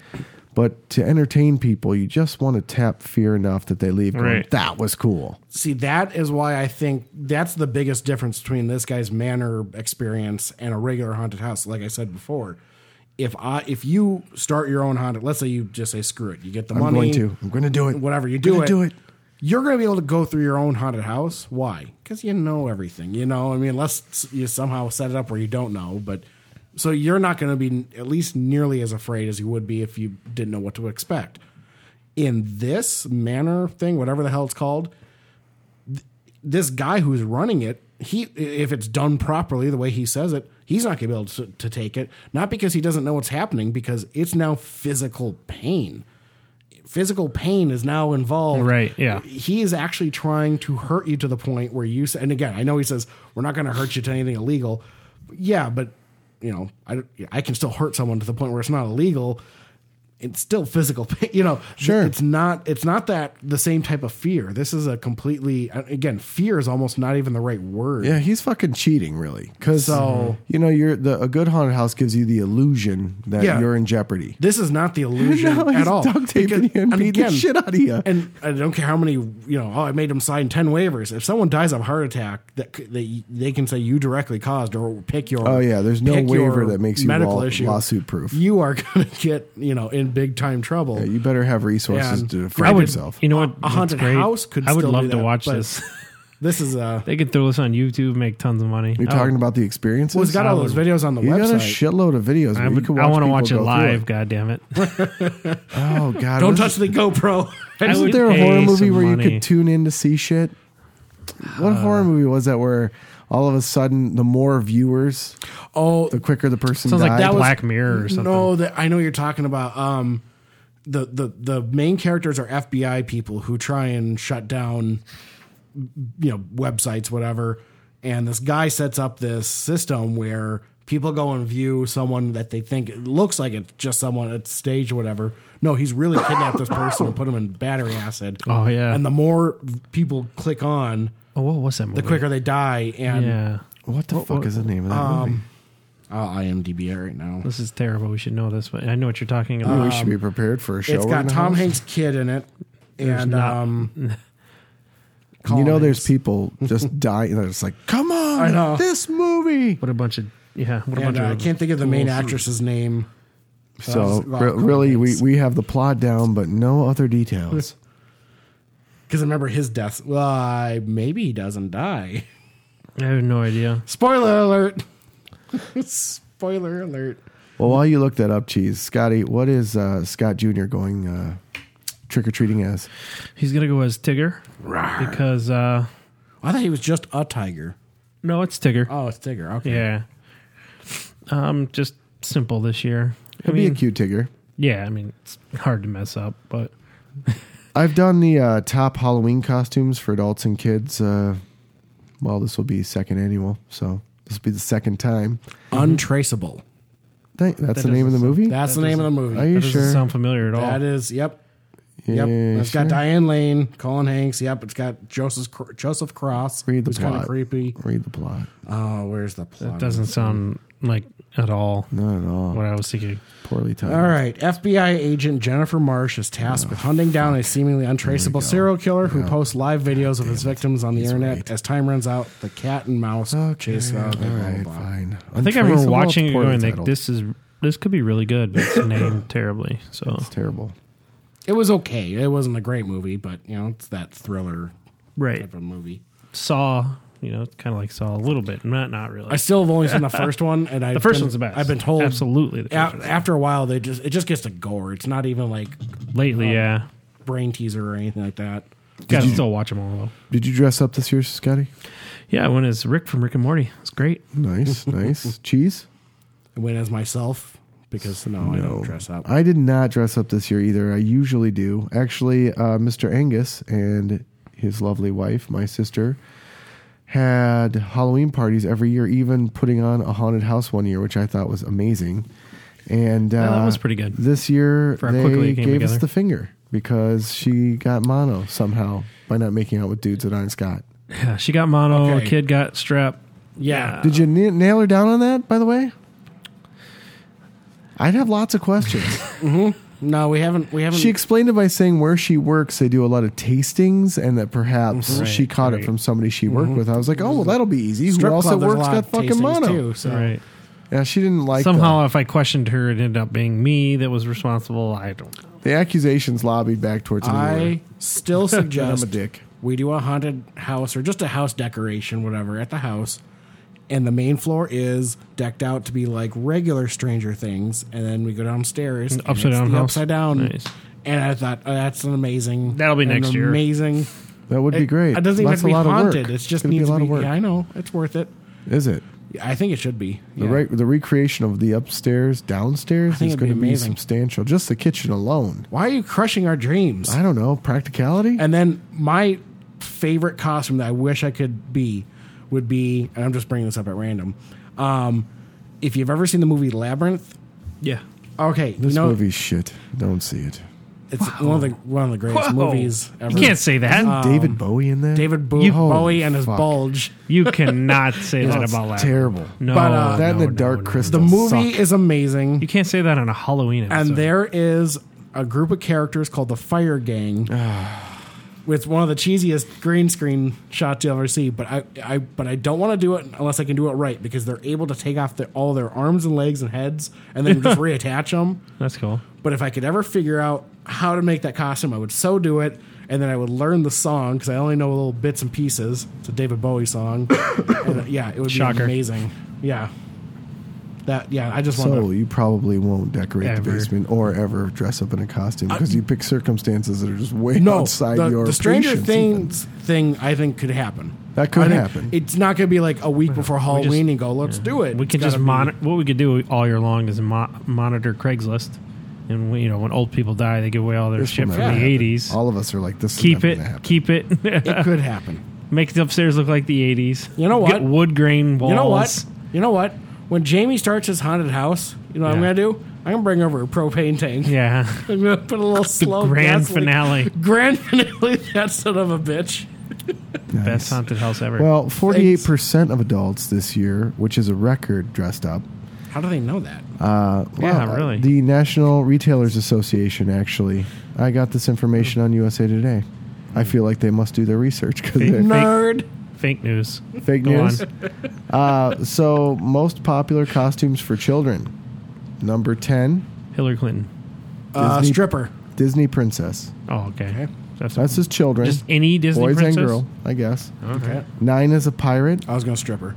Speaker 3: But to entertain people, you just want to tap fear enough that they leave going,
Speaker 5: Right.
Speaker 3: that was cool.
Speaker 4: See, that is why I think that's the biggest difference between this guy's manor experience and a regular haunted house. Like I said before, if I if you start your own haunted, let's say you just say screw it, you get the
Speaker 3: I'm
Speaker 4: money,
Speaker 3: going to. I'm going to do it.
Speaker 4: whatever you
Speaker 3: I'm
Speaker 4: do
Speaker 3: gonna
Speaker 4: it,
Speaker 3: do it.
Speaker 4: You're going to be able to go through your own haunted house. Why? Because you know everything. You know, I mean, unless s- you somehow set it up where you don't know, but so you're not going to be n- at least nearly as afraid as you would be if you didn't know what to expect. In this manor thing, whatever the hell it's called, this guy who's running it, he if it's done properly the way he says it, he's not going to be able to, to take it. Not because he doesn't know what's happening, because it's now physical pain. Physical pain is now involved.
Speaker 5: Right, yeah.
Speaker 4: He is actually trying to hurt you to the point where you say, and again, I know he says we're not going to hurt you to anything illegal. Yeah, but you know, I I can still hurt someone to the point where it's not illegal. It's still physical pain, you know.
Speaker 3: Sure.
Speaker 4: it's not it's not that the same type of fear. This is a completely again fear is almost not even the right word.
Speaker 3: Yeah, he's fucking cheating, really. Because
Speaker 4: So-
Speaker 3: you know, you're the a good haunted house gives you the illusion that
Speaker 4: Yeah.
Speaker 3: you're in jeopardy.
Speaker 4: This is not the illusion
Speaker 3: No, he's
Speaker 4: at all.
Speaker 3: duct taping you and beating the shit out of you.
Speaker 4: And I don't care how many you know. Oh, I made him sign ten waivers. If someone dies of heart attack, that c- they they can say you directly caused or pick your.
Speaker 3: Oh, yeah, there's no
Speaker 4: pick
Speaker 3: waiver
Speaker 4: your
Speaker 3: that makes you law- lawsuit-proof.
Speaker 4: You are going to get you know in big time trouble.
Speaker 3: Yeah, you better have resources
Speaker 4: And
Speaker 3: to
Speaker 4: I
Speaker 3: defend
Speaker 4: would-
Speaker 3: yourself.
Speaker 5: You know
Speaker 4: A-
Speaker 5: what?
Speaker 4: a
Speaker 5: That's
Speaker 4: haunted
Speaker 5: great.
Speaker 4: house could
Speaker 5: I would
Speaker 4: still do
Speaker 5: love to
Speaker 4: that,
Speaker 5: watch
Speaker 4: but-
Speaker 5: this.
Speaker 4: This is uh.
Speaker 5: They could throw this on YouTube, make tons of money.
Speaker 3: You're
Speaker 5: I
Speaker 3: talking
Speaker 5: would-
Speaker 3: about the experiences.
Speaker 4: Well, it's got all those videos on the
Speaker 3: you got a
Speaker 4: website.
Speaker 3: shitload of videos.
Speaker 5: I,
Speaker 3: where you
Speaker 5: would,
Speaker 3: can
Speaker 5: I want to
Speaker 3: people
Speaker 5: watch it
Speaker 3: go through
Speaker 5: live. God damn it!
Speaker 3: Oh god,
Speaker 4: don't
Speaker 3: wasn't-
Speaker 4: touch the GoPro.
Speaker 5: I
Speaker 3: Wasn't
Speaker 5: would
Speaker 3: there a
Speaker 5: pay
Speaker 3: horror movie
Speaker 5: some
Speaker 3: where you
Speaker 5: money.
Speaker 3: could tune in to see shit? What horror movie was that? Where all of a sudden, the more viewers,
Speaker 4: oh,
Speaker 3: the quicker the person
Speaker 5: Sounds
Speaker 3: died.
Speaker 5: like that was- Black Mirror or something.
Speaker 4: No, that I know what you're talking about. Um, the the the main characters are FBI people who try and shut down, you know, websites, whatever. And this guy sets up this system where people go and view someone that they think it looks like it's just someone at stage, or whatever. No, he's really kidnapped this person and put him in battery acid.
Speaker 5: Oh, yeah.
Speaker 4: And the more people click on,
Speaker 5: Oh, what was that movie?
Speaker 4: the quicker they die. And
Speaker 5: Yeah,
Speaker 3: what the fuck is the name of that movie?
Speaker 4: I'll IMDb it right now.
Speaker 5: this is terrible. We should know this, but I know what you're talking about.
Speaker 3: Oh, we should be prepared for a show.
Speaker 4: It's
Speaker 3: we're
Speaker 4: got
Speaker 3: gonna
Speaker 4: Tom
Speaker 3: host.
Speaker 4: Hanks' kid in it, and
Speaker 5: not-
Speaker 4: um,
Speaker 3: You know, there's
Speaker 4: Collins.
Speaker 3: people just dying. They're just like, come on,
Speaker 4: I know.
Speaker 3: this movie.
Speaker 5: what a bunch of yeah. What a bunch
Speaker 4: and, uh,
Speaker 5: of
Speaker 4: I can't think of the main
Speaker 5: fools.
Speaker 4: actress's name.
Speaker 3: So
Speaker 4: Well,
Speaker 3: re- really, we,
Speaker 4: Collins.
Speaker 3: we have the plot down, but no other details.
Speaker 4: Because remember his death. Well, I- maybe he doesn't die.
Speaker 5: I have no idea.
Speaker 4: Spoiler alert! Spoiler alert!
Speaker 3: well, while you look that up, cheese, Scotty, what is uh, Scott Junior going uh, trick or treating as?
Speaker 5: He's gonna go as Tigger because uh,
Speaker 4: I thought he was just a tiger.
Speaker 5: no, it's Tigger.
Speaker 4: Oh, it's tiger. Okay.
Speaker 5: Yeah, um, just simple this year. I
Speaker 3: He'll be
Speaker 5: mean,
Speaker 3: a cute Tigger.
Speaker 5: yeah, I mean it's hard to mess up, but
Speaker 3: I've done the uh, top Halloween costumes for adults and kids. Uh, well, this will be second annual, so this will be the second time.
Speaker 4: Mm-hmm. Untraceable.
Speaker 3: Thank, that's the name of the
Speaker 5: doesn't
Speaker 3: movie.
Speaker 4: That's the name of the movie.
Speaker 3: Are you
Speaker 5: that doesn't
Speaker 3: sure?
Speaker 5: sound familiar at all.
Speaker 4: That is. Yep. Yep.
Speaker 3: Yeah,
Speaker 4: It's
Speaker 3: sure.
Speaker 4: got Diane Lane, Colin Hanks. Yep. It's got Joseph Cr- Joseph Cross.
Speaker 3: Read the
Speaker 4: who's kind
Speaker 3: plot.
Speaker 4: of creepy.
Speaker 3: Read the plot.
Speaker 4: Oh, where's the plot?
Speaker 5: That doesn't sound like at all
Speaker 3: Not at all.
Speaker 5: what I was thinking.
Speaker 3: Poorly timed.
Speaker 4: All right. FBI agent Jennifer Marsh is tasked
Speaker 3: Oh,
Speaker 4: with hunting down a seemingly untraceable serial killer who posts live videos of his victims on the internet. As time runs out, the cat and mouse chase.
Speaker 3: all
Speaker 4: Uh, blah, blah,
Speaker 3: right,
Speaker 4: blah.
Speaker 3: fine.
Speaker 5: I think I remember watching it going like, "This is this could be really good," but it's named terribly. So
Speaker 3: terrible.
Speaker 4: It was okay. It wasn't a great movie, but you know it's that thriller
Speaker 5: right,
Speaker 4: type of movie.
Speaker 5: Saw. You know, it's kind of like Saw a little bit, not not really.
Speaker 4: I still have only seen the first one, and I
Speaker 5: the first one's the best.
Speaker 4: I've been told
Speaker 5: absolutely. The
Speaker 4: a-
Speaker 5: first one's
Speaker 4: after a while, they just it just gets to gore. It's not even like
Speaker 5: lately, yeah.
Speaker 4: brain teaser or anything like that.
Speaker 5: Gotta still watch them all though.
Speaker 3: Did you dress up this year, Scotty?
Speaker 5: Yeah, one is Rick from Rick and Morty. It's great.
Speaker 3: Nice, nice. Cheese?
Speaker 4: I went as myself because no, I don't dress up.
Speaker 3: I did not dress up this year either. I usually do. Actually, uh, Mr. Angus and his lovely wife, my sister, had Halloween parties every year, even putting on a haunted house one year, which I thought was amazing. And uh,
Speaker 5: that was pretty good.
Speaker 3: This year,
Speaker 5: For how quickly
Speaker 3: they
Speaker 5: it came
Speaker 3: gave us
Speaker 5: together.
Speaker 3: the finger because she got mono somehow by not making out with dudes that aren't Scott.
Speaker 5: Yeah, she got mono.
Speaker 4: Okay.
Speaker 5: Kid got strep.
Speaker 4: yeah,
Speaker 3: Did you na- nail her down on that, by the way? I'd have lots of questions.
Speaker 4: no, we haven't. We haven't.
Speaker 3: She explained it by saying where she works, they do a lot of tastings, and that perhaps
Speaker 4: Mm-hmm.
Speaker 3: she caught it from somebody she worked with. I was like, oh, well, that'll be easy. Who
Speaker 4: strip
Speaker 3: else
Speaker 4: club,
Speaker 3: at
Speaker 4: there's a
Speaker 3: works
Speaker 4: lot
Speaker 3: got
Speaker 4: of
Speaker 3: fucking
Speaker 4: tastings
Speaker 3: mono?
Speaker 4: too, so.
Speaker 5: Right.
Speaker 3: Yeah, she didn't like
Speaker 5: Somehow, if I questioned her, it ended up being me that was responsible. I don't.
Speaker 3: the, the accusations lobbied back towards me.
Speaker 4: I still
Speaker 3: I'm
Speaker 4: suggest
Speaker 3: a dick.
Speaker 4: we do a haunted house or just a house decoration, whatever, at the house. And the main floor is decked out to be like regular Stranger Things, and then we go downstairs. and
Speaker 5: upside
Speaker 4: it's
Speaker 5: down
Speaker 4: the
Speaker 5: house?
Speaker 4: upside down.
Speaker 5: Nice.
Speaker 4: And I thought oh, that's an amazing.
Speaker 5: That'll be
Speaker 4: an
Speaker 5: next year.
Speaker 4: Amazing.
Speaker 3: That would be great.
Speaker 4: It doesn't even
Speaker 3: That's
Speaker 4: have to
Speaker 3: a
Speaker 4: be
Speaker 3: lot of work.
Speaker 4: haunted. It's just
Speaker 3: Gonna
Speaker 4: needs
Speaker 3: be a lot
Speaker 4: to be.
Speaker 3: of work.
Speaker 4: Yeah, I know it's worth it.
Speaker 3: Is it?
Speaker 4: I think it should be.
Speaker 3: The
Speaker 4: Yeah.
Speaker 3: right the recreation of the upstairs, downstairs
Speaker 4: think
Speaker 3: is
Speaker 4: it'd be
Speaker 3: going to be
Speaker 4: amazing.
Speaker 3: substantial. Just the kitchen alone.
Speaker 4: Why are you crushing our dreams?
Speaker 3: I don't know practicality.
Speaker 4: And then my favorite costume that I wish I could be would be, and I'm just bringing this up at random. Um, if you've ever seen the movie Labyrinth,
Speaker 5: Yeah.
Speaker 4: okay,
Speaker 3: this
Speaker 4: you know
Speaker 3: movie's shit. Don't see it.
Speaker 4: it's one of the one of the greatest
Speaker 5: Whoa.
Speaker 4: movies ever.
Speaker 5: You can't say that.
Speaker 3: David Bowie in there.
Speaker 4: David Bo-
Speaker 3: You-
Speaker 4: Bowie and his
Speaker 3: Holy fuck.
Speaker 4: bulge.
Speaker 5: you cannot say that
Speaker 3: That's
Speaker 5: about that.
Speaker 3: terrible.
Speaker 5: No,
Speaker 4: But, uh,
Speaker 3: That and
Speaker 5: no,
Speaker 3: the
Speaker 5: no,
Speaker 3: Dark
Speaker 5: no.
Speaker 3: Crystal.
Speaker 4: The movie
Speaker 3: suck.
Speaker 4: is amazing,
Speaker 5: You can't say that on a Halloween episode.
Speaker 4: and there is a group of characters called the Fire Gang. With one of the cheesiest green screen shots you'll ever see, but I, I, but I don't want to do it unless I can do it right because they're able to take off the, all their arms and legs and heads and then just reattach them.
Speaker 5: That's cool.
Speaker 4: But if I could ever figure out how to make that costume, I would so do it. And then I would learn the song because I only know little bits and pieces. It's a David Bowie song. And, uh, yeah, it would
Speaker 5: Shocker.
Speaker 4: be amazing. Yeah. That yeah, I just want
Speaker 3: So
Speaker 4: to.
Speaker 3: you probably won't decorate the
Speaker 5: Ever.
Speaker 3: basement or ever dress up in a costume because you pick circumstances that are just way outside
Speaker 4: the,
Speaker 3: your
Speaker 4: the Stranger
Speaker 3: patience
Speaker 4: Things thing I think could happen.
Speaker 3: That could
Speaker 4: I think
Speaker 3: happen.
Speaker 4: It's not going to be like a week before Halloween and go, let's do it.
Speaker 5: We
Speaker 4: It's
Speaker 5: could just
Speaker 4: gotta be-
Speaker 5: monitor. What we could do all year long is mo- monitor Craigslist, and we, you know when old people die, they give away all their
Speaker 3: This
Speaker 5: shit
Speaker 3: will
Speaker 5: from
Speaker 3: never
Speaker 5: the
Speaker 3: happen.
Speaker 5: eighties.
Speaker 3: All of us are like this. is
Speaker 5: Keep
Speaker 3: never
Speaker 5: it,
Speaker 3: gonna happen.
Speaker 5: keep it.
Speaker 4: It could happen.
Speaker 5: Make the upstairs look like the eighties.
Speaker 4: You know what?
Speaker 5: wood grain walls.
Speaker 4: You know what? You know what? When Jamie starts his haunted house, you know what I'm
Speaker 5: Yeah.
Speaker 4: going to do? I'm going to bring over a propane tank.
Speaker 5: Yeah,
Speaker 4: I'm gonna put a little
Speaker 5: the
Speaker 4: slow
Speaker 5: grand
Speaker 4: gasoline-
Speaker 5: finale,
Speaker 4: Grand finale, that son of a bitch.
Speaker 5: best haunted house ever.
Speaker 3: Well, forty-eight percent of adults this year, which is a record, dressed up.
Speaker 4: How do they know that?
Speaker 3: Uh,
Speaker 5: Yeah,
Speaker 3: wow,
Speaker 5: really.
Speaker 3: The National Retailers Association. Actually, I got this information on USA Today. I feel like they must do their research because
Speaker 4: Nerd.
Speaker 5: Fake news.
Speaker 3: Fake
Speaker 5: Go
Speaker 3: news.
Speaker 5: on.
Speaker 3: Uh, so, most popular costumes for children. Number 10,
Speaker 5: Hillary Clinton.
Speaker 4: Uh,
Speaker 3: Disney-
Speaker 4: stripper.
Speaker 3: Disney Princess.
Speaker 5: Oh, okay. That's,
Speaker 3: That's his children.
Speaker 5: just any Disney
Speaker 3: Boys
Speaker 5: princess. Oh.
Speaker 3: and girl, I guess.
Speaker 4: Okay.
Speaker 3: Nine is a pirate.
Speaker 4: I was going to stripper.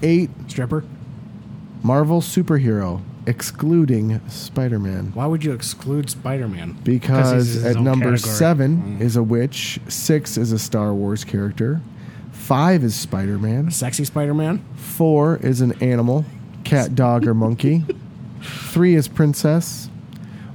Speaker 3: Eight,
Speaker 4: Stripper?
Speaker 3: Marvel superhero, excluding Spider Man.
Speaker 4: Why would you exclude Spider Man?
Speaker 5: Because he's
Speaker 3: Because
Speaker 5: his
Speaker 3: at
Speaker 5: own
Speaker 3: number
Speaker 5: category. Mm-hmm.
Speaker 3: seven is a witch. Six is a Star Wars character. Five is Spider Man.
Speaker 4: Sexy Spider Man?
Speaker 3: Four is an animal cat, dog, or monkey. Three is princess.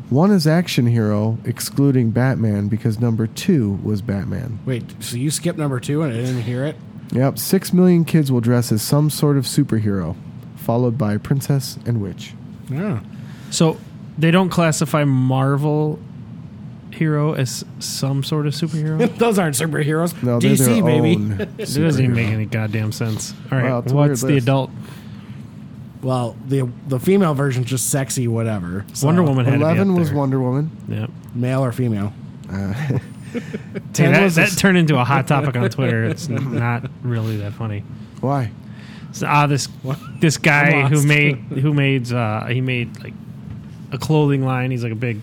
Speaker 3: One is action hero, excluding Batman, because number two was Batman.
Speaker 4: Wait, so you skipped number two and I didn't hear it?
Speaker 3: Yep, six million kids will dress as some sort of superhero, followed by princess and witch.
Speaker 4: Yeah.
Speaker 5: So they don't classify Marvel hero as some sort of superhero.
Speaker 4: Those aren't superheroes.
Speaker 3: No, they're
Speaker 4: DC,
Speaker 3: their
Speaker 4: baby.
Speaker 3: own.
Speaker 5: It doesn't even
Speaker 3: superhero.
Speaker 5: make any goddamn sense. All right,
Speaker 3: Wow, it's a weird
Speaker 5: what's the
Speaker 3: list.
Speaker 5: adult?
Speaker 4: Well, the the female version's just sexy, whatever. So,
Speaker 5: Wonder Woman had
Speaker 3: Eleven was
Speaker 5: one.
Speaker 3: Wonder Woman.
Speaker 5: Yep.
Speaker 4: Male or female?
Speaker 5: See,
Speaker 3: Ten
Speaker 5: that,
Speaker 3: was a
Speaker 5: that
Speaker 3: s-
Speaker 5: turned into a hot topic on Twitter. It's n- not really that funny.
Speaker 3: Why?
Speaker 5: So, ah, this this
Speaker 4: I'm
Speaker 5: guy who
Speaker 4: lost.
Speaker 5: made who made uh, he made like a clothing line. He's like a big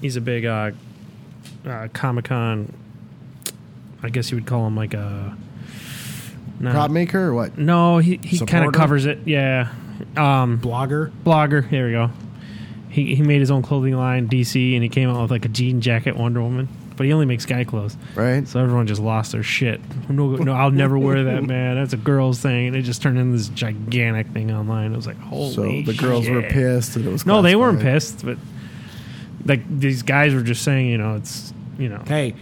Speaker 5: he's a big uh, uh, Comic Con. I guess you would call him like a no,
Speaker 3: Prop maker or what?
Speaker 5: No, he, he kind
Speaker 4: Supporter?
Speaker 5: of covers it. Yeah. Um,
Speaker 4: Blogger?
Speaker 5: blogger. Here we go. He, he made his own clothing line, DC, and he came out with like a jean jacket Wonder Woman. but he only makes guy clothes.
Speaker 3: Right.
Speaker 5: So everyone just lost their shit. No, no, I'll never wear that, man. That's a girl's thing, and it just turned into this gigantic thing online. It was like, holy.
Speaker 3: So the girls were
Speaker 5: shit.
Speaker 3: pissed that it was.
Speaker 5: No, they weren't
Speaker 3: classified.
Speaker 5: pissed, but like these guys were just saying, you know, it's you know,
Speaker 4: Hey,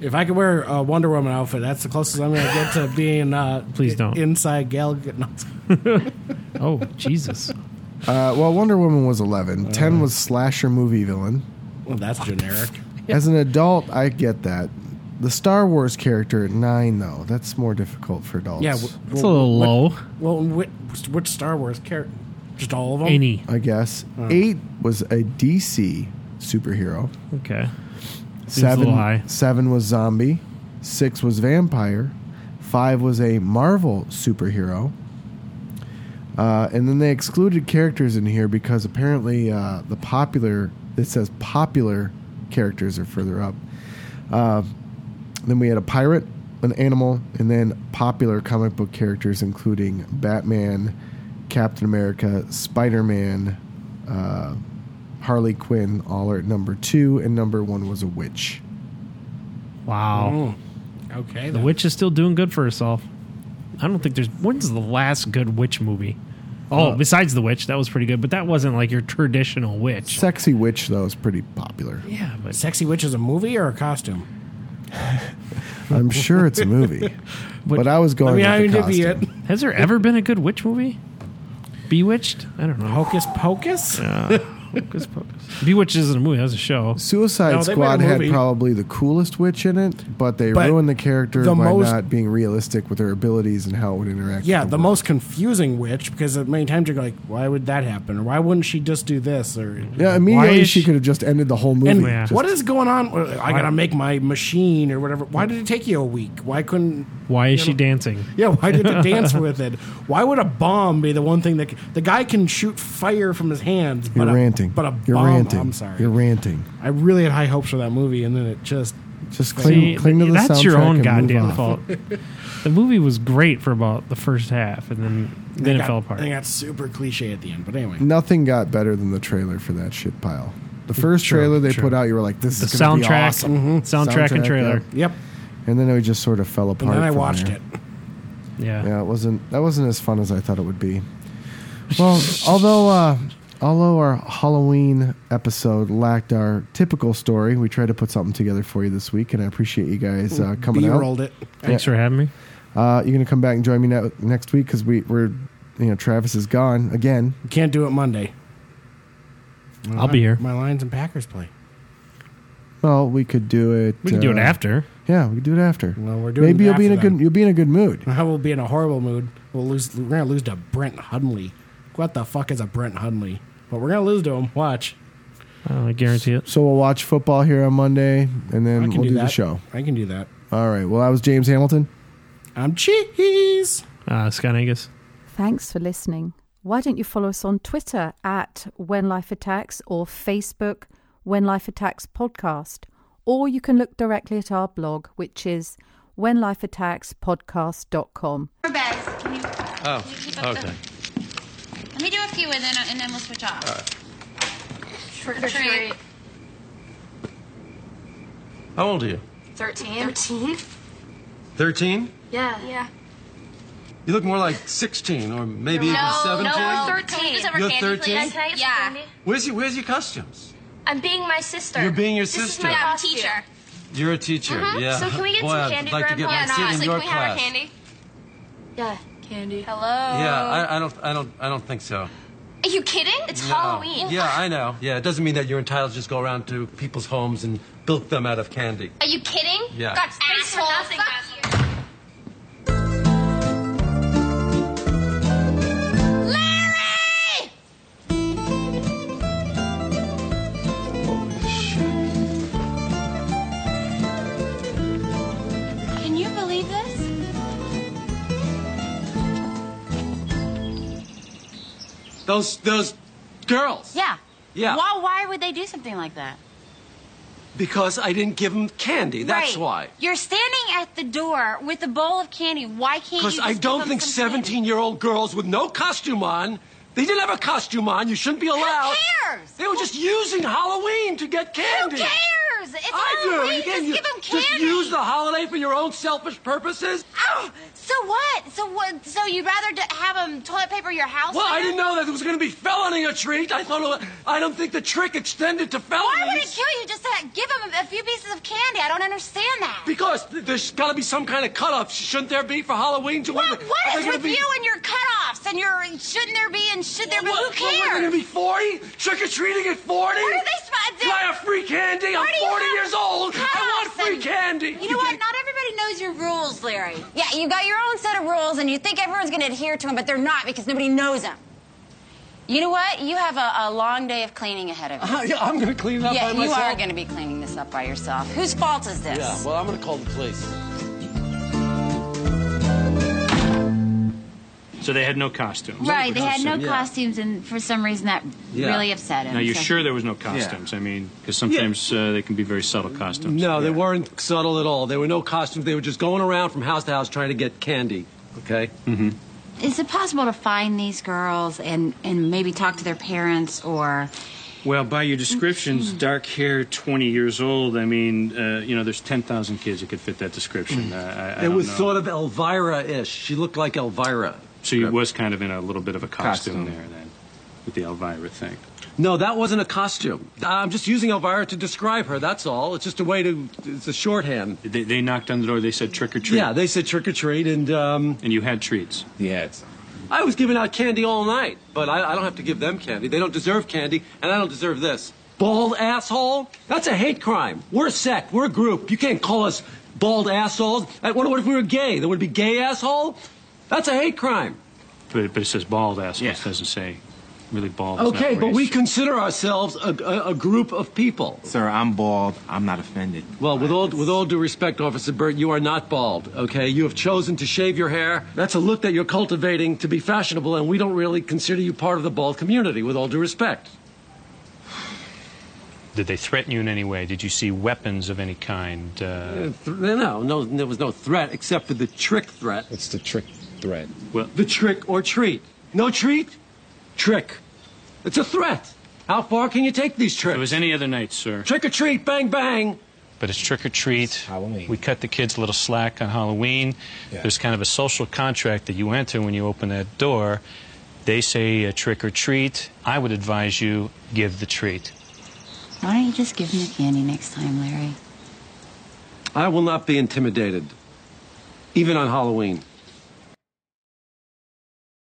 Speaker 4: if I could wear a Wonder Woman outfit, that's the closest I'm going to get to being. Uh,
Speaker 5: Please
Speaker 4: i-
Speaker 5: don't.
Speaker 4: inside Gal. No,
Speaker 5: oh Jesus,
Speaker 3: Uh, well, Wonder Woman was 11.
Speaker 4: Uh-huh.
Speaker 3: 10 was slasher movie villain.
Speaker 4: well, that's generic.
Speaker 3: As an adult, I get that. The Star Wars character at 9, though, that's more difficult for adults.
Speaker 4: Yeah, w-
Speaker 5: that's a little
Speaker 4: what-
Speaker 5: low.
Speaker 4: Well, and which, which Star Wars character? Just all of them.
Speaker 5: Any
Speaker 3: I guess.
Speaker 4: Uh-huh.
Speaker 3: 8 was a DC superhero.
Speaker 5: okay? Seems a
Speaker 3: Seven,
Speaker 5: little high.
Speaker 3: seven was zombie. Six was vampire. Five was a Marvel superhero. Uh, and then they excluded characters in here because apparently uh, the popular, it says popular characters are further up. Uh, then we had a pirate, an animal, and then popular comic book characters including Batman, Captain America, Spider Man, uh, Harley Quinn, all are at number two, and number one was a witch.
Speaker 5: Wow,
Speaker 4: Mm. Okay.
Speaker 5: the
Speaker 4: Then.
Speaker 5: witch is still doing good for herself. I don't think there's when's the last good witch movie. Oh,
Speaker 3: Uh,
Speaker 5: besides the witch, that was pretty good, but that wasn't like your traditional witch.
Speaker 3: Sexy Witch, though, is pretty popular.
Speaker 5: yeah, but
Speaker 4: Sexy Witch is a movie or a costume?
Speaker 3: I'm sure it's a movie,
Speaker 5: But-
Speaker 3: but I was going.
Speaker 4: I mean,
Speaker 3: with
Speaker 4: I
Speaker 3: the
Speaker 4: mean, it'd be
Speaker 3: costume.
Speaker 4: it.
Speaker 5: has there ever been a good witch movie? Bewitched? I don't know.
Speaker 4: Hocus Pocus.
Speaker 5: Hocus Pocus. Bewitched isn't a movie. That's a show.
Speaker 3: Suicide
Speaker 4: No, they made a
Speaker 3: Squad had
Speaker 4: movie.
Speaker 3: probably the coolest witch in it, but they
Speaker 4: But
Speaker 3: ruined the character
Speaker 4: the
Speaker 3: by
Speaker 4: most-
Speaker 3: not being realistic with her abilities and how it would interact.
Speaker 4: Yeah,
Speaker 3: with
Speaker 4: the
Speaker 3: world.
Speaker 4: most confusing witch because many times you're like, why would that happen? Or why wouldn't she just do this? Or
Speaker 3: Yeah, immediately
Speaker 5: is
Speaker 3: she
Speaker 5: she-
Speaker 3: could have just ended the whole movie.
Speaker 4: and
Speaker 5: Yeah.
Speaker 3: Just-
Speaker 4: what is going on? I gotta make my machine or whatever. Why did it take you a week? Why couldn't?
Speaker 5: Why is she dancing?
Speaker 4: Yeah, why did it dance with it? Why would a bomb be the one thing that c- the guy can shoot fire from his hands?
Speaker 3: you're
Speaker 4: but a-
Speaker 3: ranting.
Speaker 4: but a
Speaker 3: you're
Speaker 4: bomb.
Speaker 3: ranting.
Speaker 4: I'm sorry.
Speaker 3: You're ranting.
Speaker 4: I really had high hopes for that movie, and then it just
Speaker 3: Just cling,
Speaker 5: See,
Speaker 3: cling to the
Speaker 5: that's your
Speaker 3: soundtrack
Speaker 5: own
Speaker 3: and move
Speaker 5: goddamn
Speaker 3: on.
Speaker 5: fault. the movie was great for about the first half, and then then it
Speaker 4: got-
Speaker 5: fell apart.
Speaker 4: It got super cliche at the end. But anyway,
Speaker 3: Nothing got better than the trailer for that shit pile. The first
Speaker 5: True,
Speaker 3: trailer they
Speaker 5: true.
Speaker 3: put out, you were like, "This
Speaker 5: the
Speaker 3: is going to be
Speaker 5: soundtrack,
Speaker 3: awesome."
Speaker 5: soundtrack,
Speaker 3: Soundtrack,
Speaker 5: and trailer.
Speaker 4: yep.
Speaker 3: And then it just sort of fell
Speaker 4: And
Speaker 3: apart.
Speaker 4: then I
Speaker 3: from
Speaker 4: watched
Speaker 3: there.
Speaker 4: it.
Speaker 5: Yeah.
Speaker 3: Yeah, it wasn't that wasn't as fun as I thought it would be. Well, although uh, although our Halloween episode lacked our typical story, we tried to put something together for you this week, and I appreciate you guys uh, coming
Speaker 4: B
Speaker 3: out.
Speaker 4: rolled it.
Speaker 5: Thanks for having me.
Speaker 3: Uh, you're gonna come back and join me ne- next week because we we're you know Travis is gone again.
Speaker 4: Can't do it Monday.
Speaker 5: I'll be here.
Speaker 4: Uh-huh. My Lions and Packers play.
Speaker 3: Well, we could do it.
Speaker 5: We can do it
Speaker 3: uh,
Speaker 5: after.
Speaker 3: Yeah, we could do it after.
Speaker 4: Well, we're doing
Speaker 3: Maybe
Speaker 4: it
Speaker 3: you'll be in
Speaker 4: after
Speaker 3: a good
Speaker 4: then.
Speaker 3: you'll be in a good mood.
Speaker 4: I will be in a horrible mood. We'll lose. We're gonna lose to Brent Hundley. What the fuck is a Brent Hundley? But we're gonna lose to him. Watch.
Speaker 5: Uh, I guarantee it.
Speaker 3: So we'll watch football here on Monday, and
Speaker 4: I
Speaker 3: then
Speaker 4: can
Speaker 3: we'll do,
Speaker 4: do, that.
Speaker 3: the show.
Speaker 4: I can do that.
Speaker 3: All right. Well, I was James Hamilton.
Speaker 4: I'm cheese.
Speaker 5: Uh, Scott Angus.
Speaker 1: Thanks for listening. Why don't you follow us on Twitter at When Life Attacks or Facebook When Life Attacks Podcast? Or you can look directly at our blog, which is whenlifeattackspodcast.com.
Speaker 6: Four bags. Can you, can you keep up
Speaker 7: Oh, okay.
Speaker 6: The, let me do a few and then, and then we'll switch off.
Speaker 8: Trick
Speaker 6: or treat.
Speaker 7: How old are you?
Speaker 8: 13? 13?
Speaker 7: 13?
Speaker 8: Yeah. Yeah.
Speaker 7: You look more like 16 or
Speaker 8: No,
Speaker 7: maybe even 17.
Speaker 8: no, we're
Speaker 6: Can we
Speaker 8: 13.
Speaker 6: just have our
Speaker 7: You're
Speaker 6: candy,
Speaker 7: 13?
Speaker 6: please?
Speaker 8: Can I get some
Speaker 6: yeah.
Speaker 8: candy?
Speaker 7: Where's your Where's your costumes?
Speaker 8: I'm being my sister.
Speaker 7: You're being your
Speaker 8: this
Speaker 7: sister.
Speaker 8: Is my
Speaker 6: Yeah, I'm a
Speaker 8: costume.
Speaker 6: teacher.
Speaker 7: You're a teacher.
Speaker 8: Mhm.
Speaker 7: Yeah.
Speaker 8: So can we get
Speaker 7: Boy,
Speaker 8: some
Speaker 7: I'd
Speaker 8: candy,
Speaker 7: like to
Speaker 8: Grandpa?
Speaker 7: get my
Speaker 8: Yeah, no,
Speaker 7: seat in
Speaker 8: honestly,
Speaker 7: your
Speaker 8: can we
Speaker 7: class.
Speaker 8: have our candy? Yeah. Candy.
Speaker 6: Hello. Um,
Speaker 7: Yeah, I, I don't I don't I don't think so.
Speaker 8: Are you kidding? It's
Speaker 7: No.
Speaker 8: Halloween.
Speaker 7: Yeah, I know. Yeah, it doesn't mean that you're entitled to just go around to people's homes and bilk them out of candy.
Speaker 8: Are you kidding?
Speaker 7: Yeah.
Speaker 8: Got space for
Speaker 6: Asshole.
Speaker 8: nothing.
Speaker 6: Fuck
Speaker 8: Grandpa.
Speaker 6: Larry! Can you believe this?
Speaker 7: Those those girls.
Speaker 6: Yeah.
Speaker 7: Yeah.
Speaker 6: Why, why would they do something like that?
Speaker 7: Because I didn't give them candy. That's
Speaker 6: right.
Speaker 7: why.
Speaker 6: You're standing at the door with a bowl of candy. Why can't you?
Speaker 7: Because
Speaker 6: just
Speaker 7: I
Speaker 6: give
Speaker 7: don't
Speaker 6: them
Speaker 7: think
Speaker 6: some candy?
Speaker 7: 17 year old girls with no costume on, they didn't have a costume on, you shouldn't be allowed.
Speaker 6: cares?
Speaker 7: They were just using Halloween to get
Speaker 6: Who
Speaker 7: candy.
Speaker 6: cares? It's
Speaker 7: I
Speaker 6: Halloween.
Speaker 7: do. You
Speaker 6: just
Speaker 7: can't
Speaker 6: give
Speaker 7: u-
Speaker 6: them candy.
Speaker 7: just use the holiday for your own selfish purposes.
Speaker 6: Oh, so what? So what? So you'd rather d- have them toilet paper your house?
Speaker 7: Well, I
Speaker 6: later?
Speaker 7: didn't know that there was going to be felony a treat. I thought it was, I don't think the trick extended to felonies.
Speaker 6: Why would it kill you just to give them a few pieces of candy? I don't understand that.
Speaker 7: Because th- there's got to be some kind of cutoff, shouldn't there be for Halloween? To
Speaker 6: Well,
Speaker 7: Are
Speaker 6: what
Speaker 7: they
Speaker 6: is
Speaker 7: gonna
Speaker 6: with
Speaker 7: be-
Speaker 6: you and your cutoffs and your shouldn't there be and should there be?
Speaker 7: What,
Speaker 6: who
Speaker 7: what,
Speaker 6: cares?
Speaker 7: We're going to be 40? Trick or treating at 40?
Speaker 6: What are they sp- uh,
Speaker 7: Do I have free candy? I'm
Speaker 6: Where do
Speaker 7: 40
Speaker 6: you have
Speaker 7: years old. I want
Speaker 6: cutoffs
Speaker 7: free
Speaker 6: and-
Speaker 7: candy.
Speaker 6: You know what? Not everybody knows your rules, Larry.
Speaker 9: Yeah, you got your own set of rules, and you think everyone's going to adhere to them, but they're not because nobody knows them. You know what? You have a, a long day of cleaning ahead of you.
Speaker 7: Yeah, I'm going to clean it up
Speaker 9: yeah,
Speaker 7: by
Speaker 9: you
Speaker 7: myself.
Speaker 9: are going to be cleaning this up by yourself. Whose fault is this?
Speaker 7: Yeah, well, I'm going to call the police.
Speaker 2: So they had no costumes.
Speaker 6: Right, they had no
Speaker 7: yeah.
Speaker 6: costumes, and for some reason that
Speaker 7: Yeah.
Speaker 6: really upset him.
Speaker 2: Now, you're
Speaker 6: so-
Speaker 2: sure there was no costumes? I mean, because sometimes uh, they can be very subtle costumes.
Speaker 7: No, they weren't subtle at all. There were no costumes. They were just going around from house to house trying to get candy. Okay?
Speaker 6: Is it possible to find these girls and and maybe talk to their parents or?
Speaker 2: Well, by your
Speaker 7: Mm-hmm.
Speaker 2: descriptions, dark hair, 20 years old, I mean, uh, you know, there's 10,000 kids that could fit that description. Uh, I, I
Speaker 7: Mm. it
Speaker 2: don't
Speaker 7: was
Speaker 2: know.
Speaker 7: sort of Elvira ish. She looked like Elvira.
Speaker 2: So you was kind of in a little bit of a costume,
Speaker 7: Costume.
Speaker 2: there then, with the Elvira thing.
Speaker 7: No, that wasn't a costume. I'm just using Elvira to describe her, that's all. It's just a way to, it's a shorthand.
Speaker 2: They, they knocked on the door, they said trick or treat.
Speaker 7: Yeah, they said trick or treat, and um,
Speaker 2: and you had treats.
Speaker 7: yeah, it's. I was giving out candy all night, but I, I don't have to give them candy. They don't deserve candy, and I don't deserve this. Bald asshole? That's a hate crime. We're a sect. We're a group. You can't call us bald assholes. I wonder what if we were gay? There would be gay asshole. That's a hate crime.
Speaker 2: But, but it says bald ass.
Speaker 10: Yeah.
Speaker 2: It doesn't say really bald. is
Speaker 7: Okay,
Speaker 2: not
Speaker 7: but we
Speaker 2: race.
Speaker 7: consider ourselves a, a, a group of people.
Speaker 4: Sir, I'm bald. I'm not offended.
Speaker 7: Well, with all with all due respect, Officer Burt, you are not bald. Okay, you have chosen to shave your hair. That's a look that you're cultivating to be fashionable, and we don't really consider you part of the bald community. With all due respect,
Speaker 2: Did they threaten you in any way? Did you see weapons of any kind? Uh,
Speaker 7: Th- no, no, there was no threat except for the trick threat,
Speaker 4: It's the trick threat.
Speaker 2: well,
Speaker 7: the trick or treat. No treat, trick. It's a threat. How far can you take these
Speaker 2: it
Speaker 7: tricks?
Speaker 2: was any other night, sir.
Speaker 7: Trick or treat, bang bang.
Speaker 2: But it's trick or treat.
Speaker 4: Halloween.
Speaker 2: We cut the kids a little slack on Halloween.
Speaker 4: Yeah.
Speaker 2: There's kind of a social contract that you enter when you open that door. They say uh, trick or treat. I would advise you give the treat.
Speaker 9: Why don't you just give him the candy next time, Larry?
Speaker 7: I will not be intimidated, even on Halloween.